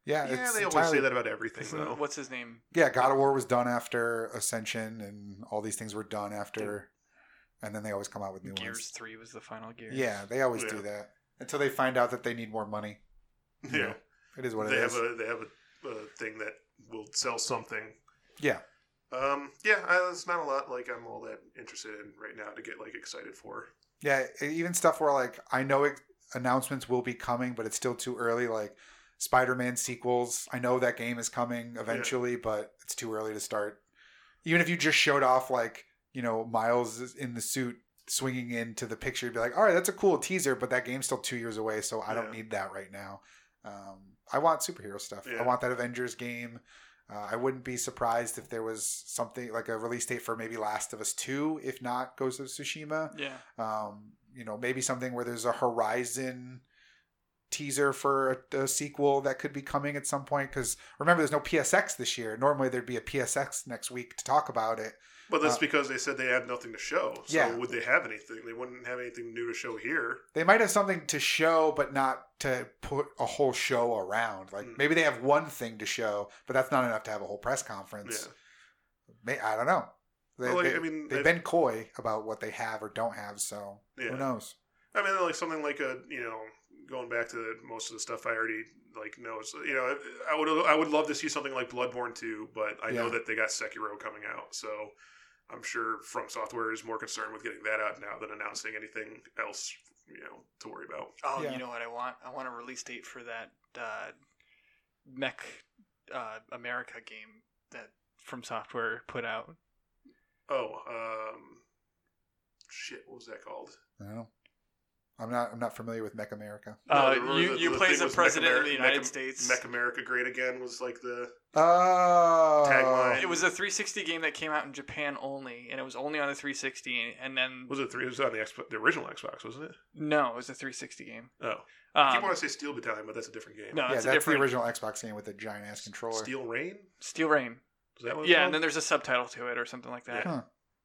Speaker 1: Yeah,
Speaker 2: Yeah,
Speaker 1: it's
Speaker 2: they always
Speaker 1: entirely-
Speaker 2: say that
Speaker 1: [LAUGHS]
Speaker 2: about everything
Speaker 3: Isn't-
Speaker 2: though.
Speaker 3: [LAUGHS] What's his name?
Speaker 1: Yeah, God of War was done after Ascension, and all these things were done after. And then they always come out with new
Speaker 3: Gears
Speaker 1: ones.
Speaker 3: Three was the final Gears.
Speaker 1: Yeah, they always
Speaker 2: Yeah.
Speaker 1: do that until they find out that they need more money. You
Speaker 2: Yeah.
Speaker 1: know, it is what
Speaker 2: they
Speaker 1: it
Speaker 2: have
Speaker 1: is.
Speaker 2: a they have a, a thing that will sell something.
Speaker 1: yeah,
Speaker 2: Um, yeah, I, it's not a lot like I'm all that interested in right now to get like excited for.
Speaker 1: yeah. e- Even stuff where like I know it, announcements will be coming, but it's still too early. Like Spider-Man sequels, I know that game is coming eventually, but it's too early to start. Even if you just showed off like you know Miles is in the suit swinging into the picture, you'd be like, all right, that's a cool teaser, but that game's still two years away, so I don't
Speaker 2: Yeah.
Speaker 1: need that right now. Um, I want superhero stuff. I
Speaker 2: Yeah.
Speaker 1: want that Avengers game. Uh, I wouldn't be surprised if there was something like a release date for maybe Last of Us Two, if not Ghost of Tsushima.
Speaker 3: Yeah.
Speaker 1: Um, you know, maybe something where there's a Horizon teaser for a, a sequel that could be coming at some point. Because remember, there's no PSX this year. Normally, there'd be a PSX next week to talk about it.
Speaker 2: But that's
Speaker 1: Uh,
Speaker 2: because they said they have nothing to show. So
Speaker 1: Yeah.
Speaker 2: would they have anything? They wouldn't have anything new to show here.
Speaker 1: They might have something to show, but not to put a whole show around. Like
Speaker 2: Hmm.
Speaker 1: maybe they have one thing to show, but that's not enough to have a whole press
Speaker 2: Yeah.
Speaker 1: conference. May I don't know. They,
Speaker 2: Well, like,
Speaker 1: they-
Speaker 2: I mean,
Speaker 1: they've
Speaker 2: I-
Speaker 1: been coy about what they have or don't have, so
Speaker 2: Yeah.
Speaker 1: who knows?
Speaker 2: I mean, like something like a you know going back to most of the stuff I already like know. is you know, I would I would love to see something like Bloodborne 2, but I know
Speaker 1: Yeah.
Speaker 2: that they got Sekiro coming out, so I'm sure From Software is more concerned with getting that out now than announcing anything else. You know, to worry about.
Speaker 3: Oh,
Speaker 1: Yeah.
Speaker 3: you know what I want? I want a release date for that uh, Mech uh, America game that From Software put out.
Speaker 2: Oh, um, shit, what was that called?
Speaker 1: I don't know. I'm not I'm not familiar with Mech America.
Speaker 3: Uh,
Speaker 2: there was
Speaker 3: you- you play
Speaker 2: thing
Speaker 3: as a
Speaker 2: was
Speaker 3: president of
Speaker 2: Ameri-
Speaker 3: the United
Speaker 2: Mech-
Speaker 3: States.
Speaker 2: Mech America Great Again was like the
Speaker 1: Oh
Speaker 2: Tagline.
Speaker 3: It was a 360 game that came out in Japan only, and it was only on the 360. And then
Speaker 2: was it three? It was on the Xbox, the original Xbox, wasn't it?
Speaker 3: no, it was a 360 game.
Speaker 2: Oh, I keep
Speaker 3: Um,
Speaker 2: wanting to say Steel Battalion, but that's a different game.
Speaker 3: no,
Speaker 1: yeah,
Speaker 3: it's
Speaker 1: that's
Speaker 3: a different
Speaker 1: the original Xbox game with a giant ass controller.
Speaker 2: Steel Rain.
Speaker 3: Steel Rain.
Speaker 2: Is that what?
Speaker 3: Yeah, and then there's a subtitle to it or something like that,
Speaker 1: Yeah.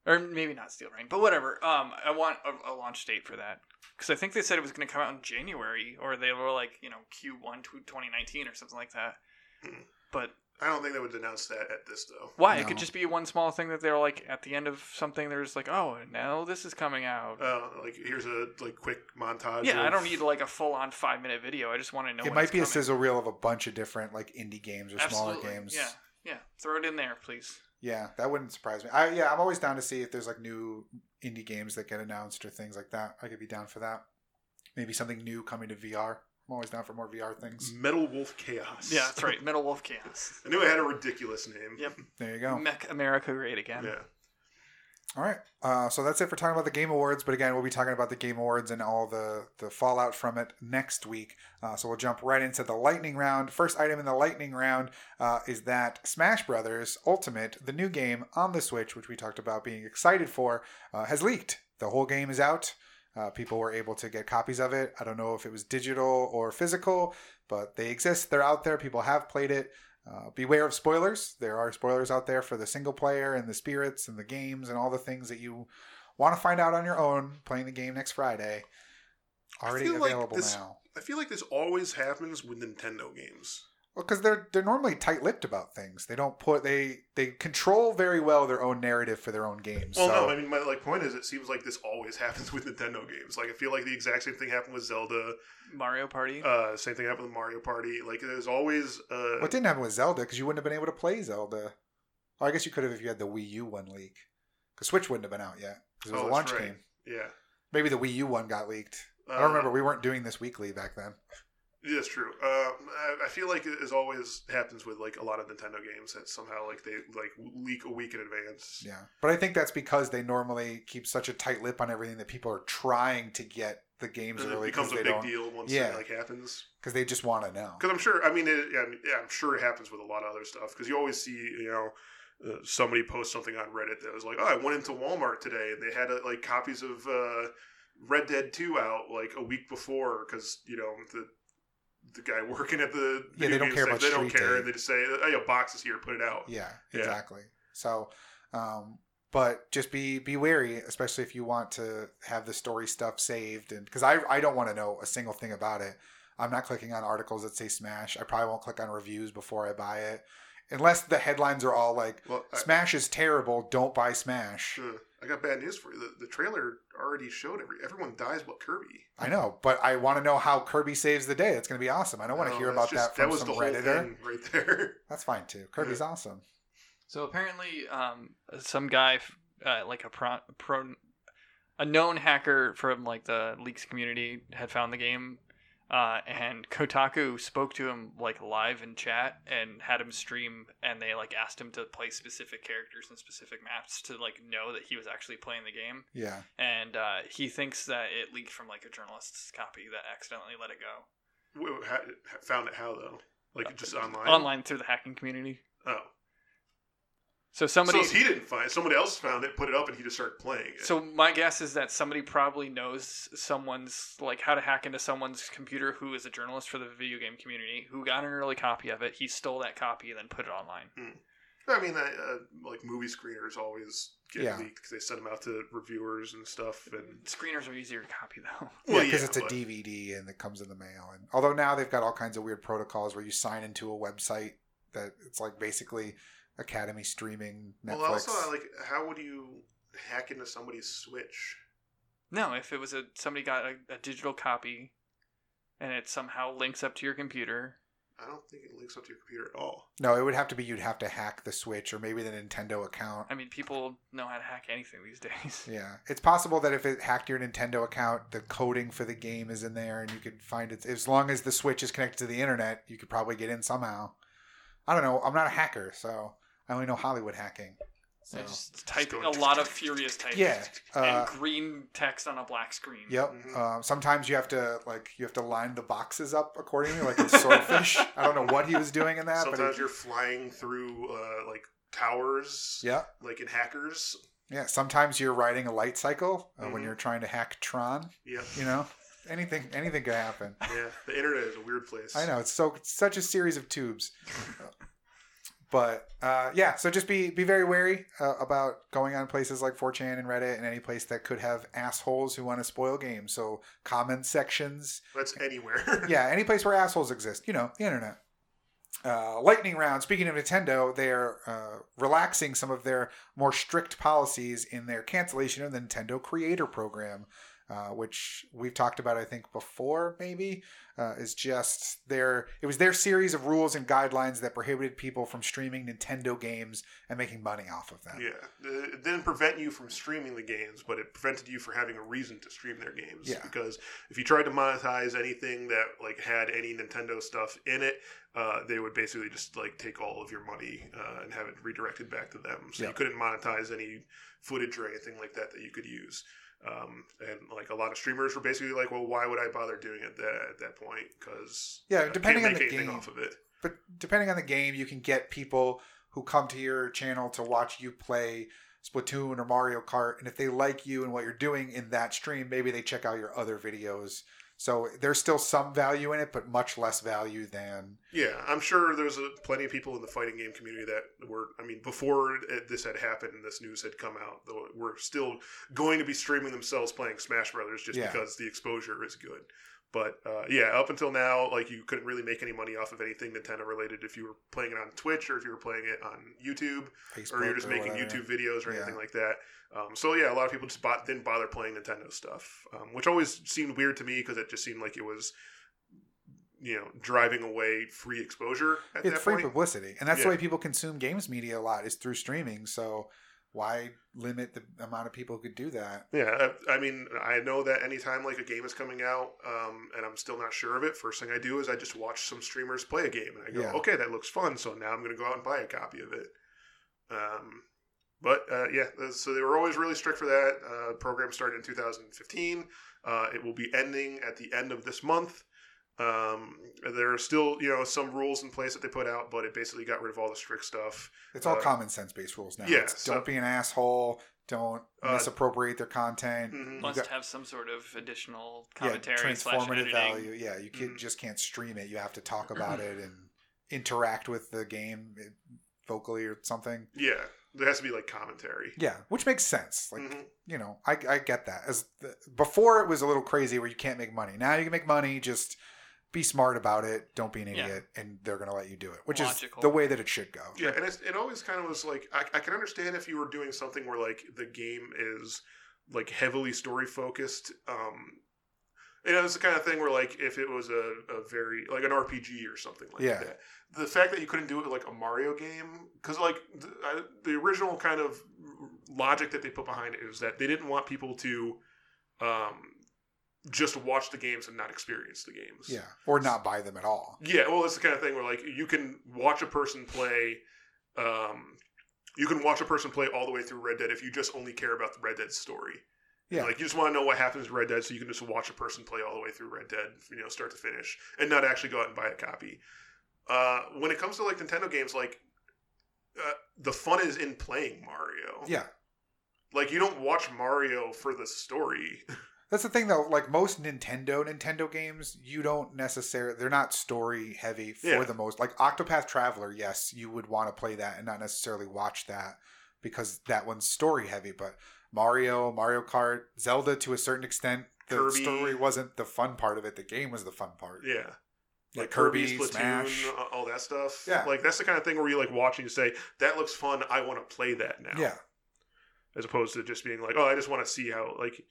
Speaker 1: Huh.
Speaker 3: or maybe not Steel Rain, but whatever. Um, I want a, a launch date for that because I think they said it was going to come out in January, or they were like, you know, Q1 to 2019 or something like that.
Speaker 2: Hmm.
Speaker 3: But
Speaker 2: I don't think they would announce that at this though.
Speaker 3: why? It
Speaker 1: No.
Speaker 3: could just be one small thing that they were like at the end of something. They're just like, oh, now this is coming out.
Speaker 2: Uh, like here's a like quick montage.
Speaker 3: yeah, I
Speaker 2: of-
Speaker 3: don't need like a full on five minute video. I just want to know.
Speaker 1: it
Speaker 3: when
Speaker 1: might
Speaker 3: it's
Speaker 1: be a
Speaker 3: coming.
Speaker 1: sizzle reel of a bunch of different like indie games or smaller games.
Speaker 3: Yeah, yeah. Throw it in there, please.
Speaker 1: Yeah, that wouldn't surprise me. I yeah, I'm always down to see if there's like new indie games that get announced or things like that. I could be down for that. Maybe something new coming to VR I'm always down for more VR things.
Speaker 3: Mm-hmm.
Speaker 2: Metal Wolf Chaos.
Speaker 3: Yeah, that's right. Metal Wolf Chaos.
Speaker 2: [LAUGHS] I knew it had a ridiculous name.
Speaker 3: Yep.
Speaker 1: There you go.
Speaker 3: Mech America great again.
Speaker 2: Yeah.
Speaker 1: All right. Uh, so that's it for talking about the Game Awards. But again, we'll be talking about the Game Awards and all the, the fallout from it next week. Uh, so we'll jump right into the lightning round. First item in the lightning round uh, is that Smash Brothers Ultimate, the new game on the Switch, which we talked about being excited for, uh, has leaked. The whole game is out. Uh, people were able to get copies of it. I don't know if it was digital or physical, but they exist. They're out there. People have played it. Uh, beware of spoilers. There are spoilers out there for the single player and the spirits and the games and all the things that you want to find out on your own playing the game next Friday.
Speaker 2: I
Speaker 1: Already
Speaker 2: feel like
Speaker 1: available
Speaker 2: this-
Speaker 1: now.
Speaker 2: I feel like this always happens with Nintendo games.
Speaker 1: Well, because they're they're normally tight-lipped about things. They don't put they they control very well their own narrative for their own games.
Speaker 2: Well,
Speaker 1: so.
Speaker 2: Oh, no, I mean my like point is, it seems like this always [LAUGHS] happens with Nintendo games. Like I feel like the exact same thing happened with Zelda.
Speaker 3: Mario Party.
Speaker 2: Uh, same thing happened with Mario Party. Like there's always uh,
Speaker 1: What didn't happen with Zelda because you wouldn't have been able to play Zelda. Or I guess you could have if you had the Wii U one leak. Because Switch wouldn't have been out yet because it was a
Speaker 2: Oh,
Speaker 1: launch
Speaker 2: that's right.
Speaker 1: game.
Speaker 2: yeah.
Speaker 1: Maybe the Wii U one got leaked. I
Speaker 2: Uh,
Speaker 1: don't remember. We weren't doing this weekly back then.
Speaker 2: Yeah, That's true. Um, I, I feel like it is always happens with like a lot of Nintendo games that somehow like they like leak a week in advance.
Speaker 1: Yeah, but I think that's because they normally keep such a tight lip on everything that people are trying to get the games
Speaker 2: And it
Speaker 1: early
Speaker 2: becomes
Speaker 1: because
Speaker 2: a
Speaker 1: they
Speaker 2: big
Speaker 1: don't
Speaker 2: deal once
Speaker 1: Yeah.
Speaker 2: it like happens.
Speaker 1: because they just want to know.
Speaker 2: Because I'm sure. I mean, it, yeah, I mean, yeah, I'm sure it happens with a lot of other stuff. Because you always see, you know, uh, somebody post something on Reddit that was like, "Oh, I went into Walmart today and they had uh, like copies of uh, Red Dead Two out like a week before because you know the the guy [LAUGHS] working at the
Speaker 1: Yeah, they
Speaker 2: video
Speaker 1: don't
Speaker 2: game
Speaker 1: care
Speaker 2: section,
Speaker 1: about
Speaker 2: they don't
Speaker 1: street
Speaker 2: care
Speaker 1: day.
Speaker 2: and they just say, "Oh, yeah, box is here, put it out."
Speaker 1: Yeah,
Speaker 2: Yeah.
Speaker 1: exactly. So, um, but just be be wary, especially if you want to have the story stuff saved, and because I I don't want to know a single thing about it. I'm not clicking on articles that say Smash. I probably won't click on reviews before I buy it, unless the headlines are all like
Speaker 2: Well, I,
Speaker 1: Smash is terrible. Don't buy Smash.
Speaker 2: uh, I got bad news for you. The, the trailer already showed every everyone dies but Kirby.
Speaker 1: I know, but I want to know how Kirby saves the day. It's going to be awesome. I don't want to
Speaker 2: No,
Speaker 1: hear about
Speaker 2: Oh,
Speaker 1: that
Speaker 2: that's just-
Speaker 1: from
Speaker 2: was
Speaker 1: some
Speaker 2: the whole
Speaker 1: redditor.
Speaker 2: thing right there. [LAUGHS]
Speaker 1: That's fine too. Kirby's awesome.
Speaker 3: So apparently, um, some guy, uh, like a pro, pro, a known hacker from like the leaks community, had found the game, uh, and Kotaku spoke to him like live in chat and had him stream, and they like asked him to play specific characters and specific maps to like know that he was actually playing the game,
Speaker 1: Yeah,
Speaker 3: and uh, he thinks that it leaked from like a journalist's copy that accidentally let it go
Speaker 2: Wait, wait, how, found it how though? Like just online.
Speaker 3: online through the hacking community.
Speaker 2: Oh,
Speaker 3: So somebody.
Speaker 2: so if he didn't find it, somebody else found it, put it up, and he just started playing it.
Speaker 3: So my guess is that somebody probably knows someone's like how to hack into someone's computer who is a journalist for the video game community who got an early copy of it. He stole that copy and then put it online.
Speaker 2: I mean, uh, uh, like movie screeners always get
Speaker 1: Yeah.
Speaker 2: leaked because they send them out to reviewers and stuff. And
Speaker 3: Screeners are easier to copy though. [LAUGHS]
Speaker 1: yeah,
Speaker 2: Well,
Speaker 1: because
Speaker 2: yeah,
Speaker 1: it's a
Speaker 2: but-
Speaker 1: DVD and it comes in the mail. And although now they've got all kinds of weird protocols where you sign into a website that it's like basically Academy streaming Netflix.
Speaker 2: well, also I like how would you hack into somebody's Switch?
Speaker 3: No, if it was a somebody got a, a digital copy and it somehow links up to your computer.
Speaker 2: I don't think it links up to your computer at all.
Speaker 1: no, it would have to be you'd have to hack the Switch or maybe the Nintendo account.
Speaker 3: I mean, people know how to hack anything these [LAUGHS] days.
Speaker 1: Yeah, it's possible that if it hacked your Nintendo account, the coding for the game is in there, and you could find it. As long as the Switch is connected to the internet, you could probably get in somehow. I don't know. I'm not a hacker, so I only know Hollywood hacking. So
Speaker 3: So just type
Speaker 2: going-
Speaker 3: a lot of furious typing.
Speaker 1: yeah, uh,
Speaker 3: and green text on a black screen.
Speaker 1: yep.
Speaker 2: Mhm.
Speaker 1: Um, sometimes you have to like you have to line the boxes up accordingly, like in Swordfish. I don't know what he was doing in that,
Speaker 2: Sometimes
Speaker 1: but
Speaker 2: you're flying through uh, like towers,
Speaker 1: he, yeah,
Speaker 2: like in hackers.
Speaker 1: yeah. Sometimes you're riding a light cycle uh, when
Speaker 2: Mhm.
Speaker 1: you're trying to hack Tron. [LAUGHS]
Speaker 2: Yeah,
Speaker 1: You know, anything anything could happen.
Speaker 2: yeah. The internet is a weird place.
Speaker 1: I know it's so it's such a series of tubes. but uh, yeah, so just be be very wary uh, about going on places like 4chan and Reddit and any place that could have assholes who want to spoil games. So comment sections,
Speaker 2: That's
Speaker 1: [LAUGHS]
Speaker 2: anywhere.
Speaker 1: yeah, any place where assholes exist, you know, the internet. Uh, lightning round. Speaking of Nintendo, they're uh, relaxing some of their more strict policies in their cancellation of the Nintendo Creator Program. uh, which we've talked about, I think, before maybe, uh, is just their it was their series of rules and guidelines that prohibited people from streaming Nintendo games and making money off of them.
Speaker 2: Yeah, it didn't prevent you from streaming the games, but it prevented you from having a reason to stream their games.
Speaker 1: Yeah.
Speaker 2: Because if you tried to monetize anything that like had any Nintendo stuff in it, uh, they would basically just like take all of your money uh, and have it redirected back to them. So
Speaker 1: Yeah.
Speaker 2: you couldn't monetize any footage or anything like that that you could use. Um, and like a lot of streamers were basically like, well, why would I bother doing it that, at that point? Because
Speaker 1: Yeah, depending on
Speaker 2: can't make
Speaker 1: the
Speaker 2: anything
Speaker 1: game.
Speaker 2: off of it.
Speaker 1: but depending on the game, you can get people who come to your channel to watch you play Splatoon or Mario Kart, and if they like you and what you're doing in that stream, maybe they check out your other videos. So there's still some value in it, but much less value than
Speaker 2: Yeah, I'm sure there's uh plenty of people in the fighting game community that were. I mean, before it- this had happened and this news had come out, though, were still going to be streaming themselves playing Smash Brothers just
Speaker 1: Yeah.
Speaker 2: because the exposure is good. But uh, yeah, up until now, like you couldn't really make any money off of anything Nintendo related if you were playing it on Twitch or if you were playing it on YouTube
Speaker 1: Facebook
Speaker 2: or you're just making
Speaker 1: whatever.
Speaker 2: YouTube videos or
Speaker 1: Yeah.
Speaker 2: anything like that. Um, so yeah, a lot of people just bought, didn't bother playing Nintendo stuff, um, which always seemed weird to me because it just seemed like it was, you know, driving away free exposure at
Speaker 1: It's
Speaker 2: that
Speaker 1: free
Speaker 2: point.
Speaker 1: publicity, and that's the
Speaker 2: Yeah.
Speaker 1: way people consume games media a lot is through streaming. So why limit the amount of people who could do that?
Speaker 2: Yeah, I, I mean, I know that anytime like a game is coming out, um, and I'm still not sure of it, first thing I do is I just watch some streamers play a game, and I go,
Speaker 1: Yeah.
Speaker 2: okay, that looks fun, so now I'm going to go out and buy a copy of it. Um, but uh, yeah, uh, so they were always really strict for that. Uh, program started in 2015. Uh, it will be ending at the end of this month. Um, there are still, you know, some rules in place that they put out, but it basically got rid of all the strict stuff.
Speaker 1: It's all
Speaker 2: Uh,
Speaker 1: common sense based rules now.
Speaker 2: yeah,
Speaker 1: It's
Speaker 2: so-
Speaker 1: don't be an asshole. Don't
Speaker 2: Uh,
Speaker 1: misappropriate their content.
Speaker 2: Mhm.
Speaker 1: Like
Speaker 3: Must have some sort of additional commentary slash
Speaker 1: transformative
Speaker 3: editing. Mm.
Speaker 1: value. Yeah, you can,
Speaker 2: Mhm.
Speaker 1: just can't stream it. You have to talk about it and interact with the game eh, vocally or something.
Speaker 2: Yeah, there has to be like commentary.
Speaker 1: Yeah, which makes sense. Like
Speaker 3: Mm-hmm.
Speaker 2: Mhm.
Speaker 1: you know, I, I get that. As the, before, it was a little crazy where you can't make money. Now you can make money. Just be smart about it. Don't be an
Speaker 3: Yeah.
Speaker 1: idiot, and they're gonna let you do it, which
Speaker 3: Logical.
Speaker 1: is the way that it should go.
Speaker 2: Yeah, and it's, it always kind of was like I, I can understand if you were doing something where like the game is like heavily story focused. Um, you know, it's the kind of thing where like if it was a, a very like an RPG or something like
Speaker 1: Yeah.
Speaker 2: that. The fact that you couldn't do it with like a Mario game because like the, I, the original kind of logic that they put behind it is that they didn't want people to um, just watch the games and not experience the games.
Speaker 1: Yeah, or not buy them at all.
Speaker 2: Yeah, well, it's the kind of thing where like you can watch a person play, um, you can watch a person play all the way through Red Dead if you just only care about the Red Dead story.
Speaker 1: Yeah.
Speaker 2: like you just want to know what happens to Red Dead, so you can just watch a person play all the way through Red Dead, you know, start to finish, and not actually go out and buy a copy. Uh, when it comes to like Nintendo games, like uh, the fun is in playing Mario.
Speaker 1: Yeah,
Speaker 2: like you don't watch Mario for the story.
Speaker 1: That's the thing though, like most Nintendo Nintendo games, you don't necessarily they're not story heavy for
Speaker 2: Yeah.
Speaker 1: the most. Like Octopath Traveler, yes, you would want to play that and not necessarily watch that because that one's story heavy, but Mario, Mario Kart, Zelda to a certain extent, the
Speaker 2: Kirby.
Speaker 1: story wasn't the fun part of it, the game was the fun part.
Speaker 2: Yeah.
Speaker 1: Like
Speaker 2: like
Speaker 1: Kirby,
Speaker 2: Kirby, Splatoon,
Speaker 1: Smash.
Speaker 2: uh, all that stuff.
Speaker 1: Yeah.
Speaker 2: like that's the kind of thing where you like watch and you say, "That looks fun. I want to play that now."
Speaker 1: Yeah.
Speaker 2: as opposed to just being like, "Oh, I just want to see how." Like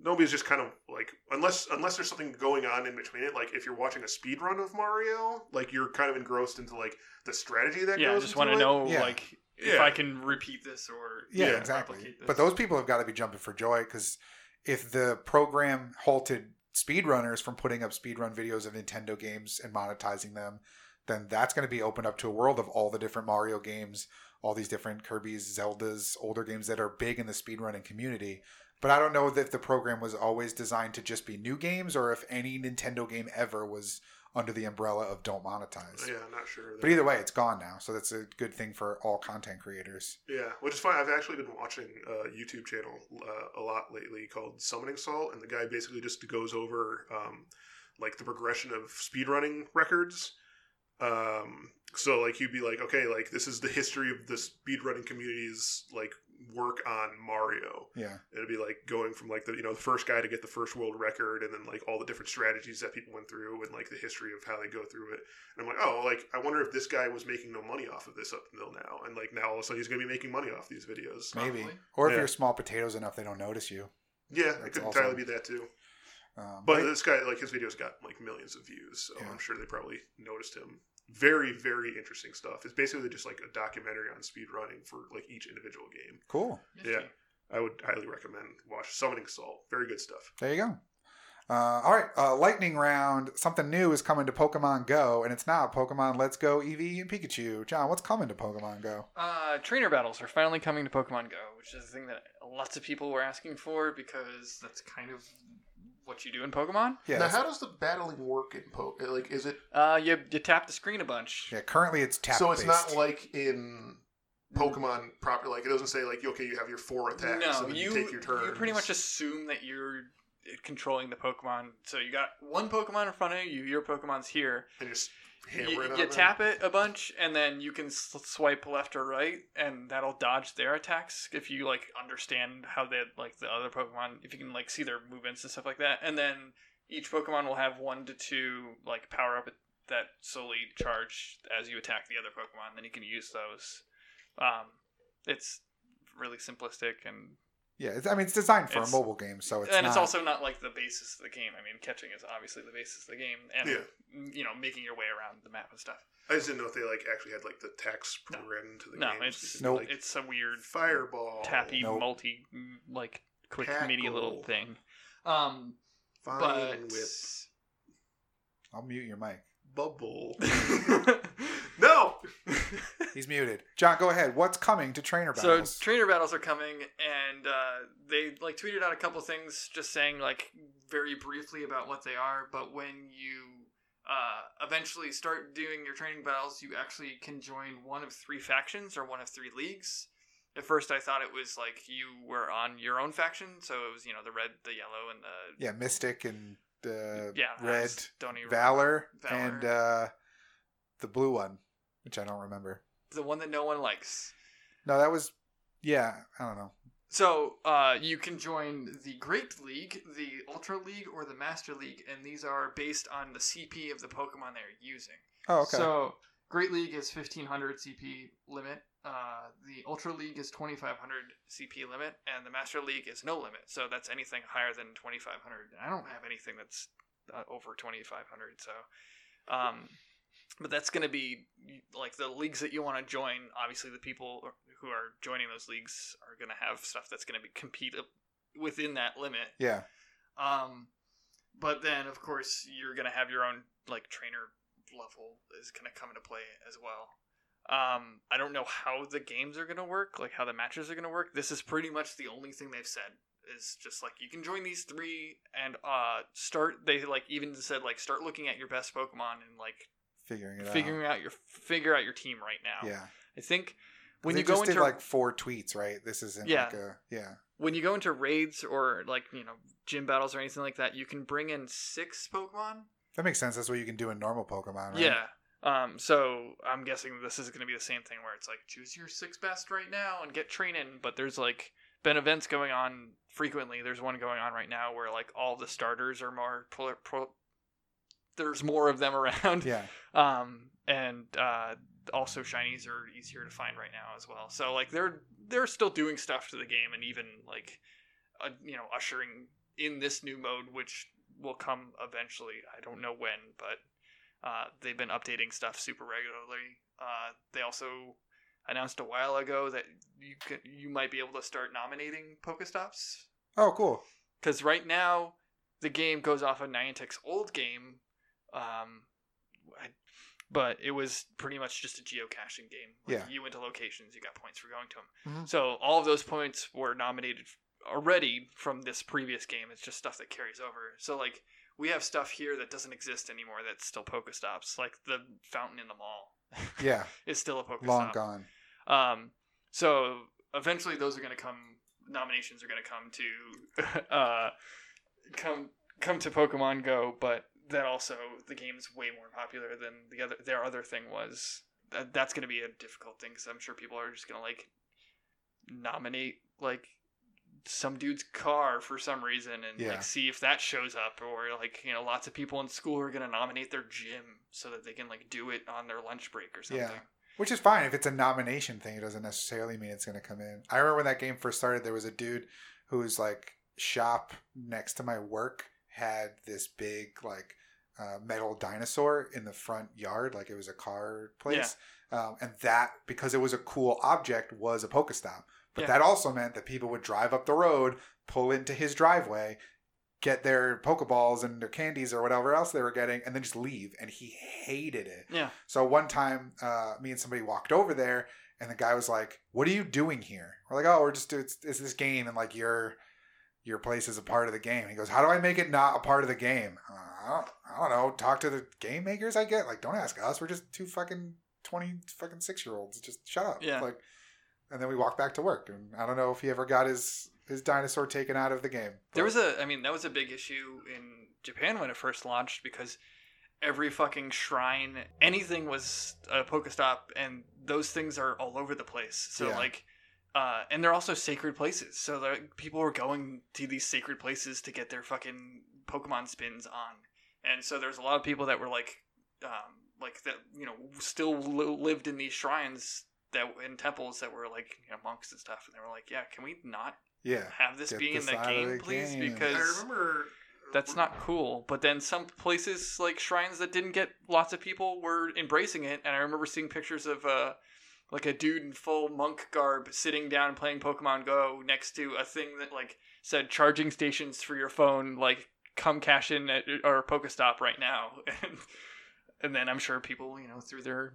Speaker 2: nobody's just kind of like unless unless there's something going on in between it. Like if you're watching a speed run of Mario, like you're kind of engrossed into like the strategy that.
Speaker 3: Yeah, I
Speaker 2: goes
Speaker 3: just
Speaker 2: into
Speaker 3: want
Speaker 2: it.
Speaker 3: to know
Speaker 1: Yeah.
Speaker 3: like if
Speaker 2: Yeah.
Speaker 3: I can repeat this or
Speaker 1: Yeah,
Speaker 2: Yeah,
Speaker 1: exactly.
Speaker 3: replicate this.
Speaker 1: But those people have got to be jumping for joy because if the program halted speedrunners from putting up speedrun videos of Nintendo games and monetizing them, then that's going to be opened up to a world of all the different Mario games, all these different Kirby's, Zelda's, older games that are big in the speedrunning community. But I don't know if the program was always designed to just be new games or if any Nintendo game ever was under the umbrella of don't monetize.
Speaker 2: Yeah, I'm not sure.
Speaker 1: But either way, it's gone now. So that's a good thing for all content creators.
Speaker 2: Yeah, which is fine. I've actually been watching a YouTube channel uh, a lot lately called Summoning Salt, and the guy basically just goes over um, like the progression of speedrunning records. Um, so like you'd be like, okay, like this is the history of the speedrunning community's like work on Mario.
Speaker 1: Yeah.
Speaker 2: It'd be like going from like the you know the first guy to get the first world record, and then like all the different strategies that people went through, and like the history of how they go through it. And I'm like, oh, like I wonder if this guy was making no money off of this up until now, and like now all of a sudden he's gonna be making money off these videos.
Speaker 1: Maybe.
Speaker 3: Probably.
Speaker 1: Or if
Speaker 2: Yeah.
Speaker 1: you're small potatoes enough, they don't notice you.
Speaker 2: Yeah, it
Speaker 1: That's
Speaker 2: could
Speaker 1: awesome.
Speaker 2: entirely be that too.
Speaker 1: Um,
Speaker 2: But
Speaker 1: I-
Speaker 2: this guy, like his videos, got like millions of views, so
Speaker 1: Yeah.
Speaker 2: I'm sure they probably noticed him. Very, very interesting stuff. It's basically just like a documentary on speedrunning for like each individual game.
Speaker 1: cool.
Speaker 2: Yeah. I would highly recommend watch Summoning Salt. Very good stuff.
Speaker 1: There you go. Uh, all right, uh, lightning round. Something new is coming to Pokemon Go, and it's now Pokemon Let's Go Eevee and Pikachu. John, what's coming to Pokemon Go?
Speaker 3: Uh, trainer battles are finally coming to Pokemon Go, which is the thing that lots of people were asking for because that's kind of what you do in Pokemon.
Speaker 1: Yeah,
Speaker 4: now,
Speaker 1: that's-
Speaker 4: how does the battling work in Poke? Like, is it
Speaker 3: Uh, you you tap the screen a bunch.
Speaker 1: yeah. Currently, it's tap.
Speaker 4: so? It's
Speaker 1: based. Mm.
Speaker 4: not like in
Speaker 2: Pokemon proper, like it doesn't say like okay, you have your four attacks
Speaker 3: No,
Speaker 2: and then
Speaker 3: you
Speaker 2: you, take your turn.
Speaker 3: you pretty much assume that you're controlling the Pokemon. So you got one Pokemon in front of you. Your Pokemon's here.
Speaker 2: and just hammer
Speaker 3: You,
Speaker 2: it on
Speaker 3: you
Speaker 2: them.
Speaker 3: tap it a bunch, and then you can s- swipe left or right, and that'll dodge their attacks if you like understand how they like the other Pokemon. If you can like see their movements and stuff like that, and then each Pokemon will have one to two like power up that solely charge as you attack the other Pokemon. Then you can use those. Um, it's really simplistic and
Speaker 1: Yeah, it's, I mean, it's designed for
Speaker 3: It's-
Speaker 1: a mobile game, so Oh, it's
Speaker 3: and
Speaker 1: not,
Speaker 3: it's also not like the basis of the game. I mean, catching is obviously the basis of the game, and
Speaker 2: Yeah.
Speaker 3: you know, making your way around the map and stuff.
Speaker 2: I just didn't know if they like actually had like the tax
Speaker 3: No.
Speaker 2: programmed into the game.
Speaker 3: no,
Speaker 2: so you
Speaker 3: it's
Speaker 2: could,
Speaker 1: Nope.
Speaker 2: like,
Speaker 3: it's a weird
Speaker 2: fireball,
Speaker 3: tappy
Speaker 1: Nope.
Speaker 3: multi like quick mini
Speaker 2: Tackle.
Speaker 3: little thing. Um,
Speaker 2: fine
Speaker 3: but
Speaker 2: with
Speaker 1: I'll mute your mic.
Speaker 3: [LAUGHS]
Speaker 2: bubble. [LAUGHS] no,
Speaker 1: He's muted. John, go ahead. What's coming to Trainer
Speaker 3: so
Speaker 1: Battles?
Speaker 3: trainer battles are coming, and uh, they like tweeted out a couple things, just saying like very briefly about what they are. But when you uh, eventually start doing your training battles, you actually can join one of three factions or one of three leagues. At first, I thought it was like you were on your own faction, so it was you know the red, the yellow, and the
Speaker 1: yeah, Mystic and uh,
Speaker 3: yeah I
Speaker 1: Red,
Speaker 3: just don't even
Speaker 1: Valor,
Speaker 3: Valor.
Speaker 1: and uh, the blue one, which I don't remember.
Speaker 3: the one that no one likes.
Speaker 1: No, that was yeah. I don't know.
Speaker 3: So uh, you can join the Great League, the Ultra League, or the Master League, and these are based on the CP of the Pokemon they're using.
Speaker 1: Oh, okay.
Speaker 3: So Great League is fifteen hundred CP limit. Uh, the Ultra League is twenty five hundred CP limit, and the Master League is no limit. So that's anything higher than twenty five hundred. I don't have anything that's uh, over twenty five hundred. So, um, but that's going to be like the leagues that you want to join. Obviously, the people who are joining those leagues are going to have stuff that's going to be compete uh, within that limit.
Speaker 1: yeah,
Speaker 3: Um, but then, of course, you're gonna have your own like trainer level is gonna come into play as well. Um, I don't know how the games are gonna work, like how the matches are gonna work. This is pretty much the only thing they've said is just like you can join these three and uh start. They like even said like start looking at your best Pokemon and like
Speaker 1: figuring it
Speaker 3: figuring out your figure out your team right now.
Speaker 1: out. Yeah,
Speaker 3: I think when
Speaker 1: They
Speaker 3: you go
Speaker 1: just
Speaker 3: into
Speaker 1: did like four tweets, right? This isn't
Speaker 3: Yeah.
Speaker 1: like a yeah.
Speaker 3: when you go into raids or like you know gym battles or anything like that, you can bring in six Pokemon.
Speaker 1: That makes sense. That's what you can do in normal Pokemon, right?
Speaker 3: Yeah. Um, so I'm guessing this is going to be the same thing where it's like choose your six best right now and get training. But there's like been events going on frequently. There's one going on right now where like all the starters are more pro, pro, there's more of them [LAUGHS] around.
Speaker 1: Yeah.
Speaker 3: Um, and uh, also shinies are easier to find right now as well. So like they're they're still doing stuff to the game and even like uh, you know ushering in this new mode, which will come eventually. I don't know when, but uh, they've been updating stuff super regularly. Uh, they also announced a while ago that you could you might be able to start nominating Pokestops
Speaker 1: Oh, cool.
Speaker 3: because right now the game goes off of Niantic's old game, um, I- but it was pretty much just a geocaching game. Like,
Speaker 1: Yeah.
Speaker 3: you went to locations, you got points for going to them.
Speaker 1: Mhm.
Speaker 3: So all of those points were nominated already from this previous game. It's just stuff that carries over. So like we have stuff here that doesn't exist anymore. That's still Pokestops, like the fountain in the mall
Speaker 1: Yeah,
Speaker 3: is still a Pokestop.
Speaker 1: long gone.
Speaker 3: Um, so eventually, those are going to come. Nominations are going to come to [LAUGHS] uh, come come to Pokemon Go, but that also the game's way more popular than the other. Their other thing was that, that's going to be a difficult thing because I'm sure people are just going to like nominate like some dude's car for some reason and
Speaker 1: Yeah.
Speaker 3: like see if that shows up or like you know lots of people in school are going to nominate their gym so that they can like do it on their lunch break or something.
Speaker 1: Yeah. Which is fine if it's a nomination thing. It doesn't necessarily mean it's going to come in. I remember when that game first started, there was a dude who was like shop next to my work had this big like uh, metal dinosaur in the front yard, like it was a car place, um, and that because it was a cool object was a Pokestop. But
Speaker 3: Yeah.
Speaker 1: that also meant that people would drive up the road, pull into his driveway, get their Pokeballs and their candies or whatever else they were getting, and then just leave. And he hated it.
Speaker 3: Yeah.
Speaker 1: So one time, uh, me and somebody walked over there, and the guy was like, "What are you doing here?" We're like, "Oh, we're just it's, it's this game, and like your your place is a part of the game." And he goes, "How do I make it not a part of the game?" Uh, I don't, I don't know. Talk to the game makers. I get like, don't ask us. We're just two fucking twenty fucking six year olds. Just shut up.
Speaker 3: Yeah.
Speaker 1: Like, and then we walked back to work, and I don't know if he ever got his his dinosaur taken out of the game.
Speaker 3: There was a, I mean, that was a big issue in Japan when it first launched because every fucking shrine, anything was a Pokestop, and those things are all over the place. So,
Speaker 1: Yeah.
Speaker 3: like, uh, and they're also sacred places. So, like, people were going to these sacred places to get their fucking Pokemon spins on. And so, there's a lot of people that were like, um, like that, you know, still li- lived in these shrines that in temples that were like you know, monks and stuff, and they were like, yeah, can we not
Speaker 1: yeah.
Speaker 3: have this
Speaker 1: Get
Speaker 3: be in
Speaker 1: this
Speaker 3: the
Speaker 1: out of
Speaker 3: game,
Speaker 1: the
Speaker 3: please,
Speaker 1: game.
Speaker 2: I
Speaker 3: because
Speaker 2: remember
Speaker 3: that's not cool. But then some places, like shrines that didn't get lots of people, were embracing it. And I remember seeing pictures of uh, like a dude in full monk garb sitting down and playing Pokemon Go next to a thing that like said charging stations for your phone, like come cash in at our Pokestop right now. [LAUGHS] And, and then I'm sure people, you know, threw their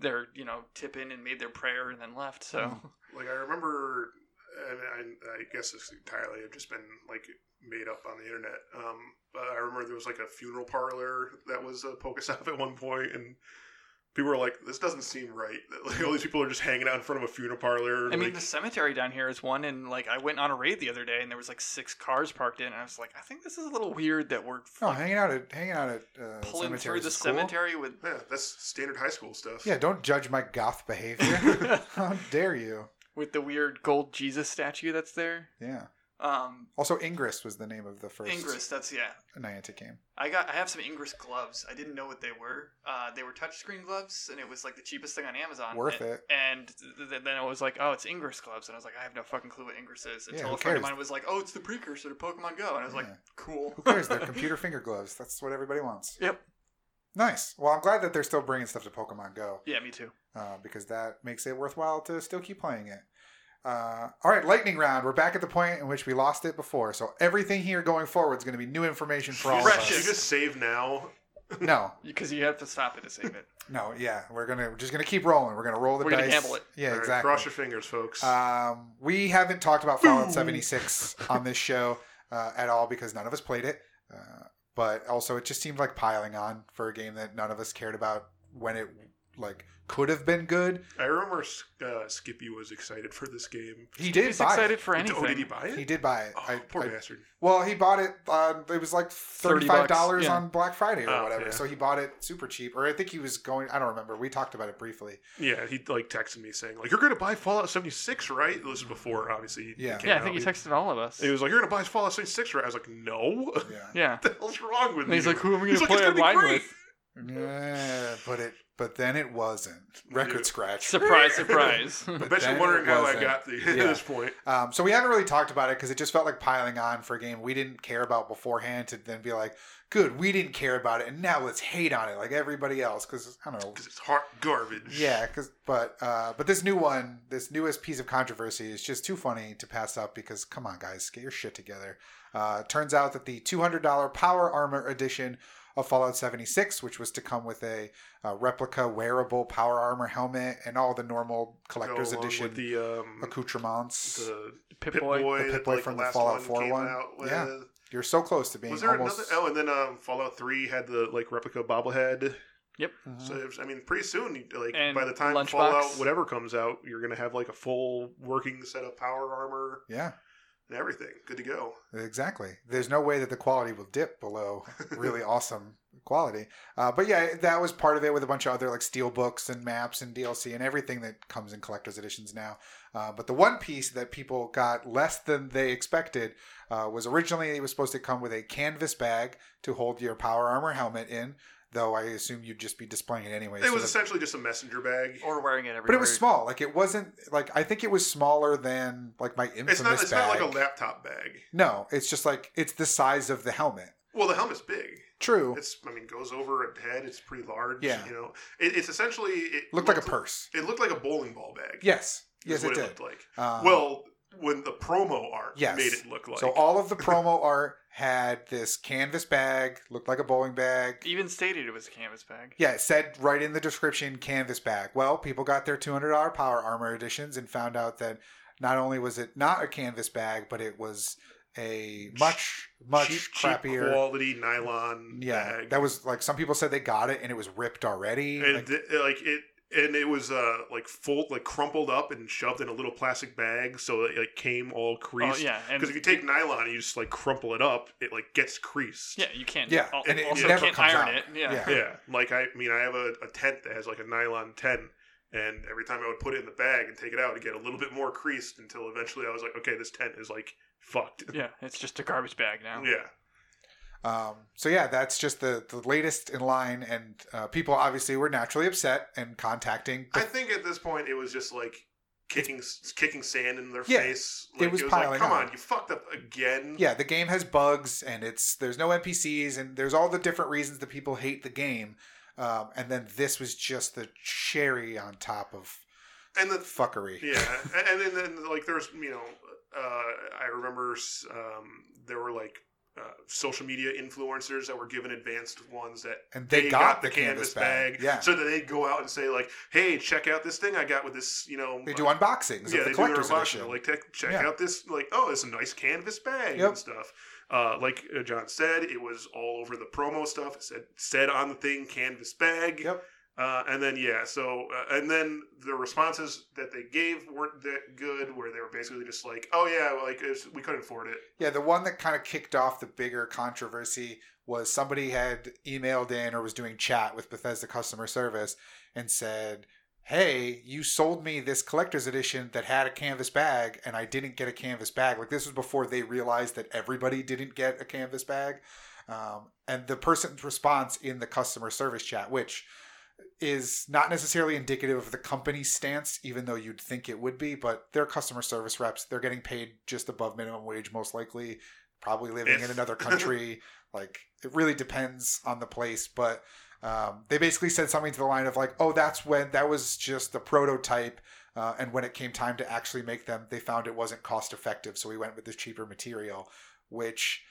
Speaker 3: their you know tip in and made their prayer and then left. So
Speaker 1: Hmm.
Speaker 2: like I remember, and I, I guess it's entirely have just been like made up on the internet. Um, but I remember there was like a funeral parlor that was a Pokestop [LAUGHS] at one point, and people were like, "This doesn't seem right." [LAUGHS] That, Like all these people are just hanging out in front of a funeral parlor.
Speaker 3: I mean,
Speaker 2: like-
Speaker 3: the cemetery down here is one, and like I went on a raid the other day, and there was like six cars parked in, and I was like, I think this is a little weird that we're
Speaker 1: Oh,
Speaker 3: like,
Speaker 1: hanging out at hanging out at uh,
Speaker 3: pulling through
Speaker 1: cemeteries
Speaker 3: the
Speaker 1: is cool.
Speaker 3: cemetery with.
Speaker 2: yeah, that's standard high school stuff.
Speaker 1: Yeah, don't judge my goth behavior.
Speaker 3: [LAUGHS]
Speaker 1: How dare you?
Speaker 3: with the weird gold Jesus statue that's there.
Speaker 1: Yeah.
Speaker 3: Um,
Speaker 1: Also, Ingress was the name of the first
Speaker 3: Ingress, that's yeah.
Speaker 1: Niantic game.
Speaker 3: I got I have some Ingress gloves. I didn't know what they were. Uh, they were touchscreen gloves, and it was like the cheapest thing on Amazon.
Speaker 1: Worth
Speaker 3: and,
Speaker 1: it.
Speaker 3: And th- th- then it was like, oh, it's Ingress gloves, and I was like, I have no fucking clue what Ingress is.
Speaker 1: Yeah,
Speaker 3: Until
Speaker 1: who
Speaker 3: a friend of
Speaker 1: cares?
Speaker 3: mine was like, oh, it's the precursor to Pokemon Go, and I was like,
Speaker 1: Yeah.
Speaker 3: cool.
Speaker 1: Who cares?
Speaker 3: [LAUGHS]
Speaker 1: They're computer finger gloves. That's what everybody wants.
Speaker 3: Yep.
Speaker 1: Nice. Well, I'm glad that they're still bringing stuff to Pokemon Go
Speaker 3: Yeah, me too.
Speaker 1: uh, because that makes it worthwhile to still keep playing it. Uh, all right, lightning round. We're back at the point in which we lost it before. So everything here going forward is going to be new information for all
Speaker 2: Precious.
Speaker 3: Precious.
Speaker 2: You
Speaker 1: of
Speaker 2: just save now.
Speaker 1: us. No,
Speaker 3: Because you have to stop it to save it.
Speaker 1: no, yeah, we're gonna we're just gonna keep rolling. We're gonna roll the
Speaker 3: We're
Speaker 1: dice.
Speaker 3: gonna gamble it.
Speaker 1: Yeah,
Speaker 2: All right,
Speaker 1: exactly.
Speaker 2: Cross your fingers, folks.
Speaker 1: Um, we haven't talked about
Speaker 2: Hmm.
Speaker 1: Fallout 76 on this show uh, at all because none of us played it. Uh, but also, it just seemed like piling on for a game that none of us cared about when it like could have been good.
Speaker 2: I remember uh, Skippy was excited for this game.
Speaker 1: He did
Speaker 3: He's
Speaker 1: buy
Speaker 3: excited for
Speaker 2: Oh, did he
Speaker 3: anything.
Speaker 2: buy
Speaker 1: it.
Speaker 2: it?
Speaker 1: He did buy it.
Speaker 2: Oh,
Speaker 1: I,
Speaker 2: poor
Speaker 1: I-
Speaker 2: bastard.
Speaker 1: well, he bought it. Uh, it was like
Speaker 3: 30
Speaker 1: thirty-five
Speaker 3: bucks,
Speaker 1: dollars
Speaker 3: yeah.
Speaker 1: on Black Friday or
Speaker 2: Oh,
Speaker 1: whatever.
Speaker 2: yeah.
Speaker 1: So he bought it super cheap, or I think he was going. I don't remember. We talked about it briefly.
Speaker 2: Yeah, he like texted me saying like, "You're gonna buy Fallout 76, right?" This is before obviously. it
Speaker 1: Yeah.
Speaker 2: came
Speaker 3: Yeah, I think he
Speaker 2: out.
Speaker 3: texted all of us.
Speaker 2: He was like, "You're gonna buy Fallout 76, right?" I was like, "No." [LAUGHS] What
Speaker 1: Yeah.
Speaker 3: yeah.
Speaker 2: the hell's wrong with
Speaker 3: And he's
Speaker 2: you?
Speaker 3: like, who am I going
Speaker 2: He's
Speaker 3: to
Speaker 2: like,
Speaker 3: play
Speaker 2: "It's gonna be
Speaker 3: online
Speaker 2: great."
Speaker 3: with?
Speaker 1: yeah, but it. But then it wasn't record
Speaker 2: Yeah.
Speaker 1: scratch.
Speaker 2: [LAUGHS]
Speaker 3: Surprise, surprise.
Speaker 2: I
Speaker 1: But
Speaker 2: bet
Speaker 1: then
Speaker 2: you're
Speaker 1: it
Speaker 2: wondering how I
Speaker 1: wasn't.
Speaker 2: got [LAUGHS] to
Speaker 1: Yeah.
Speaker 2: this point.
Speaker 1: Um, so we haven't really talked about it because it just felt like piling on for a game we didn't care about beforehand to then be like, good, we didn't care about it, and now let's hate on it like everybody else because I don't know.
Speaker 2: Because it's hot garbage.
Speaker 1: Yeah, because but uh, but this new one, this newest piece of controversy is just too funny to pass up because come on, guys, get your shit together. Uh, turns out that the two hundred dollar Power Armor edition of Fallout seventy six, which was to come with a, uh replica wearable Power Armor helmet and all the normal
Speaker 2: Go
Speaker 1: collector's
Speaker 2: along
Speaker 1: edition
Speaker 2: with the um,
Speaker 1: accoutrements.
Speaker 2: the Pip Boy,
Speaker 3: Pip-Boy.
Speaker 1: The
Speaker 2: that,
Speaker 1: Pip-Boy
Speaker 2: like,
Speaker 1: from
Speaker 2: the
Speaker 1: the
Speaker 2: last
Speaker 1: Fallout
Speaker 2: one
Speaker 1: 4
Speaker 2: came
Speaker 1: one.
Speaker 2: out with.
Speaker 1: Yeah. You're so close to being
Speaker 2: Was there
Speaker 1: almost.
Speaker 2: another? Oh, and then um, Fallout 3 had the like replica bobblehead.
Speaker 1: Mhm.
Speaker 2: So it was- I mean, pretty soon, you- like
Speaker 3: And
Speaker 2: by the time
Speaker 3: Lunchbox.
Speaker 2: Fallout whatever comes out, you're gonna have like a full working set of power armor
Speaker 1: yeah,
Speaker 2: and everything. Good to go.
Speaker 1: exactly. There's no way that the quality will dip
Speaker 2: [LAUGHS]
Speaker 1: below really awesome quality. Uh, but yeah, that was part of it with a bunch of other like steel books and maps and DLC and everything that comes in collector's editions now. Uh, but the one piece that people got less than they expected uh, was originally it was supposed to come with a canvas bag to hold your power armor helmet in. though I assume you'd just be displaying it anyway.
Speaker 2: It
Speaker 1: so Oh,
Speaker 2: was
Speaker 1: that-
Speaker 2: essentially just a messenger bag.
Speaker 3: or wearing it everywhere.
Speaker 1: but it was small. Like it wasn't like I think it was smaller than like my infamous
Speaker 2: It's not. It's
Speaker 1: bag.
Speaker 2: not like a laptop bag.
Speaker 1: no, it's just like it's the size of the helmet.
Speaker 2: Well, the helmet's big.
Speaker 1: True,
Speaker 2: It's. I mean, goes over a head. It's pretty large.
Speaker 1: Yeah.
Speaker 2: You know, it, it's essentially. It
Speaker 1: looked like a purse.
Speaker 2: It looked like a bowling ball bag.
Speaker 1: Yes, yes,
Speaker 2: is what
Speaker 1: it did.
Speaker 2: looked like.
Speaker 1: Um,
Speaker 2: well, when the promo art
Speaker 1: Yes.
Speaker 2: made it look like.
Speaker 1: so all
Speaker 2: [LAUGHS]
Speaker 1: of the promo art had this canvas bag, looked like a bowling bag.
Speaker 3: Even stated it was a canvas bag. Oh,
Speaker 1: Yeah, it said right in the description canvas bag. Well, people got their $200 power armor editions and found out that not only was it not a canvas bag, but it was a much, much
Speaker 2: cheap, cheap
Speaker 1: crappier.
Speaker 2: quality nylon
Speaker 1: yeah,
Speaker 2: bag.
Speaker 1: that was like some people said they got it and it was ripped already.
Speaker 2: and
Speaker 1: like-
Speaker 2: th- like it and it was uh like full like crumpled up and shoved in a little plastic bag so it like came all
Speaker 3: Oh,
Speaker 2: creased
Speaker 3: yeah. And
Speaker 2: because if you take nylon and you just like crumple it up it like gets creased
Speaker 3: yeah, you can't.
Speaker 1: Yeah,
Speaker 3: al-
Speaker 1: and it
Speaker 3: also
Speaker 1: never
Speaker 3: can't
Speaker 1: comes
Speaker 3: iron
Speaker 1: out.
Speaker 3: it. Yeah.
Speaker 1: Yeah.
Speaker 2: yeah like i mean i have a, a tent that has like a nylon tent and every time i would put it in the bag and take it out it'd get a little bit more creased until eventually i was like okay this tent is like fucked
Speaker 3: Yeah, it's just a garbage bag
Speaker 2: [LAUGHS]
Speaker 3: now.
Speaker 2: yeah
Speaker 1: Um, so yeah, that's just the, the latest in line, and uh, people obviously were naturally upset and contacting.
Speaker 2: i think at this point it was just like kicking s- kicking sand in their
Speaker 1: Yeah,
Speaker 2: face
Speaker 1: it
Speaker 2: like,
Speaker 1: was
Speaker 2: like
Speaker 1: piling
Speaker 2: come
Speaker 1: on.
Speaker 2: on you fucked up again
Speaker 1: yeah, the game has bugs, and it's there's no NPCs, and there's all the different reasons that people hate the game. Um, and then this was just the cherry on top of
Speaker 2: and the
Speaker 1: fuckery.
Speaker 2: yeah and- and then, then like there's you know uh, i remember s- um, there were like uh, social media influencers that were given advanced ones that
Speaker 1: And they, got, the canvas, bag. Yeah,
Speaker 2: so that they'd go out and say like hey check out this thing i got with this you know
Speaker 1: they do
Speaker 2: uh,
Speaker 1: unboxings
Speaker 2: yeah
Speaker 1: of
Speaker 2: they
Speaker 1: the
Speaker 2: do their
Speaker 1: collector's
Speaker 2: unboxing.
Speaker 1: edition.
Speaker 2: like check, check
Speaker 1: Yeah.
Speaker 2: out this like oh it's a nice canvas bag
Speaker 1: Yep.
Speaker 2: and stuff uh, like uh, john said it was all over the promo stuff it said said on the thing canvas bag
Speaker 1: Yep.
Speaker 2: uh, and then yeah, so uh, and then the responses that they gave weren't that good. Where they were basically just like, "Oh yeah, like it's, we couldn't afford it."
Speaker 1: Yeah, the one that kind of kicked off the bigger controversy was somebody had emailed in or was doing chat with Bethesda customer service and said, Hey, you sold me this collector's edition that had a canvas bag and I didn't get a canvas bag. Like, this was before they realized that everybody didn't get a canvas bag. Um, and the person's response in the customer service chat, which is not necessarily indicative of the company's stance, even though you'd think it would be, but they're customer service reps. They're getting paid just above minimum wage, most likely, probably living
Speaker 2: If-
Speaker 1: in another country. like, it really depends on the place, but. Um, they basically said something to the line of like, "Oh, that's when that was just the prototype, uh, and when it came time to actually make them, they found it wasn't cost effective, so we went with this cheaper material." Which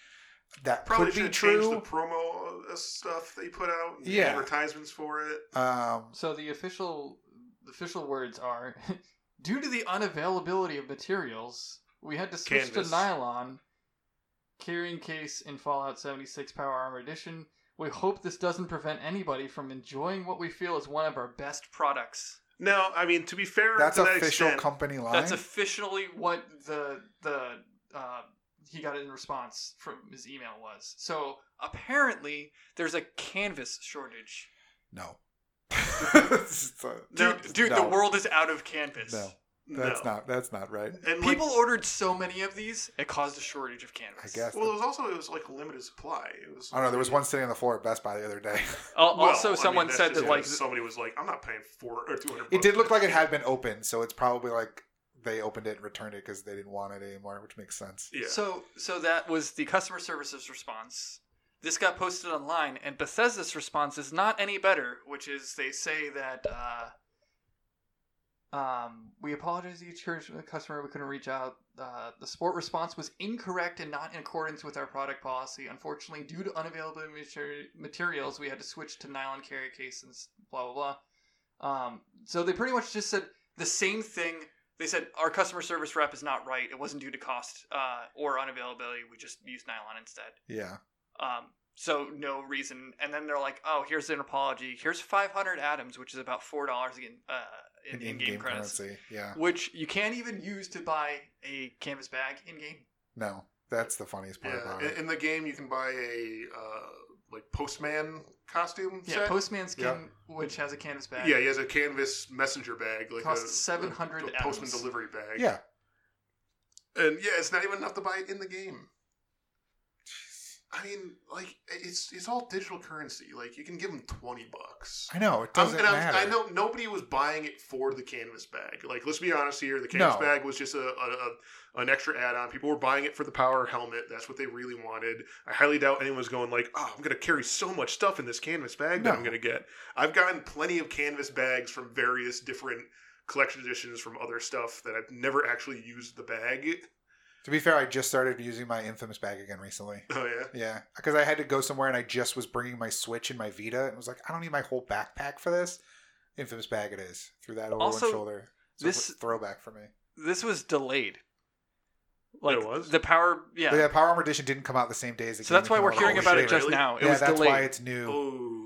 Speaker 1: that
Speaker 2: Probably
Speaker 1: could
Speaker 2: should
Speaker 1: be
Speaker 2: have changed the
Speaker 1: true.
Speaker 2: promo uh, stuff they put out. The
Speaker 1: Yeah.
Speaker 2: advertisements for it.
Speaker 1: um,
Speaker 3: So the official the official words are [LAUGHS] due to the unavailability of materials, we had to switch
Speaker 2: Canvas.
Speaker 3: to nylon carrying case in Fallout 76 Power Armor Edition. We hope this doesn't prevent anybody from enjoying what we feel is one of our best products.
Speaker 2: Now, I mean, to be fair,
Speaker 1: that's
Speaker 2: to that
Speaker 1: official
Speaker 2: extent,
Speaker 1: company line.
Speaker 3: That's officially what the the uh, he got in response from his email was. So apparently, there's a canvas shortage.
Speaker 2: [LAUGHS]
Speaker 1: no. [LAUGHS] It's, uh,
Speaker 2: No,
Speaker 3: Dude, dude,
Speaker 1: no.
Speaker 3: the world is out of canvas.
Speaker 1: No. That's
Speaker 2: no.
Speaker 1: not. That's not right.
Speaker 2: And like,
Speaker 3: People ordered so many of these, it caused a shortage of canvas.
Speaker 1: I guess.
Speaker 2: well, it was also it was like a limited supply. It was.
Speaker 1: I don't know. There was one sitting on the floor at Best Buy the other day. [LAUGHS]
Speaker 3: Al-
Speaker 2: Well,
Speaker 3: also,
Speaker 2: I mean,
Speaker 3: someone
Speaker 2: that's
Speaker 3: said
Speaker 2: just
Speaker 3: that like
Speaker 2: because somebody was like, "I'm not paying four or two hundred.
Speaker 1: it did look like it had been opened, so it's probably like they opened it and returned it because they didn't want it anymore, which makes sense.
Speaker 2: Yeah.
Speaker 3: so. So that was the customer services response. This got posted online, and Bethesda's response is not any better, which is they say that. Uh, um, we apologize to each church customer we couldn't reach out. Uh, the support response was incorrect and not in accordance with our product policy. Unfortunately, due to unavailability of materi- materials, we had to switch to nylon carry case and s- blah blah blah. Um, so they pretty much just said the same thing. They said our customer service rep is not right. It wasn't due to cost uh, or unavailability. We just used nylon instead.
Speaker 1: Yeah.
Speaker 3: Um, so no reason. And then they're like, oh, here's an apology. Here's 500 atoms, which is about four dollars in, uh, in,
Speaker 1: In
Speaker 3: in-game,
Speaker 1: in-game
Speaker 3: credits
Speaker 1: currency. Yeah.
Speaker 3: which you can't even use to buy a canvas bag in game.
Speaker 1: No. That's the funniest part
Speaker 2: Yeah.
Speaker 1: about
Speaker 2: In,
Speaker 1: it.
Speaker 2: in the game, you can buy a uh, like postman costume.
Speaker 3: Yeah,
Speaker 2: set.
Speaker 3: Postman skin, which has a canvas bag.
Speaker 2: Yeah, he has a canvas messenger bag, like
Speaker 3: Costs
Speaker 2: a-
Speaker 3: 700
Speaker 2: a postman
Speaker 3: atoms.
Speaker 2: delivery bag.
Speaker 1: Yeah.
Speaker 2: and yeah, it's not even enough to buy it in the game. I mean, like it's it's all digital currency. Like you can give them twenty bucks.
Speaker 1: I know it
Speaker 2: Um,
Speaker 1: doesn't
Speaker 2: and I'm-
Speaker 1: matter.
Speaker 2: I know nobody was buying it for the canvas bag. Like, let's be honest here. The canvas
Speaker 1: No.
Speaker 2: bag was just a, a, a an extra add-on. People were buying it for the power helmet. That's what they really wanted. I highly doubt anyone was going like, "Oh, I'm going to carry so much stuff in this canvas bag that I'm
Speaker 1: No.
Speaker 2: going to get." I've gotten plenty of canvas bags from various different collection editions from other stuff that I've never actually used the bag. [LAUGHS]
Speaker 1: To be fair, I just started using my infamous bag again recently.
Speaker 2: Oh yeah.
Speaker 1: Yeah, because I had to go somewhere and I just was bringing my Switch and my Vita and was like, I don't need my whole backpack for this. Infamous bag it is. Threw that over
Speaker 3: Also,
Speaker 1: one shoulder. It's
Speaker 3: this-
Speaker 1: a throwback for me.
Speaker 3: This was delayed. Like
Speaker 2: It was?
Speaker 3: the power. Yeah.
Speaker 1: Yeah. Power Armor Edition didn't come out the same day as the
Speaker 3: so that's why we're hearing
Speaker 2: Oh,
Speaker 3: about it
Speaker 2: shit,
Speaker 3: just
Speaker 2: really?
Speaker 3: now. It
Speaker 1: yeah,
Speaker 3: was
Speaker 1: that's
Speaker 3: delayed.
Speaker 1: why it's new.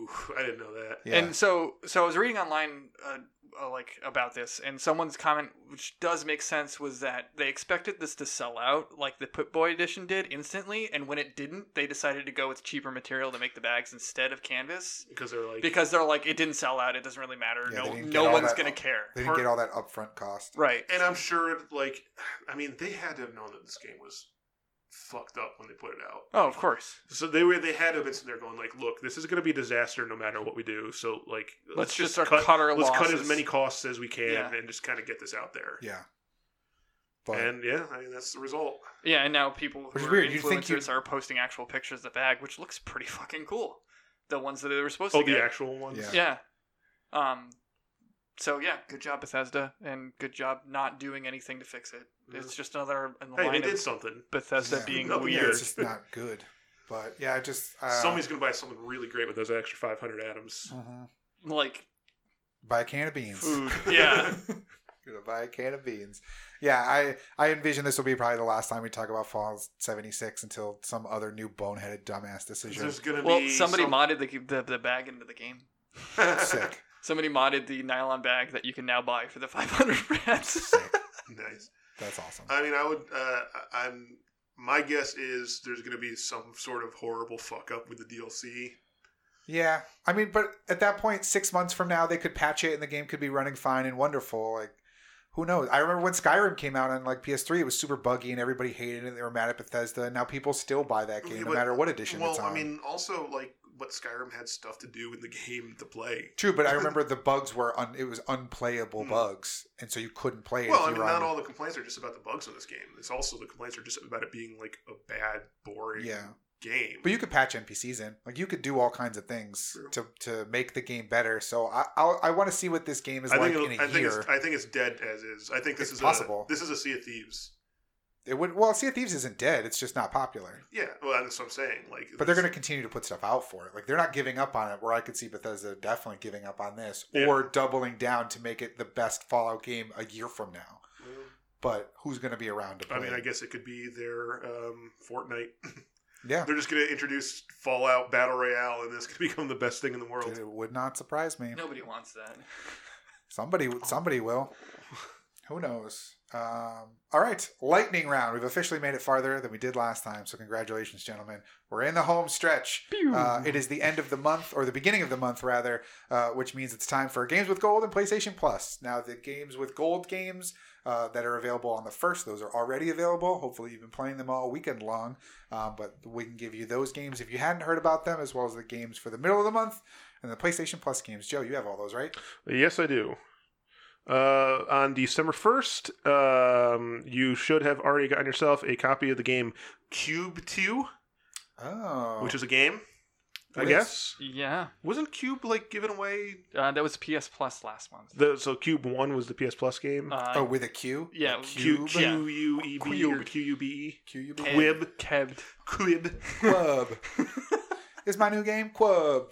Speaker 2: Oh, I didn't know that.
Speaker 1: yeah.
Speaker 3: And so, so I was reading online, uh, uh, like about this, and someone's comment, which does make sense, was that they expected this to sell out, like the Pip Boy edition did, instantly. And when it didn't, they decided to go with cheaper material to make the bags instead of canvas
Speaker 2: Because they're like,
Speaker 3: because they're like, it didn't sell out. It doesn't really matter.
Speaker 1: Yeah, they
Speaker 3: no,
Speaker 1: didn't get
Speaker 3: no
Speaker 1: all
Speaker 3: one's
Speaker 1: that-
Speaker 3: gonna care.
Speaker 1: they didn't get all that upfront cost.
Speaker 3: Right.
Speaker 2: and I'm sure, like, [SIGHS] I mean, they had to have known that this game was fucked up when they put it out.
Speaker 3: Oh, of course.
Speaker 2: So they were they had to have been sitting there going like, look, this is going to be a disaster no matter what we do. So like,
Speaker 3: Let's, just, start cut, our
Speaker 2: let's
Speaker 3: losses.
Speaker 2: cut as many costs as we can
Speaker 3: Yeah.
Speaker 2: and just kind of get this out there.
Speaker 1: Yeah. But Oh,
Speaker 2: and yeah, I mean that's the result.
Speaker 3: Yeah, and now people
Speaker 1: Which
Speaker 3: who
Speaker 1: is
Speaker 3: are
Speaker 1: weird, you'd
Speaker 3: influencers
Speaker 1: think you'd-
Speaker 3: are posting actual pictures of the bag, which looks pretty [LAUGHS] fucking cool. The ones that they were supposed
Speaker 2: Oh,
Speaker 3: to get.
Speaker 2: the actual ones.
Speaker 1: Yeah.
Speaker 3: Yeah. Um. So yeah, good job Bethesda, and good job not doing anything to fix it. It's just another in the
Speaker 2: Hey,
Speaker 3: line
Speaker 2: they did
Speaker 3: of
Speaker 2: something.
Speaker 3: Bethesda
Speaker 1: Yeah. Oh,
Speaker 3: being
Speaker 2: No,
Speaker 1: yeah,
Speaker 3: weird.
Speaker 1: it's just not good. But yeah, I just uh,
Speaker 2: Somebody's going to buy something really great with those extra 500 atoms.
Speaker 1: mhm.
Speaker 3: Like
Speaker 1: buy a can of beans.
Speaker 3: food.
Speaker 2: [LAUGHS]
Speaker 3: Yeah.
Speaker 1: Gonna buy a can of beans. Yeah, I I envision this will be probably the last time we talk about Fallout 76 until some other new boneheaded dumbass [LAUGHS] decision.
Speaker 2: There's going to
Speaker 3: well,
Speaker 2: be
Speaker 3: somebody
Speaker 2: some-
Speaker 3: modded the, the the bag into the game.
Speaker 2: [LAUGHS]
Speaker 1: Sick.
Speaker 3: Somebody modded the nylon bag that you can now buy for the [LAUGHS] 500 rats.
Speaker 1: Sick.
Speaker 2: nice.
Speaker 1: That's
Speaker 2: [LAUGHS]
Speaker 1: awesome.
Speaker 2: I mean, I would. Uh, I- I'm. My guess is there's going to be some sort of horrible fuck up with the DLC.
Speaker 1: Yeah, I mean, but at that point, six months from now, they could patch it and the game could be running fine and wonderful. Like, who knows? I remember when Skyrim came out on like PS3, it was super buggy and everybody hated it. and They were mad at Bethesda, and now people still buy that game
Speaker 2: Okay,
Speaker 1: no
Speaker 2: but-
Speaker 1: matter what edition
Speaker 2: Well,
Speaker 1: it's on.
Speaker 2: I mean, also like what Skyrim had stuff to do in the game to play.
Speaker 1: True,
Speaker 2: [LAUGHS]
Speaker 1: but I remember the bugs were un- it was unplayable
Speaker 2: Hmm.
Speaker 1: bugs, and so you couldn't play it.
Speaker 2: Well,
Speaker 1: if
Speaker 2: I
Speaker 1: you
Speaker 2: mean,
Speaker 1: were on-
Speaker 2: not all the complaints are just about the bugs in this game. It's also the complaints are just about it being like a bad, boring
Speaker 1: Yeah,
Speaker 2: game.
Speaker 1: but you could patch NPCs in. Like you could do all kinds of things
Speaker 2: True.
Speaker 1: to to make the game better. So I I'll, I want to see what this game is
Speaker 2: I
Speaker 1: like
Speaker 2: think
Speaker 1: in
Speaker 2: it'll-
Speaker 1: a
Speaker 2: I think
Speaker 1: year.
Speaker 2: it's I think it's dead as is. I think this
Speaker 1: It's
Speaker 2: is
Speaker 1: possible.
Speaker 2: A, this is a Sea of Thieves.
Speaker 1: It would well, Sea of Thieves isn't dead. It's just not popular.
Speaker 2: Yeah, well, that's what I'm saying. Like,
Speaker 1: But they're going to continue to put stuff out for it. Like they're not giving up on it. Where I could see Bethesda definitely giving up on this
Speaker 2: Yeah.
Speaker 1: or doubling down to make it the best Fallout game a year from now. But who's going to be around to play?
Speaker 2: I mean, I
Speaker 1: it?
Speaker 2: guess it could be their um, Fortnite.
Speaker 1: yeah,
Speaker 2: They're just going to introduce Fallout Battle Royale, and it's going to [LAUGHS] become the best thing in the world.
Speaker 1: it would not surprise me.
Speaker 3: Nobody wants that.
Speaker 1: Somebody, somebody will. [LAUGHS] Who knows? Um, all right, lightning round. We've officially made it farther than we did last time. So congratulations, gentlemen. We're in the home stretch. Uh, it is the end of the month, or the beginning of the month, rather, uh, which means it's time for Games with Gold and PlayStation Plus. Now, the Games with Gold games uh, that are available on the first, those are already available. Hopefully, you've been playing them all weekend long, um, but we can give you those games if you hadn't heard about them, as well as the games for the middle of the month and the PlayStation Plus games. Joe, you have all those, right?
Speaker 2: Yes, I do. Uh, on December 1st, um, you should have already gotten yourself a copy of the game Cube 2,
Speaker 1: Oh.
Speaker 2: which is a game, I
Speaker 1: Yes.
Speaker 2: guess.
Speaker 3: Yeah.
Speaker 2: Wasn't Cube, like, given away?
Speaker 3: Uh, that was PS Plus last month.
Speaker 2: The, so Cube 1 was the PS Plus game?
Speaker 3: Uh,
Speaker 1: Oh, with a Q?
Speaker 3: yeah,
Speaker 1: A
Speaker 2: Q
Speaker 1: cube.
Speaker 2: Q U E B or
Speaker 3: Cube.
Speaker 2: Q U B E?
Speaker 1: Q-
Speaker 3: Kev-
Speaker 2: Quib.
Speaker 3: Kebbed.
Speaker 2: Quib.
Speaker 1: Quub.
Speaker 2: [LAUGHS]
Speaker 1: is my new game Quub.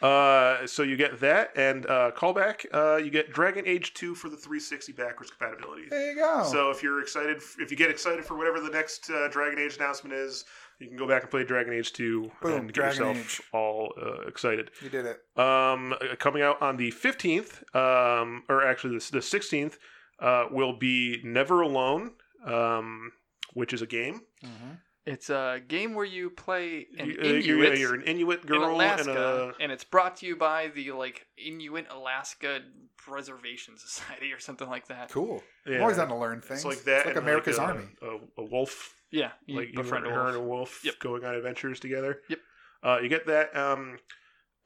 Speaker 2: Uh, so you get that, and uh, callback, uh, you get Dragon Age 2 for the 360 backwards compatibility.
Speaker 1: There you go.
Speaker 2: So if you're excited, if you get excited for whatever the next uh, Dragon Age announcement is, you can go back and play Dragon Age 2
Speaker 1: Boom,
Speaker 2: and get
Speaker 1: Dragon
Speaker 2: yourself
Speaker 1: Age.
Speaker 2: all uh, excited.
Speaker 1: you did it.
Speaker 2: Um, uh, coming out on the 15th, um, or actually the, the 16th, uh, will be Never Alone, um, which is a game.
Speaker 1: Mm-hmm.
Speaker 3: It's a game where you play an
Speaker 2: You- uh,
Speaker 3: Inuit
Speaker 2: you're, you're an Inuit girl
Speaker 3: in Alaska,
Speaker 2: and a.
Speaker 3: and it's brought to you by the like Inuit Alaska Preservation Society or something like that.
Speaker 1: Cool.
Speaker 2: Yeah,
Speaker 1: I'm always on to learn things.
Speaker 2: It's like uh, that.
Speaker 1: It's like
Speaker 2: and
Speaker 1: America's
Speaker 2: a-
Speaker 1: Army.
Speaker 2: A, a wolf
Speaker 3: Yeah, you
Speaker 2: like you
Speaker 3: befriend
Speaker 2: and
Speaker 3: a
Speaker 2: her
Speaker 3: wolf.
Speaker 2: and a wolf
Speaker 3: Yep.
Speaker 2: going on adventures together.
Speaker 3: Yep.
Speaker 2: Uh, you get that. Um,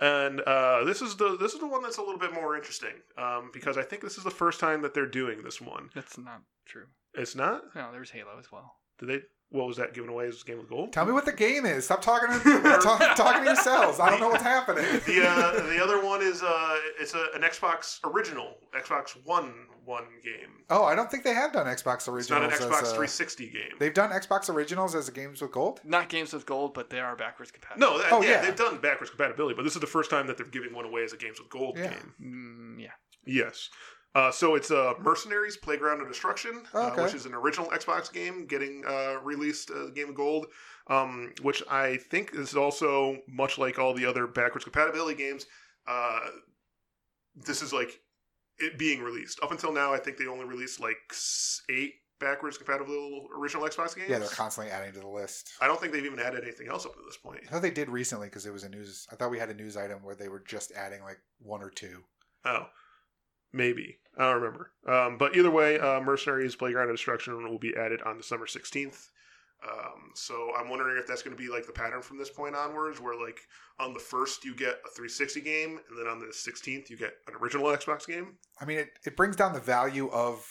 Speaker 2: and uh, this is the this is the one that's a little bit more interesting um, because I think this is the first time that they're doing this one.
Speaker 3: That's not true.
Speaker 2: It's not.
Speaker 3: No, there's Halo as well.
Speaker 2: Did they? What was that given away as Game of Gold?
Speaker 1: Tell me what the game is. Stop talking
Speaker 2: [LAUGHS]
Speaker 1: to talk, talking to yourselves. I don't know what's happening.
Speaker 2: the
Speaker 1: [LAUGHS]
Speaker 2: uh, the other one is uh, it's a, an Xbox original Xbox One one game.
Speaker 1: oh, I don't think they have done Xbox originals.
Speaker 2: It's not an Xbox
Speaker 1: as uh, a-
Speaker 2: 360 game.
Speaker 1: They've done Xbox originals as games with gold.
Speaker 3: Not games with gold, but they are backwards compatible.
Speaker 2: no, that,
Speaker 1: Oh,
Speaker 2: yeah,
Speaker 1: yeah.
Speaker 2: they've done backwards compatibility, but this is the first time that they're giving one away as a Games with Gold
Speaker 1: Yeah.
Speaker 2: game.
Speaker 3: Mm, yeah.
Speaker 2: Yes. Uh, so it's uh, Mercenaries Playground of Destruction,
Speaker 1: Oh, okay.
Speaker 2: uh, which is an original Xbox game getting uh, released, uh, Game of Gold, um, which I think is also much like all the other backwards compatibility games. Uh, this is like it being released. Up until now, I think they only released like s- eight backwards compatible original Xbox games.
Speaker 1: Yeah, they're constantly adding to the list.
Speaker 2: I don't think they've even added anything else up to this point.
Speaker 1: I thought they did recently because it was a news. I thought we had a news item where they were just adding like one or two.
Speaker 2: Oh, maybe. I don't remember. Um, but either way, uh, Mercenaries Playground of Destruction will be added on December 16th. Um, so I'm wondering if that's going to be like the pattern from this point onwards, where like on the first you get a 360 game, and then on the 16th you get an original Xbox game.
Speaker 1: I mean, it, it brings down the value of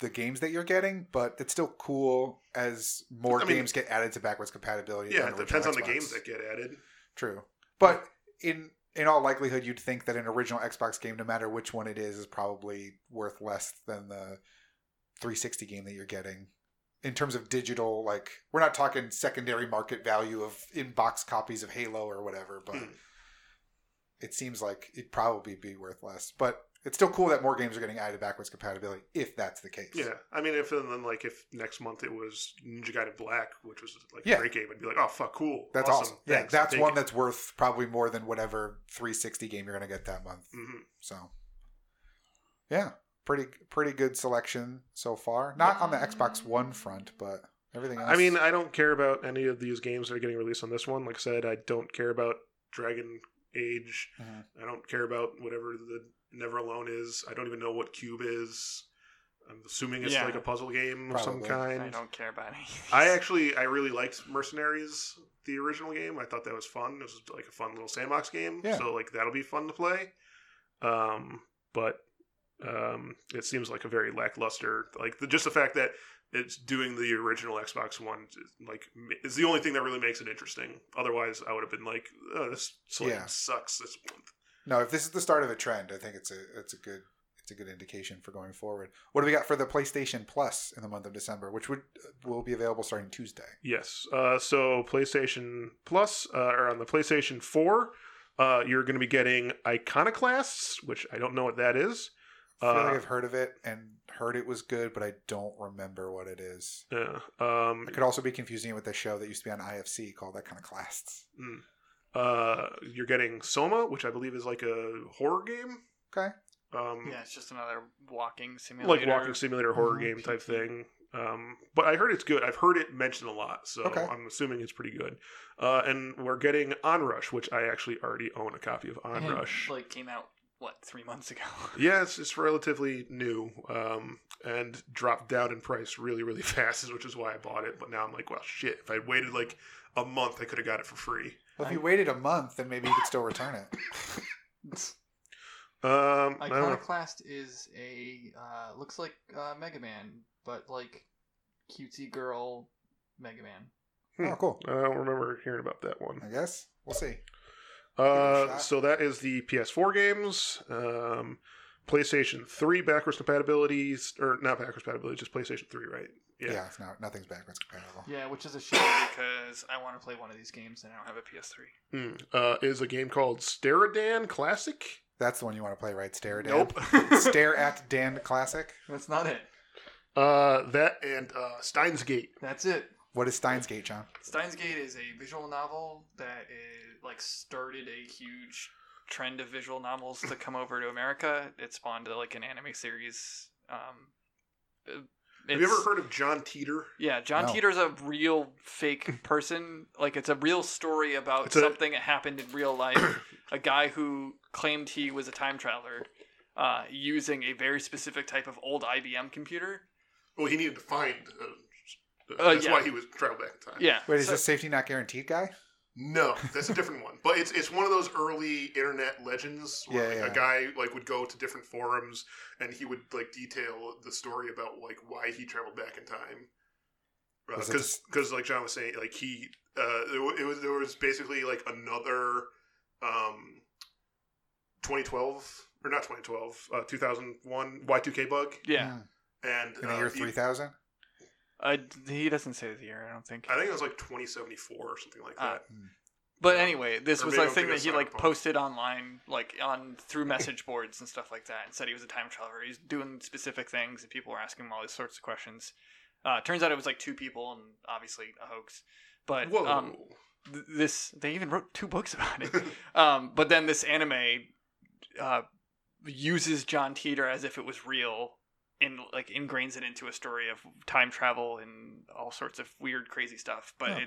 Speaker 1: the games that you're getting, but it's still cool as more
Speaker 2: I mean-
Speaker 1: games get added to backwards compatibility.
Speaker 2: Yeah,
Speaker 1: than
Speaker 2: it
Speaker 1: original
Speaker 2: depends on the
Speaker 1: Xbox.
Speaker 2: games that get added.
Speaker 1: True, but in in all likelihood, you'd think that an original Xbox game, no matter which one it is, is probably worth less than the 360 game that you're getting in terms of digital. Like, we're not talking secondary market value of in box copies of Halo or whatever, but
Speaker 2: Hmm.
Speaker 1: it seems like it'd probably be worth less. But it's still cool that more games are getting added backwards compatibility if that's the case.
Speaker 2: Yeah, I mean, if and then like if next month it was Ninja Gaiden Black, which was like
Speaker 1: Yeah.
Speaker 2: a great game, I'd be like, oh fuck, cool,
Speaker 1: That's awesome. Yeah,
Speaker 2: Thanks.
Speaker 1: that's
Speaker 2: Take
Speaker 1: one
Speaker 2: it."
Speaker 1: that's worth probably more than whatever 360 game you're going to get that month.
Speaker 2: Mhm.
Speaker 1: So, yeah, pretty pretty good selection so far. Not on the Xbox One front, but everything else.
Speaker 2: I mean, I don't care about any of these games that are getting released on this one. Like I said, I don't care about Dragon Age.
Speaker 1: Mhm.
Speaker 3: Mm-hmm.
Speaker 2: I don't care about whatever the Never Alone is. I don't even know what Cube is. I'm assuming it's
Speaker 3: Yeah.
Speaker 2: like a puzzle game of some
Speaker 1: Probably.
Speaker 2: kind.
Speaker 3: I don't care about any. of these.
Speaker 2: I actually I really liked Mercenaries, the original game. I thought that was fun. It was like a fun little sandbox game.
Speaker 1: Yeah.
Speaker 2: So like that'll be fun to play. Um, but um, it seems like a very lackluster. Like the, just the fact that it's doing the original Xbox One, like m- is the only thing that really makes it interesting. Otherwise, I would have been like, oh, this selection
Speaker 1: Yeah.
Speaker 2: sucks. This
Speaker 1: no, if this is the start of a trend, I think it's a it's a good it's a good indication for going forward. What do we got for the PlayStation Plus in the month of December, which would will be available starting Tuesday?
Speaker 2: Yes. Uh, so PlayStation Plus, uh, or on the PlayStation 4, uh, you're going to be getting Iconoclasts, which I don't know what that is.
Speaker 1: I feel like
Speaker 2: Uh,
Speaker 1: I've heard of it and heard it was good, but I don't remember what it is.
Speaker 2: yeah, um,
Speaker 1: I could also be confusing it with a show that used to be on IFC called that kind of class.
Speaker 2: uh, you're getting Soma, which I believe is like a horror game.
Speaker 1: Okay.
Speaker 2: Um,
Speaker 3: Yeah, it's just another walking
Speaker 2: like
Speaker 3: simulator.
Speaker 2: walking
Speaker 3: [LAUGHS]
Speaker 2: simulator horror
Speaker 1: Mhm.
Speaker 2: game type thing. Um, but I heard it's good. I've heard it mentioned a lot, so
Speaker 1: Okay.
Speaker 2: I'm assuming it's pretty good. Uh, and we're getting Onrush, which I actually already own a copy of
Speaker 3: And,
Speaker 2: Onrush.
Speaker 3: Like came out what three
Speaker 2: [LAUGHS]
Speaker 3: months ago.
Speaker 2: Yeah, it's, it's relatively new um, and dropped down in price really, really [LAUGHS] fast, which is why I bought it. But now I'm like, well, shit, if I waited like a month, I could have got it for free.
Speaker 1: Well, if you waited a month, then maybe you could still return it.
Speaker 2: Um, I don't know.
Speaker 3: Iconoclast is a uh, looks like uh, Mega Man, but like cutesy girl Mega Man.
Speaker 2: Hmm.
Speaker 1: Oh, cool.
Speaker 2: I don't remember hearing about that one.
Speaker 1: I guess we'll see. Give it a
Speaker 2: Uh,
Speaker 1: shot.
Speaker 2: so that is the PS4 games, um, PlayStation 3 backwards compatibilities, or not backwards compatibility, just PlayStation 3, right?
Speaker 1: Yeah, it's not nothing's backwards compatible.
Speaker 3: Yeah, which is
Speaker 2: [COUGHS]
Speaker 3: a shame because I want to play one of these games and I don't have a PS3.
Speaker 2: Mm. Uh, is a game called Staradan Classic.
Speaker 1: That's the one you want to play, right? Stare at Dan.
Speaker 2: [LAUGHS]
Speaker 3: [LAUGHS]
Speaker 2: Nope.
Speaker 1: Stare at Dan classic.
Speaker 3: That's not it.
Speaker 2: uh, that and uh, Steins Gate.
Speaker 3: That's it.
Speaker 1: What is Steins Gate, John?
Speaker 3: Steins Gate is a visual novel that is, like started a huge trend of visual novels to come over to America. It spawned like an anime series. Um, uh,
Speaker 2: Have you
Speaker 3: it's-
Speaker 2: ever heard of John Teeter?
Speaker 3: Yeah, John
Speaker 1: No.
Speaker 3: Teeter's a real fake person. like it's a real story about
Speaker 2: It's a-
Speaker 3: something that happened in real life. a guy who claimed he was a time traveler uh, using a very specific type of old IBM computer.
Speaker 2: Well, he needed to find uh,
Speaker 3: Uh,
Speaker 2: That's
Speaker 3: yeah.
Speaker 2: why he was traveled back in time.
Speaker 3: Yeah.
Speaker 1: Wait, is
Speaker 3: so-
Speaker 1: this safety not guaranteed guy?
Speaker 3: [LAUGHS]
Speaker 2: No, that's a different one. But it's it's one of those early internet legends where
Speaker 1: Yeah, yeah.
Speaker 2: like, a guy like would go to different forums and he would like detail the story about like why he traveled back in time.
Speaker 1: Was it
Speaker 2: Because because like John was saying, like he uh, it, wa- it was there was basically like another um 2012 or not 2012 uh, 2001 Y2K bug
Speaker 3: yeah.
Speaker 1: Mm.
Speaker 2: and
Speaker 1: In
Speaker 2: uh,
Speaker 1: the year
Speaker 2: he-
Speaker 1: three thousand.
Speaker 3: I, he doesn't say the year, I don't think.
Speaker 2: I think it was like 2074 or something like
Speaker 3: Ah.
Speaker 2: that.
Speaker 3: But
Speaker 2: Yeah.
Speaker 3: anyway, this
Speaker 2: Or
Speaker 3: was
Speaker 2: maybe
Speaker 3: a
Speaker 2: I'm
Speaker 3: thing
Speaker 2: thinking
Speaker 3: that
Speaker 2: of
Speaker 3: he like
Speaker 2: Cyberpunk.
Speaker 3: posted online, like on through message boards and stuff like that, and said he was a time traveler. He's doing specific things, and people were asking him all these sorts of questions. Uh, turns out it was like two people, and obviously a hoax. But
Speaker 2: Whoa.
Speaker 3: um, th- this they even wrote two books about
Speaker 1: [LAUGHS]
Speaker 3: it. um, but then this anime uh, uses John Teeter as if it was real, and like ingrains it into a story of time travel and all sorts of weird, crazy stuff. But
Speaker 1: Oh,
Speaker 3: it's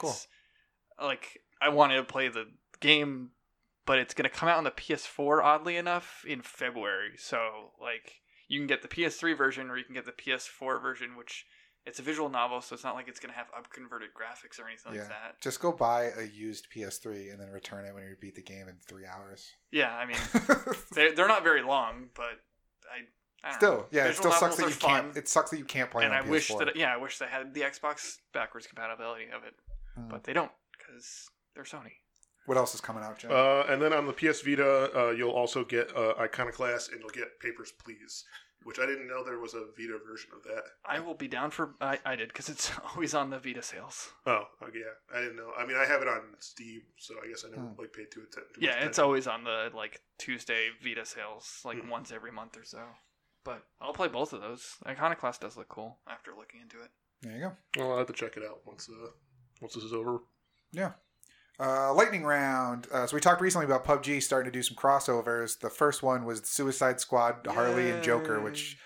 Speaker 1: cool.
Speaker 3: like I wanted to play the game, but it's gonna come out on the PS4, oddly enough, in February. So like you can get the PS3 version or you can get the PS4 version, which it's a visual novel, so it's not like it's gonna have upconverted graphics or anything
Speaker 1: Yeah.
Speaker 3: like that.
Speaker 1: Just go buy a used PS3 and then return it when you beat the game in three hours. [LAUGHS]
Speaker 3: Yeah, I mean they're, they're not very long, but I, I don't know.
Speaker 1: still, yeah, it
Speaker 3: Hmm. Visual
Speaker 1: still sucks
Speaker 3: novels
Speaker 1: that
Speaker 3: are
Speaker 1: you can't.
Speaker 3: fun,
Speaker 1: It sucks that you can't play.
Speaker 3: and
Speaker 1: on
Speaker 3: I wish
Speaker 1: PS4.
Speaker 3: that yeah, I wish they had the Xbox backwards compatibility of it,
Speaker 1: Mm.
Speaker 3: but they don't because they're Sony.
Speaker 1: What else is coming out, Jim?
Speaker 2: Uh, and then on the PS Vita, uh, you'll also get uh, Iconoclast and you'll get Papers, Please, which I didn't know there was a Vita version of that.
Speaker 3: I will be down for I, I did because it's [LAUGHS] always on the Vita sales.
Speaker 2: Oh, oh, yeah, I didn't know. I mean, I have it on Steam, so I guess I never
Speaker 1: Hmm.
Speaker 2: like paid too, atten- too much
Speaker 3: Yeah, it's
Speaker 2: attention.
Speaker 3: always on the like Tuesday Vita sales, like
Speaker 2: Hmm.
Speaker 3: once every month or so. But I'll play both of those. Iconoclast does look cool after looking into it.
Speaker 1: there you go.
Speaker 2: Well, I'll have to check it out once uh, once this is over.
Speaker 1: Uh, lightning round. Uh, so we talked recently about PUBG starting to do some crossovers. The first one was Suicide Squad, Harley and Joker, which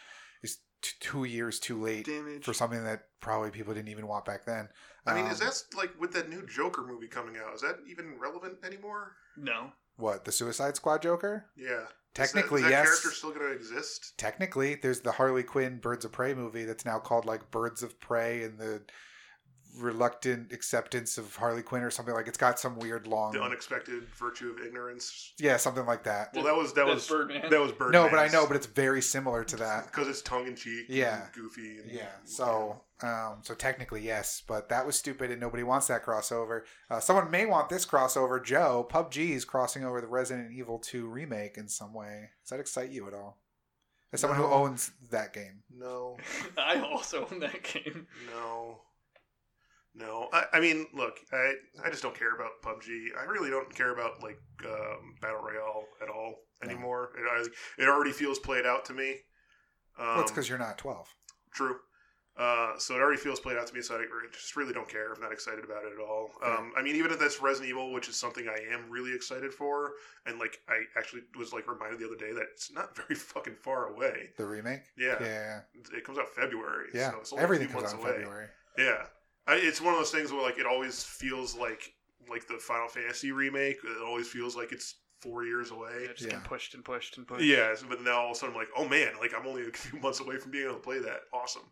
Speaker 1: is t- two years too late
Speaker 3: damage.
Speaker 1: for something that probably people didn't even want back then.
Speaker 2: I mean,
Speaker 1: Um,
Speaker 2: is that like with that new Joker movie coming out? Is that even relevant anymore?
Speaker 3: No,
Speaker 1: what the Suicide Squad Joker?
Speaker 2: Yeah,
Speaker 1: Technically,
Speaker 2: is that, is that
Speaker 1: yes.
Speaker 2: character still going to exist?
Speaker 1: Technically, there's the Harley Quinn Birds of Prey movie that's now called like Birds of Prey and the reluctant acceptance of Harley Quinn or something like it's got some weird long
Speaker 2: The unexpected virtue of ignorance.
Speaker 1: yeah something like that.
Speaker 2: Well, that was that was
Speaker 3: That's Birdman. [LAUGHS]
Speaker 2: that was Birdman.
Speaker 1: no, but I know, but it's very similar to that.
Speaker 2: because it's tongue in cheek.
Speaker 1: Yeah.
Speaker 2: and goofy. And,
Speaker 1: Yeah. So, um, so technically yes, but that was stupid, and nobody wants that crossover. Uh, someone may want this crossover. Joe, PUBG is crossing over the Resident Evil 2 remake in some way. Does that excite you at all? As someone who
Speaker 2: No.
Speaker 1: owns that game,
Speaker 2: no,
Speaker 3: I also own that game.
Speaker 2: no, no. I, I mean, look, I I just don't care about PUBG. I really don't care about like um, battle royale at all
Speaker 1: No.
Speaker 2: anymore. It I, it already feels played out to me. Um,
Speaker 1: well, it's because you're not 12.
Speaker 2: True. Uh, so it already feels played out to me, so I just really don't care. I'm not excited about it at all. Um, I mean, even if that's Resident Evil, which is something I am really excited for, and like I actually was like reminded the other day that it's not [LAUGHS] very fucking far away.
Speaker 1: The remake.
Speaker 2: Yeah,
Speaker 1: Yeah.
Speaker 2: it comes out February.
Speaker 1: Yeah.
Speaker 2: so it's only
Speaker 1: Everything
Speaker 2: a few
Speaker 1: comes
Speaker 2: months
Speaker 1: out in
Speaker 2: away.
Speaker 1: February.
Speaker 2: Yeah, I, it's one of those things where like it always feels like like the Final Fantasy remake. It always feels like it's four years away.
Speaker 3: I just get
Speaker 1: Yeah.
Speaker 3: pushed and pushed and pushed.
Speaker 2: Yeah, so- but now all of a sudden I'm like, oh man, like I'm only a [LAUGHS] few months away from being able to play that. Awesome.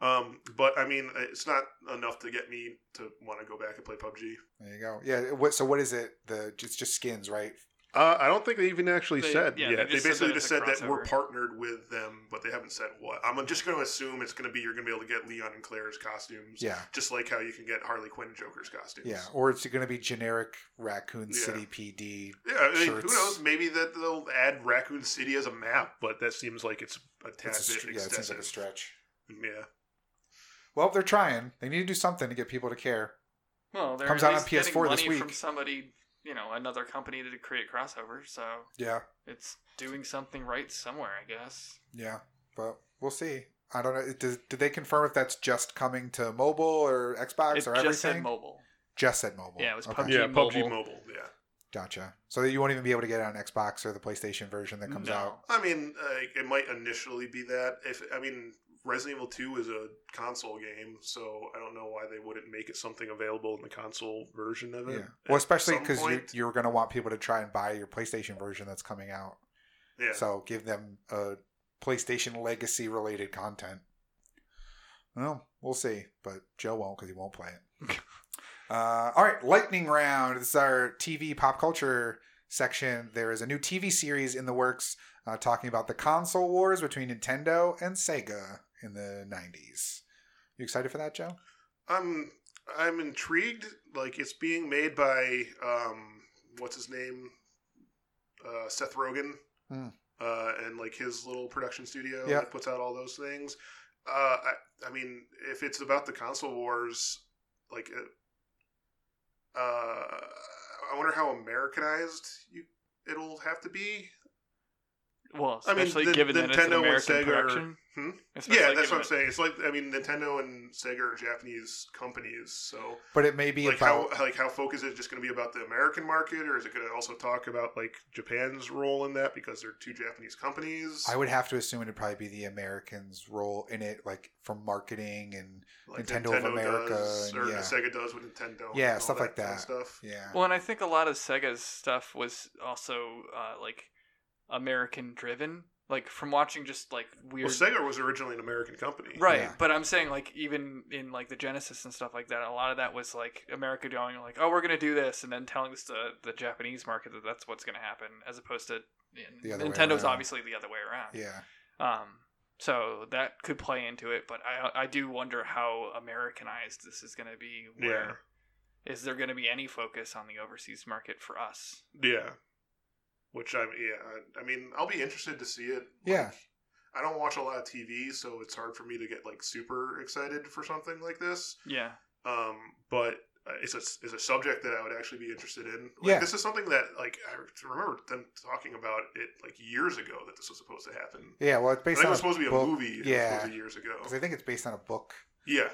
Speaker 2: Um, but I mean, it's not enough to get me to want to go back and play PUBG.
Speaker 1: There you go. Yeah. What? So what is it? The it's just skins, right?
Speaker 2: Uh, I don't think they even actually
Speaker 3: They-
Speaker 2: said.
Speaker 3: yeah,
Speaker 2: Yeah,
Speaker 3: they
Speaker 2: they,
Speaker 3: just said
Speaker 2: basically
Speaker 3: that
Speaker 2: just
Speaker 3: it's a
Speaker 2: said that we're
Speaker 3: crossover.
Speaker 2: partnered with them, but they haven't said what. I'm just going to assume it's going to be you're going to be able to get Leon and Claire's costumes,
Speaker 1: Yeah.
Speaker 2: just like how you can get Harley Quinn and Joker's costumes.
Speaker 1: Yeah. Or it's going to be generic Raccoon
Speaker 2: Yeah.
Speaker 1: City PD.
Speaker 2: Yeah, I mean, who
Speaker 1: Shirts.
Speaker 2: knows? Maybe that they'll add Raccoon City as a map, but that seems like it's a tad
Speaker 1: It's a
Speaker 2: bit
Speaker 1: str- yeah. It seems
Speaker 2: excessive.
Speaker 1: like a stretch.
Speaker 2: yeah.
Speaker 1: Well, they're trying. They need to do something to get people to care.
Speaker 3: Well, they're
Speaker 1: Comes
Speaker 3: at
Speaker 1: out on
Speaker 3: least getting
Speaker 1: PS4 this
Speaker 3: money
Speaker 1: week.
Speaker 3: from somebody, you know, another company to create crossovers. So
Speaker 1: Yeah.
Speaker 3: it's doing something right somewhere, I guess.
Speaker 1: Yeah. But we'll see. I don't know. It- Does, did they confirm if that's just coming to mobile or Xbox
Speaker 3: It
Speaker 1: or
Speaker 3: just
Speaker 1: everything?
Speaker 3: said mobile.
Speaker 1: Just said mobile.
Speaker 3: Yeah, it was
Speaker 1: Okay.
Speaker 3: PUBG.
Speaker 2: yeah, PUBG
Speaker 3: Mobile.
Speaker 2: Mobile. Yeah,
Speaker 1: Gotcha. So you won't even be able to get it on Xbox or the PlayStation version that comes
Speaker 3: No.
Speaker 1: out.
Speaker 2: I mean, uh, it might initially be that. If I mean, Resident Evil Two is a console game, so I don't know why they wouldn't make it something available in the console version of it.
Speaker 1: Yeah. Well, especially
Speaker 2: some
Speaker 1: because you,
Speaker 2: point-
Speaker 1: you're going to want people to try and buy your PlayStation version that's coming out.
Speaker 2: Yeah,
Speaker 1: So give them a PlayStation legacy related content. Well, we'll see. But Joe won't because he won't play it.
Speaker 2: [LAUGHS]
Speaker 1: uh, all right, lightning round. This is our TV pop culture section. There is a new TV series in the works uh, talking about the console wars between Nintendo and Sega in the 90s. You excited for that, Joe?
Speaker 2: I'm I'm intrigued. Like it's being made by um, what's his name, uh, Seth Rogen,
Speaker 1: Hmm.
Speaker 2: uh, and like his little production studio
Speaker 1: Yeah.
Speaker 2: that puts out all those things. Uh, I, I mean, if it's about the console wars, like, uh, uh, I wonder how Americanized you it'll have to be.
Speaker 3: Well,
Speaker 2: I mean,
Speaker 3: especially
Speaker 2: the-
Speaker 3: given that it's an
Speaker 2: Nintendo and
Speaker 3: American
Speaker 2: Sega are-
Speaker 3: production.
Speaker 2: Hmm?
Speaker 3: Especially
Speaker 2: yeah, that's
Speaker 3: given
Speaker 2: what I'm saying. It's like I mean, Nintendo and Sega are Japanese companies, so
Speaker 1: But it may be
Speaker 2: like
Speaker 1: about.
Speaker 2: how like how focused is it just going to be about the American market, or is it going to also talk about like Japan's role in that because they're two Japanese companies?
Speaker 1: I would have to assume it'd probably be the Americans' role in it, like from marketing and
Speaker 2: like
Speaker 1: Nintendo of America
Speaker 2: does,
Speaker 1: and-
Speaker 2: or
Speaker 1: yeah.
Speaker 2: Sega does with Nintendo,
Speaker 1: Yeah,
Speaker 2: and all
Speaker 1: stuff like
Speaker 2: kind of
Speaker 1: that.
Speaker 2: stuff.
Speaker 1: yeah.
Speaker 3: Well, and I think a lot of Sega's stuff was also uh, like American driven. Like from watching just like weird
Speaker 2: Well, Sega was originally an American company,
Speaker 3: Right,
Speaker 1: Yeah.
Speaker 3: but I'm saying like even in like the Genesis and stuff like that, a lot of that was like America going like, "Oh, we're gonna do this," and then telling this to the Japanese market that that's what's gonna happen, as opposed to
Speaker 1: The other way
Speaker 3: Nintendo's
Speaker 1: around.
Speaker 3: obviously the other way around.
Speaker 1: Yeah.
Speaker 3: Um, so that could play into it, but I I do wonder how Americanized this is gonna be.
Speaker 2: Yeah.
Speaker 3: Where is there gonna be any focus on the overseas market for us?
Speaker 2: Yeah, which I yeah I, I mean I'll be interested to see it.
Speaker 1: Yeah.
Speaker 2: Like, I don't watch a lot of TV, so it's hard for me to get like super excited for something like this.
Speaker 3: Yeah,
Speaker 2: um, but uh, it's a it's a subject that I would actually be interested in. Like,
Speaker 1: Yeah.
Speaker 2: this is something that like I remember them talking about it like years ago that this was supposed to happen.
Speaker 1: Yeah. Well, it's
Speaker 2: I
Speaker 1: based
Speaker 2: think it
Speaker 1: on.
Speaker 2: was supposed to be a
Speaker 1: book.
Speaker 2: movie. It was
Speaker 1: Yeah.
Speaker 2: supposed to be years ago.
Speaker 1: 'cause I think it's based on a book.
Speaker 2: Yeah,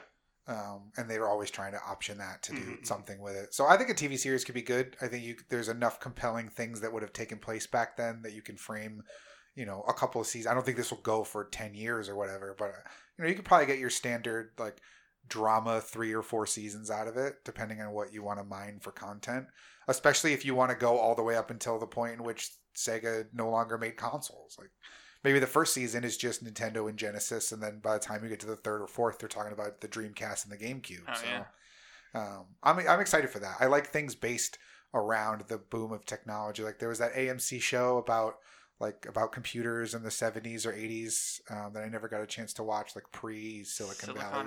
Speaker 1: um, and they were always trying to option that to do
Speaker 2: Mhm.
Speaker 1: something with it. So I think a TV series could be good. I think you, there's enough compelling things that would have taken place back then that you can frame, you know, a couple of seasons. I don't think this will go for ten years or whatever, but uh, you know, you could probably get your standard like drama three or four seasons out of it, depending on what you want to mine for content. Especially if you want to go all the way up until the point in which Sega no longer made consoles, like maybe the first season is just Nintendo and Genesis, and then by the time you get to the third or fourth, they're talking about the Dreamcast and the GameCube.
Speaker 3: Oh,
Speaker 1: so
Speaker 3: yeah.
Speaker 1: um, I'm I'm excited for that. I like things based around the boom of technology. Like there was that AMC show about like about computers in the 70s or 80s um, that I never got a chance to watch, like pre Silicon Valley.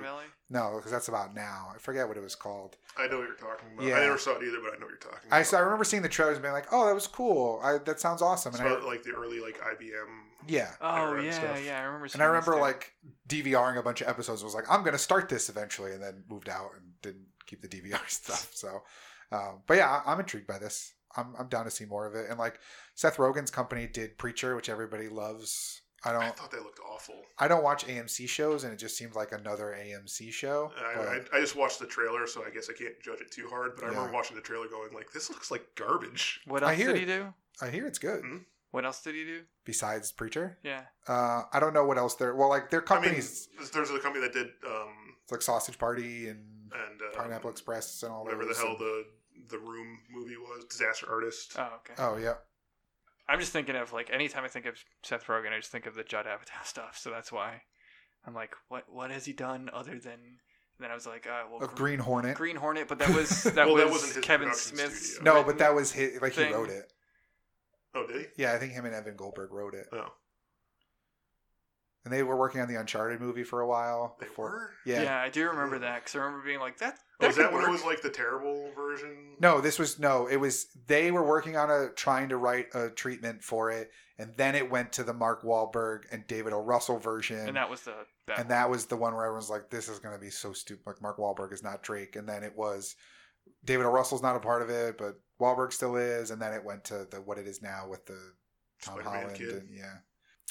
Speaker 1: No, because that's about now. I forget what it was called.
Speaker 2: I know what you're talking about.
Speaker 1: Yeah.
Speaker 2: I never saw it either, but I know what you're talking.
Speaker 1: I
Speaker 2: about.
Speaker 1: so I remember seeing the trailers and being like, "Oh, that was cool. I, that sounds awesome."
Speaker 2: It's
Speaker 1: And I,
Speaker 2: about, like the early like IBM.
Speaker 1: yeah,
Speaker 3: Oh
Speaker 2: Era and
Speaker 3: yeah,
Speaker 2: stuff.
Speaker 3: yeah, I remember. seeing
Speaker 1: And I
Speaker 3: this
Speaker 1: remember
Speaker 3: too.
Speaker 1: like DVRing a bunch of episodes. Was like, I'm gonna start this eventually, and then moved out and didn't keep the DVR [LAUGHS] stuff. So, um, but yeah, I- I'm intrigued by this. I'm I'm down to see more of it. And like Seth Rogen's company did Preacher, which everybody loves. I
Speaker 2: I
Speaker 1: don't
Speaker 2: thought they looked awful.
Speaker 1: I don't watch AMC shows, and it just seems like another AMC show. but-
Speaker 2: I, I, I just watched the trailer, so I guess I can't judge it too hard. But I
Speaker 1: Yeah.
Speaker 2: remember watching the trailer, going like, "This looks like garbage."
Speaker 3: what
Speaker 1: I
Speaker 3: else
Speaker 1: hear
Speaker 3: did
Speaker 1: it.
Speaker 3: he do?
Speaker 1: I hear it's good.
Speaker 2: Mhm.
Speaker 3: What else did he do?
Speaker 1: Besides Preacher,
Speaker 3: Yeah.
Speaker 1: uh, I don't know what else there. Well, like their
Speaker 2: I mean,
Speaker 1: companies,
Speaker 2: there's a company that did um,
Speaker 1: it's like Sausage Party and
Speaker 2: and um,
Speaker 1: Pineapple Express and all
Speaker 2: whatever the
Speaker 1: those,
Speaker 2: hell
Speaker 1: and-
Speaker 2: the the room movie was disaster artist
Speaker 3: Oh okay.
Speaker 1: Oh yeah,
Speaker 3: I'm just thinking of like anytime I think of Seth Rogen, I just think of the Judd Apatow stuff. So that's why I'm like, what what has he done other than? And then I was like, uh, well,
Speaker 1: of
Speaker 3: Gr-
Speaker 1: Green Hornet.
Speaker 3: Green Hornet,
Speaker 1: [LAUGHS]
Speaker 3: but that was that
Speaker 2: Well, that
Speaker 3: was
Speaker 2: wasn't his
Speaker 3: Kevin
Speaker 2: production
Speaker 3: Smith's.
Speaker 2: studio.
Speaker 1: no,
Speaker 3: written-
Speaker 1: but that was his. Like
Speaker 3: thing.
Speaker 1: he wrote it.
Speaker 2: oh did he
Speaker 1: Yeah, I think him and Evan Goldberg wrote it,
Speaker 2: oh
Speaker 1: and they were working on the Uncharted movie for a while.
Speaker 2: they
Speaker 1: before-
Speaker 2: were
Speaker 1: Yeah.
Speaker 3: yeah, I do remember that because I remember being like that.
Speaker 2: oh,
Speaker 3: that
Speaker 2: is that
Speaker 3: could
Speaker 2: when it
Speaker 3: work.
Speaker 2: was like the terrible version
Speaker 1: No, this was no. It was they were working on a trying to write a treatment for it, and then it went to the Mark Wahlberg and David O. Russell version,
Speaker 3: And that was the that.
Speaker 1: and that was the one where everyone's like, "This is going to be so stupid." Like Mark Wahlberg is not Drake, and then it was David O. Russell's not a part of it, but Wahlberg still is, and then it went to the what it is now with the Tom
Speaker 2: Spider-Man
Speaker 1: Holland.
Speaker 2: kid.
Speaker 1: And, yeah.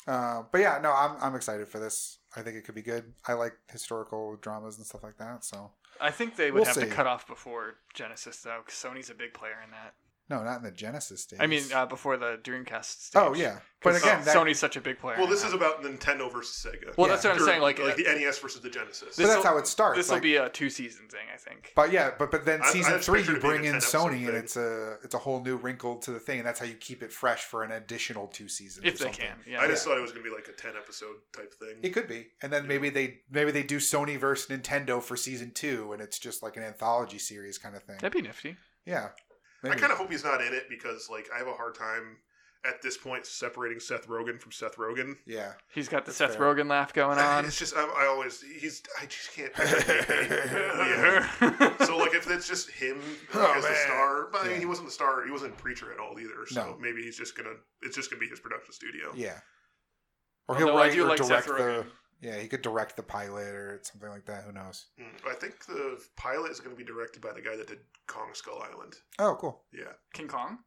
Speaker 1: Uh, but yeah, no, I'm I'm excited for this. I think it could be good. I like historical dramas and stuff like that. So
Speaker 3: I think they would
Speaker 1: We'll
Speaker 3: have to
Speaker 1: see.
Speaker 3: cut off before Genesis though, because Sony's a big player in that.
Speaker 1: No, not in the Genesis days.
Speaker 3: I mean, uh, before the Dreamcast. Stage.
Speaker 1: oh yeah, but again, that,
Speaker 3: Sony's such a big player.
Speaker 2: Well, this is about Nintendo versus Sega.
Speaker 3: Well,
Speaker 1: yeah.
Speaker 3: that's what I'm
Speaker 2: Or,
Speaker 3: saying. Like,
Speaker 2: the NES versus the Genesis.
Speaker 1: but that's
Speaker 3: this'll-
Speaker 1: how it starts.
Speaker 3: this will
Speaker 1: like-
Speaker 3: be a two season thing, I think.
Speaker 1: But yeah, but but then
Speaker 2: I- I
Speaker 1: season
Speaker 2: just
Speaker 1: three,
Speaker 2: pictured
Speaker 1: you
Speaker 2: it being
Speaker 1: bring
Speaker 2: a
Speaker 1: in
Speaker 2: 10 episode
Speaker 1: Sony, and
Speaker 2: thing.
Speaker 1: it's a it's a whole new wrinkle to the thing, and that's how you keep it fresh for an additional two seasons. or
Speaker 3: if they
Speaker 1: something.
Speaker 3: can, yeah.
Speaker 2: I just thought it was going to be like a ten episode type thing.
Speaker 1: it could be, and then maybe they maybe they do Sony versus Nintendo for season two, and it's just like an anthology series kind of thing.
Speaker 3: That'd be nifty.
Speaker 1: Yeah,
Speaker 2: I
Speaker 1: Maybe.
Speaker 2: kind of hope he's not in it because like I have a hard time at this point separating Seth Rogen from Seth Rogen.
Speaker 1: yeah.
Speaker 3: He's got the
Speaker 1: That's
Speaker 3: Seth
Speaker 1: fair.
Speaker 3: Rogen laugh
Speaker 2: [LAUGHS]
Speaker 3: going on.
Speaker 2: It's just I, I always he's I just
Speaker 1: [LAUGHS]
Speaker 2: can't.
Speaker 3: [LAUGHS]
Speaker 2: Yeah. So like if it's just him
Speaker 1: [LAUGHS] Oh,
Speaker 2: as the
Speaker 1: man.
Speaker 2: star, but I mean,
Speaker 1: Yeah.
Speaker 2: he wasn't the star. He wasn't preacher at all either. So
Speaker 1: No.
Speaker 2: maybe he's just gonna it's just gonna be his production studio.
Speaker 1: Yeah. Or
Speaker 3: Although
Speaker 1: he'll
Speaker 3: I
Speaker 1: write
Speaker 3: do
Speaker 1: or
Speaker 3: like Seth
Speaker 1: direct the.
Speaker 3: Rogen.
Speaker 1: Yeah, he could direct the pilot or something like that. Who knows?
Speaker 2: Mm, I think the pilot is gonna be directed by the guy that did Kong Skull Island.
Speaker 1: Oh, cool.
Speaker 2: Yeah.
Speaker 3: King Kong.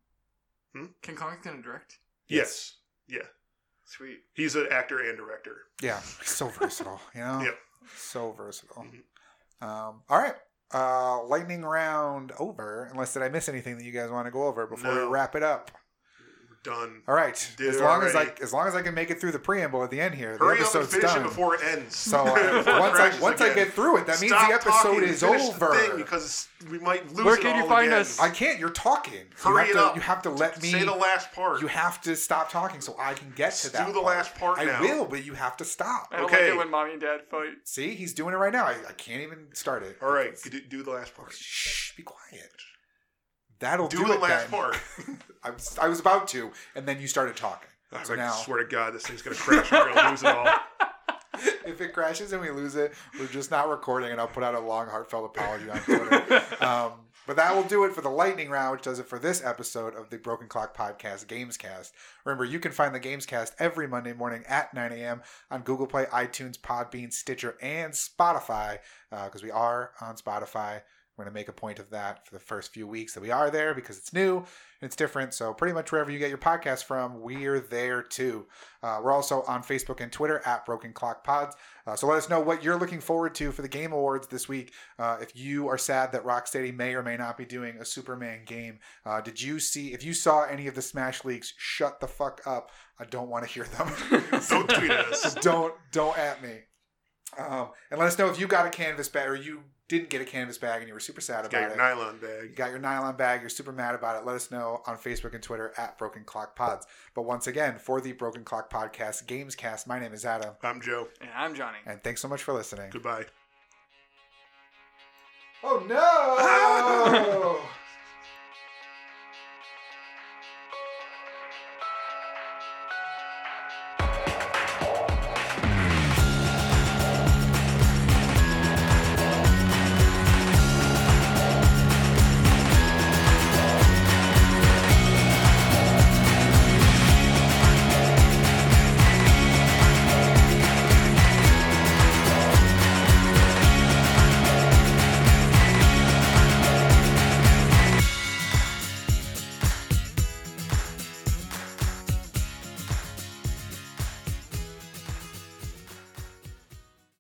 Speaker 2: Hmm?
Speaker 3: King Kong's gonna direct.
Speaker 2: Yes.
Speaker 3: Sweet.
Speaker 2: He's an actor and director.
Speaker 1: Yeah, he's so versatile. You know.
Speaker 2: Yep.
Speaker 1: So versatile.
Speaker 2: Mhm.
Speaker 1: Um, all right. Uh, lightning round over. Unless did I miss anything that you guys want to go over before
Speaker 2: No.
Speaker 1: we wrap it up?
Speaker 2: Done.
Speaker 1: All right.
Speaker 2: Did
Speaker 1: as
Speaker 2: it
Speaker 1: long as I
Speaker 2: already.
Speaker 1: as long as I can make it through the preamble at the end here, the
Speaker 2: Hurry up and
Speaker 1: episode's
Speaker 2: finish
Speaker 1: done.
Speaker 2: it before it ends. [LAUGHS]
Speaker 1: so uh,
Speaker 2: Before it
Speaker 1: once I
Speaker 2: crashes
Speaker 1: once I
Speaker 2: again.
Speaker 1: get through it, that means
Speaker 2: Stop
Speaker 1: the episode
Speaker 2: talking,
Speaker 1: is
Speaker 2: finish the
Speaker 1: over.
Speaker 2: thing, because we might lose
Speaker 3: Where
Speaker 2: it
Speaker 3: can you
Speaker 2: all
Speaker 3: find
Speaker 2: again.
Speaker 3: us?
Speaker 1: I can't. You're talking.
Speaker 2: Hurry
Speaker 1: you
Speaker 2: it
Speaker 1: have to,
Speaker 2: up.
Speaker 1: You have to let me
Speaker 2: Say the last part.
Speaker 1: You have to stop talking so I can get to
Speaker 2: Do
Speaker 1: that.
Speaker 2: the last part
Speaker 1: I
Speaker 2: now.
Speaker 1: will, but you have to stop.
Speaker 3: I don't
Speaker 2: Okay.
Speaker 3: like it when mommy and dad fight.
Speaker 1: See, he's doing it right now. I, I can't even start it.
Speaker 2: all right, do, do the last part.
Speaker 1: Shh, be quiet. That'll
Speaker 2: Do,
Speaker 1: do,
Speaker 2: the
Speaker 1: it
Speaker 2: last
Speaker 1: then.
Speaker 2: part.
Speaker 1: I was, I was about to, and then you started talking.
Speaker 2: I
Speaker 1: So now,
Speaker 2: swear to God, this thing's gonna crash. We're gonna lose it all.
Speaker 1: [LAUGHS] if it crashes and we lose it, we're just not recording, and I'll put out a long, heartfelt apology on
Speaker 2: [LAUGHS]
Speaker 1: Twitter. um, but that will do it for the lightning round, which does it for this episode of the Broken Clock Podcast Gamescast. Remember, you can find the Gamescast every Monday morning at 9 a.m. on Google Play, iTunes, Podbean, Stitcher, and Spotify, because we are on Spotify. We're going to make a point of that for the first few weeks that we are there because it's new and it's different. So, pretty much wherever you get your podcast from, we're there too. Uh, we're also on Facebook and Twitter at Broken Clock Pods. Uh, so let us know what you're looking forward to for the Game Awards this week. Uh, if you are sad that Rocksteady may or may not be doing a Superman game, uh, did you see? If you saw any of the Smash leaks, shut the fuck up. I don't want to hear them. [LAUGHS]
Speaker 2: Don't
Speaker 3: [LAUGHS]
Speaker 2: tweet at us.
Speaker 1: Just don't don't at me. Um, and let us know if you got a canvas bag or you didn't get a canvas bag and you were super sad
Speaker 2: Got
Speaker 1: about
Speaker 2: your
Speaker 1: it
Speaker 2: nylon
Speaker 1: you
Speaker 2: bag.
Speaker 1: got your nylon bag, you're super mad about it, let us know on Facebook and Twitter at Broken Clock Pods. But once again, for the Broken Clock Podcast Gamescast, my name is Adam,
Speaker 2: I'm Joe.
Speaker 3: And I'm Johnny.
Speaker 1: and thanks so much for listening.
Speaker 2: Goodbye. [LAUGHS]
Speaker 1: Oh no!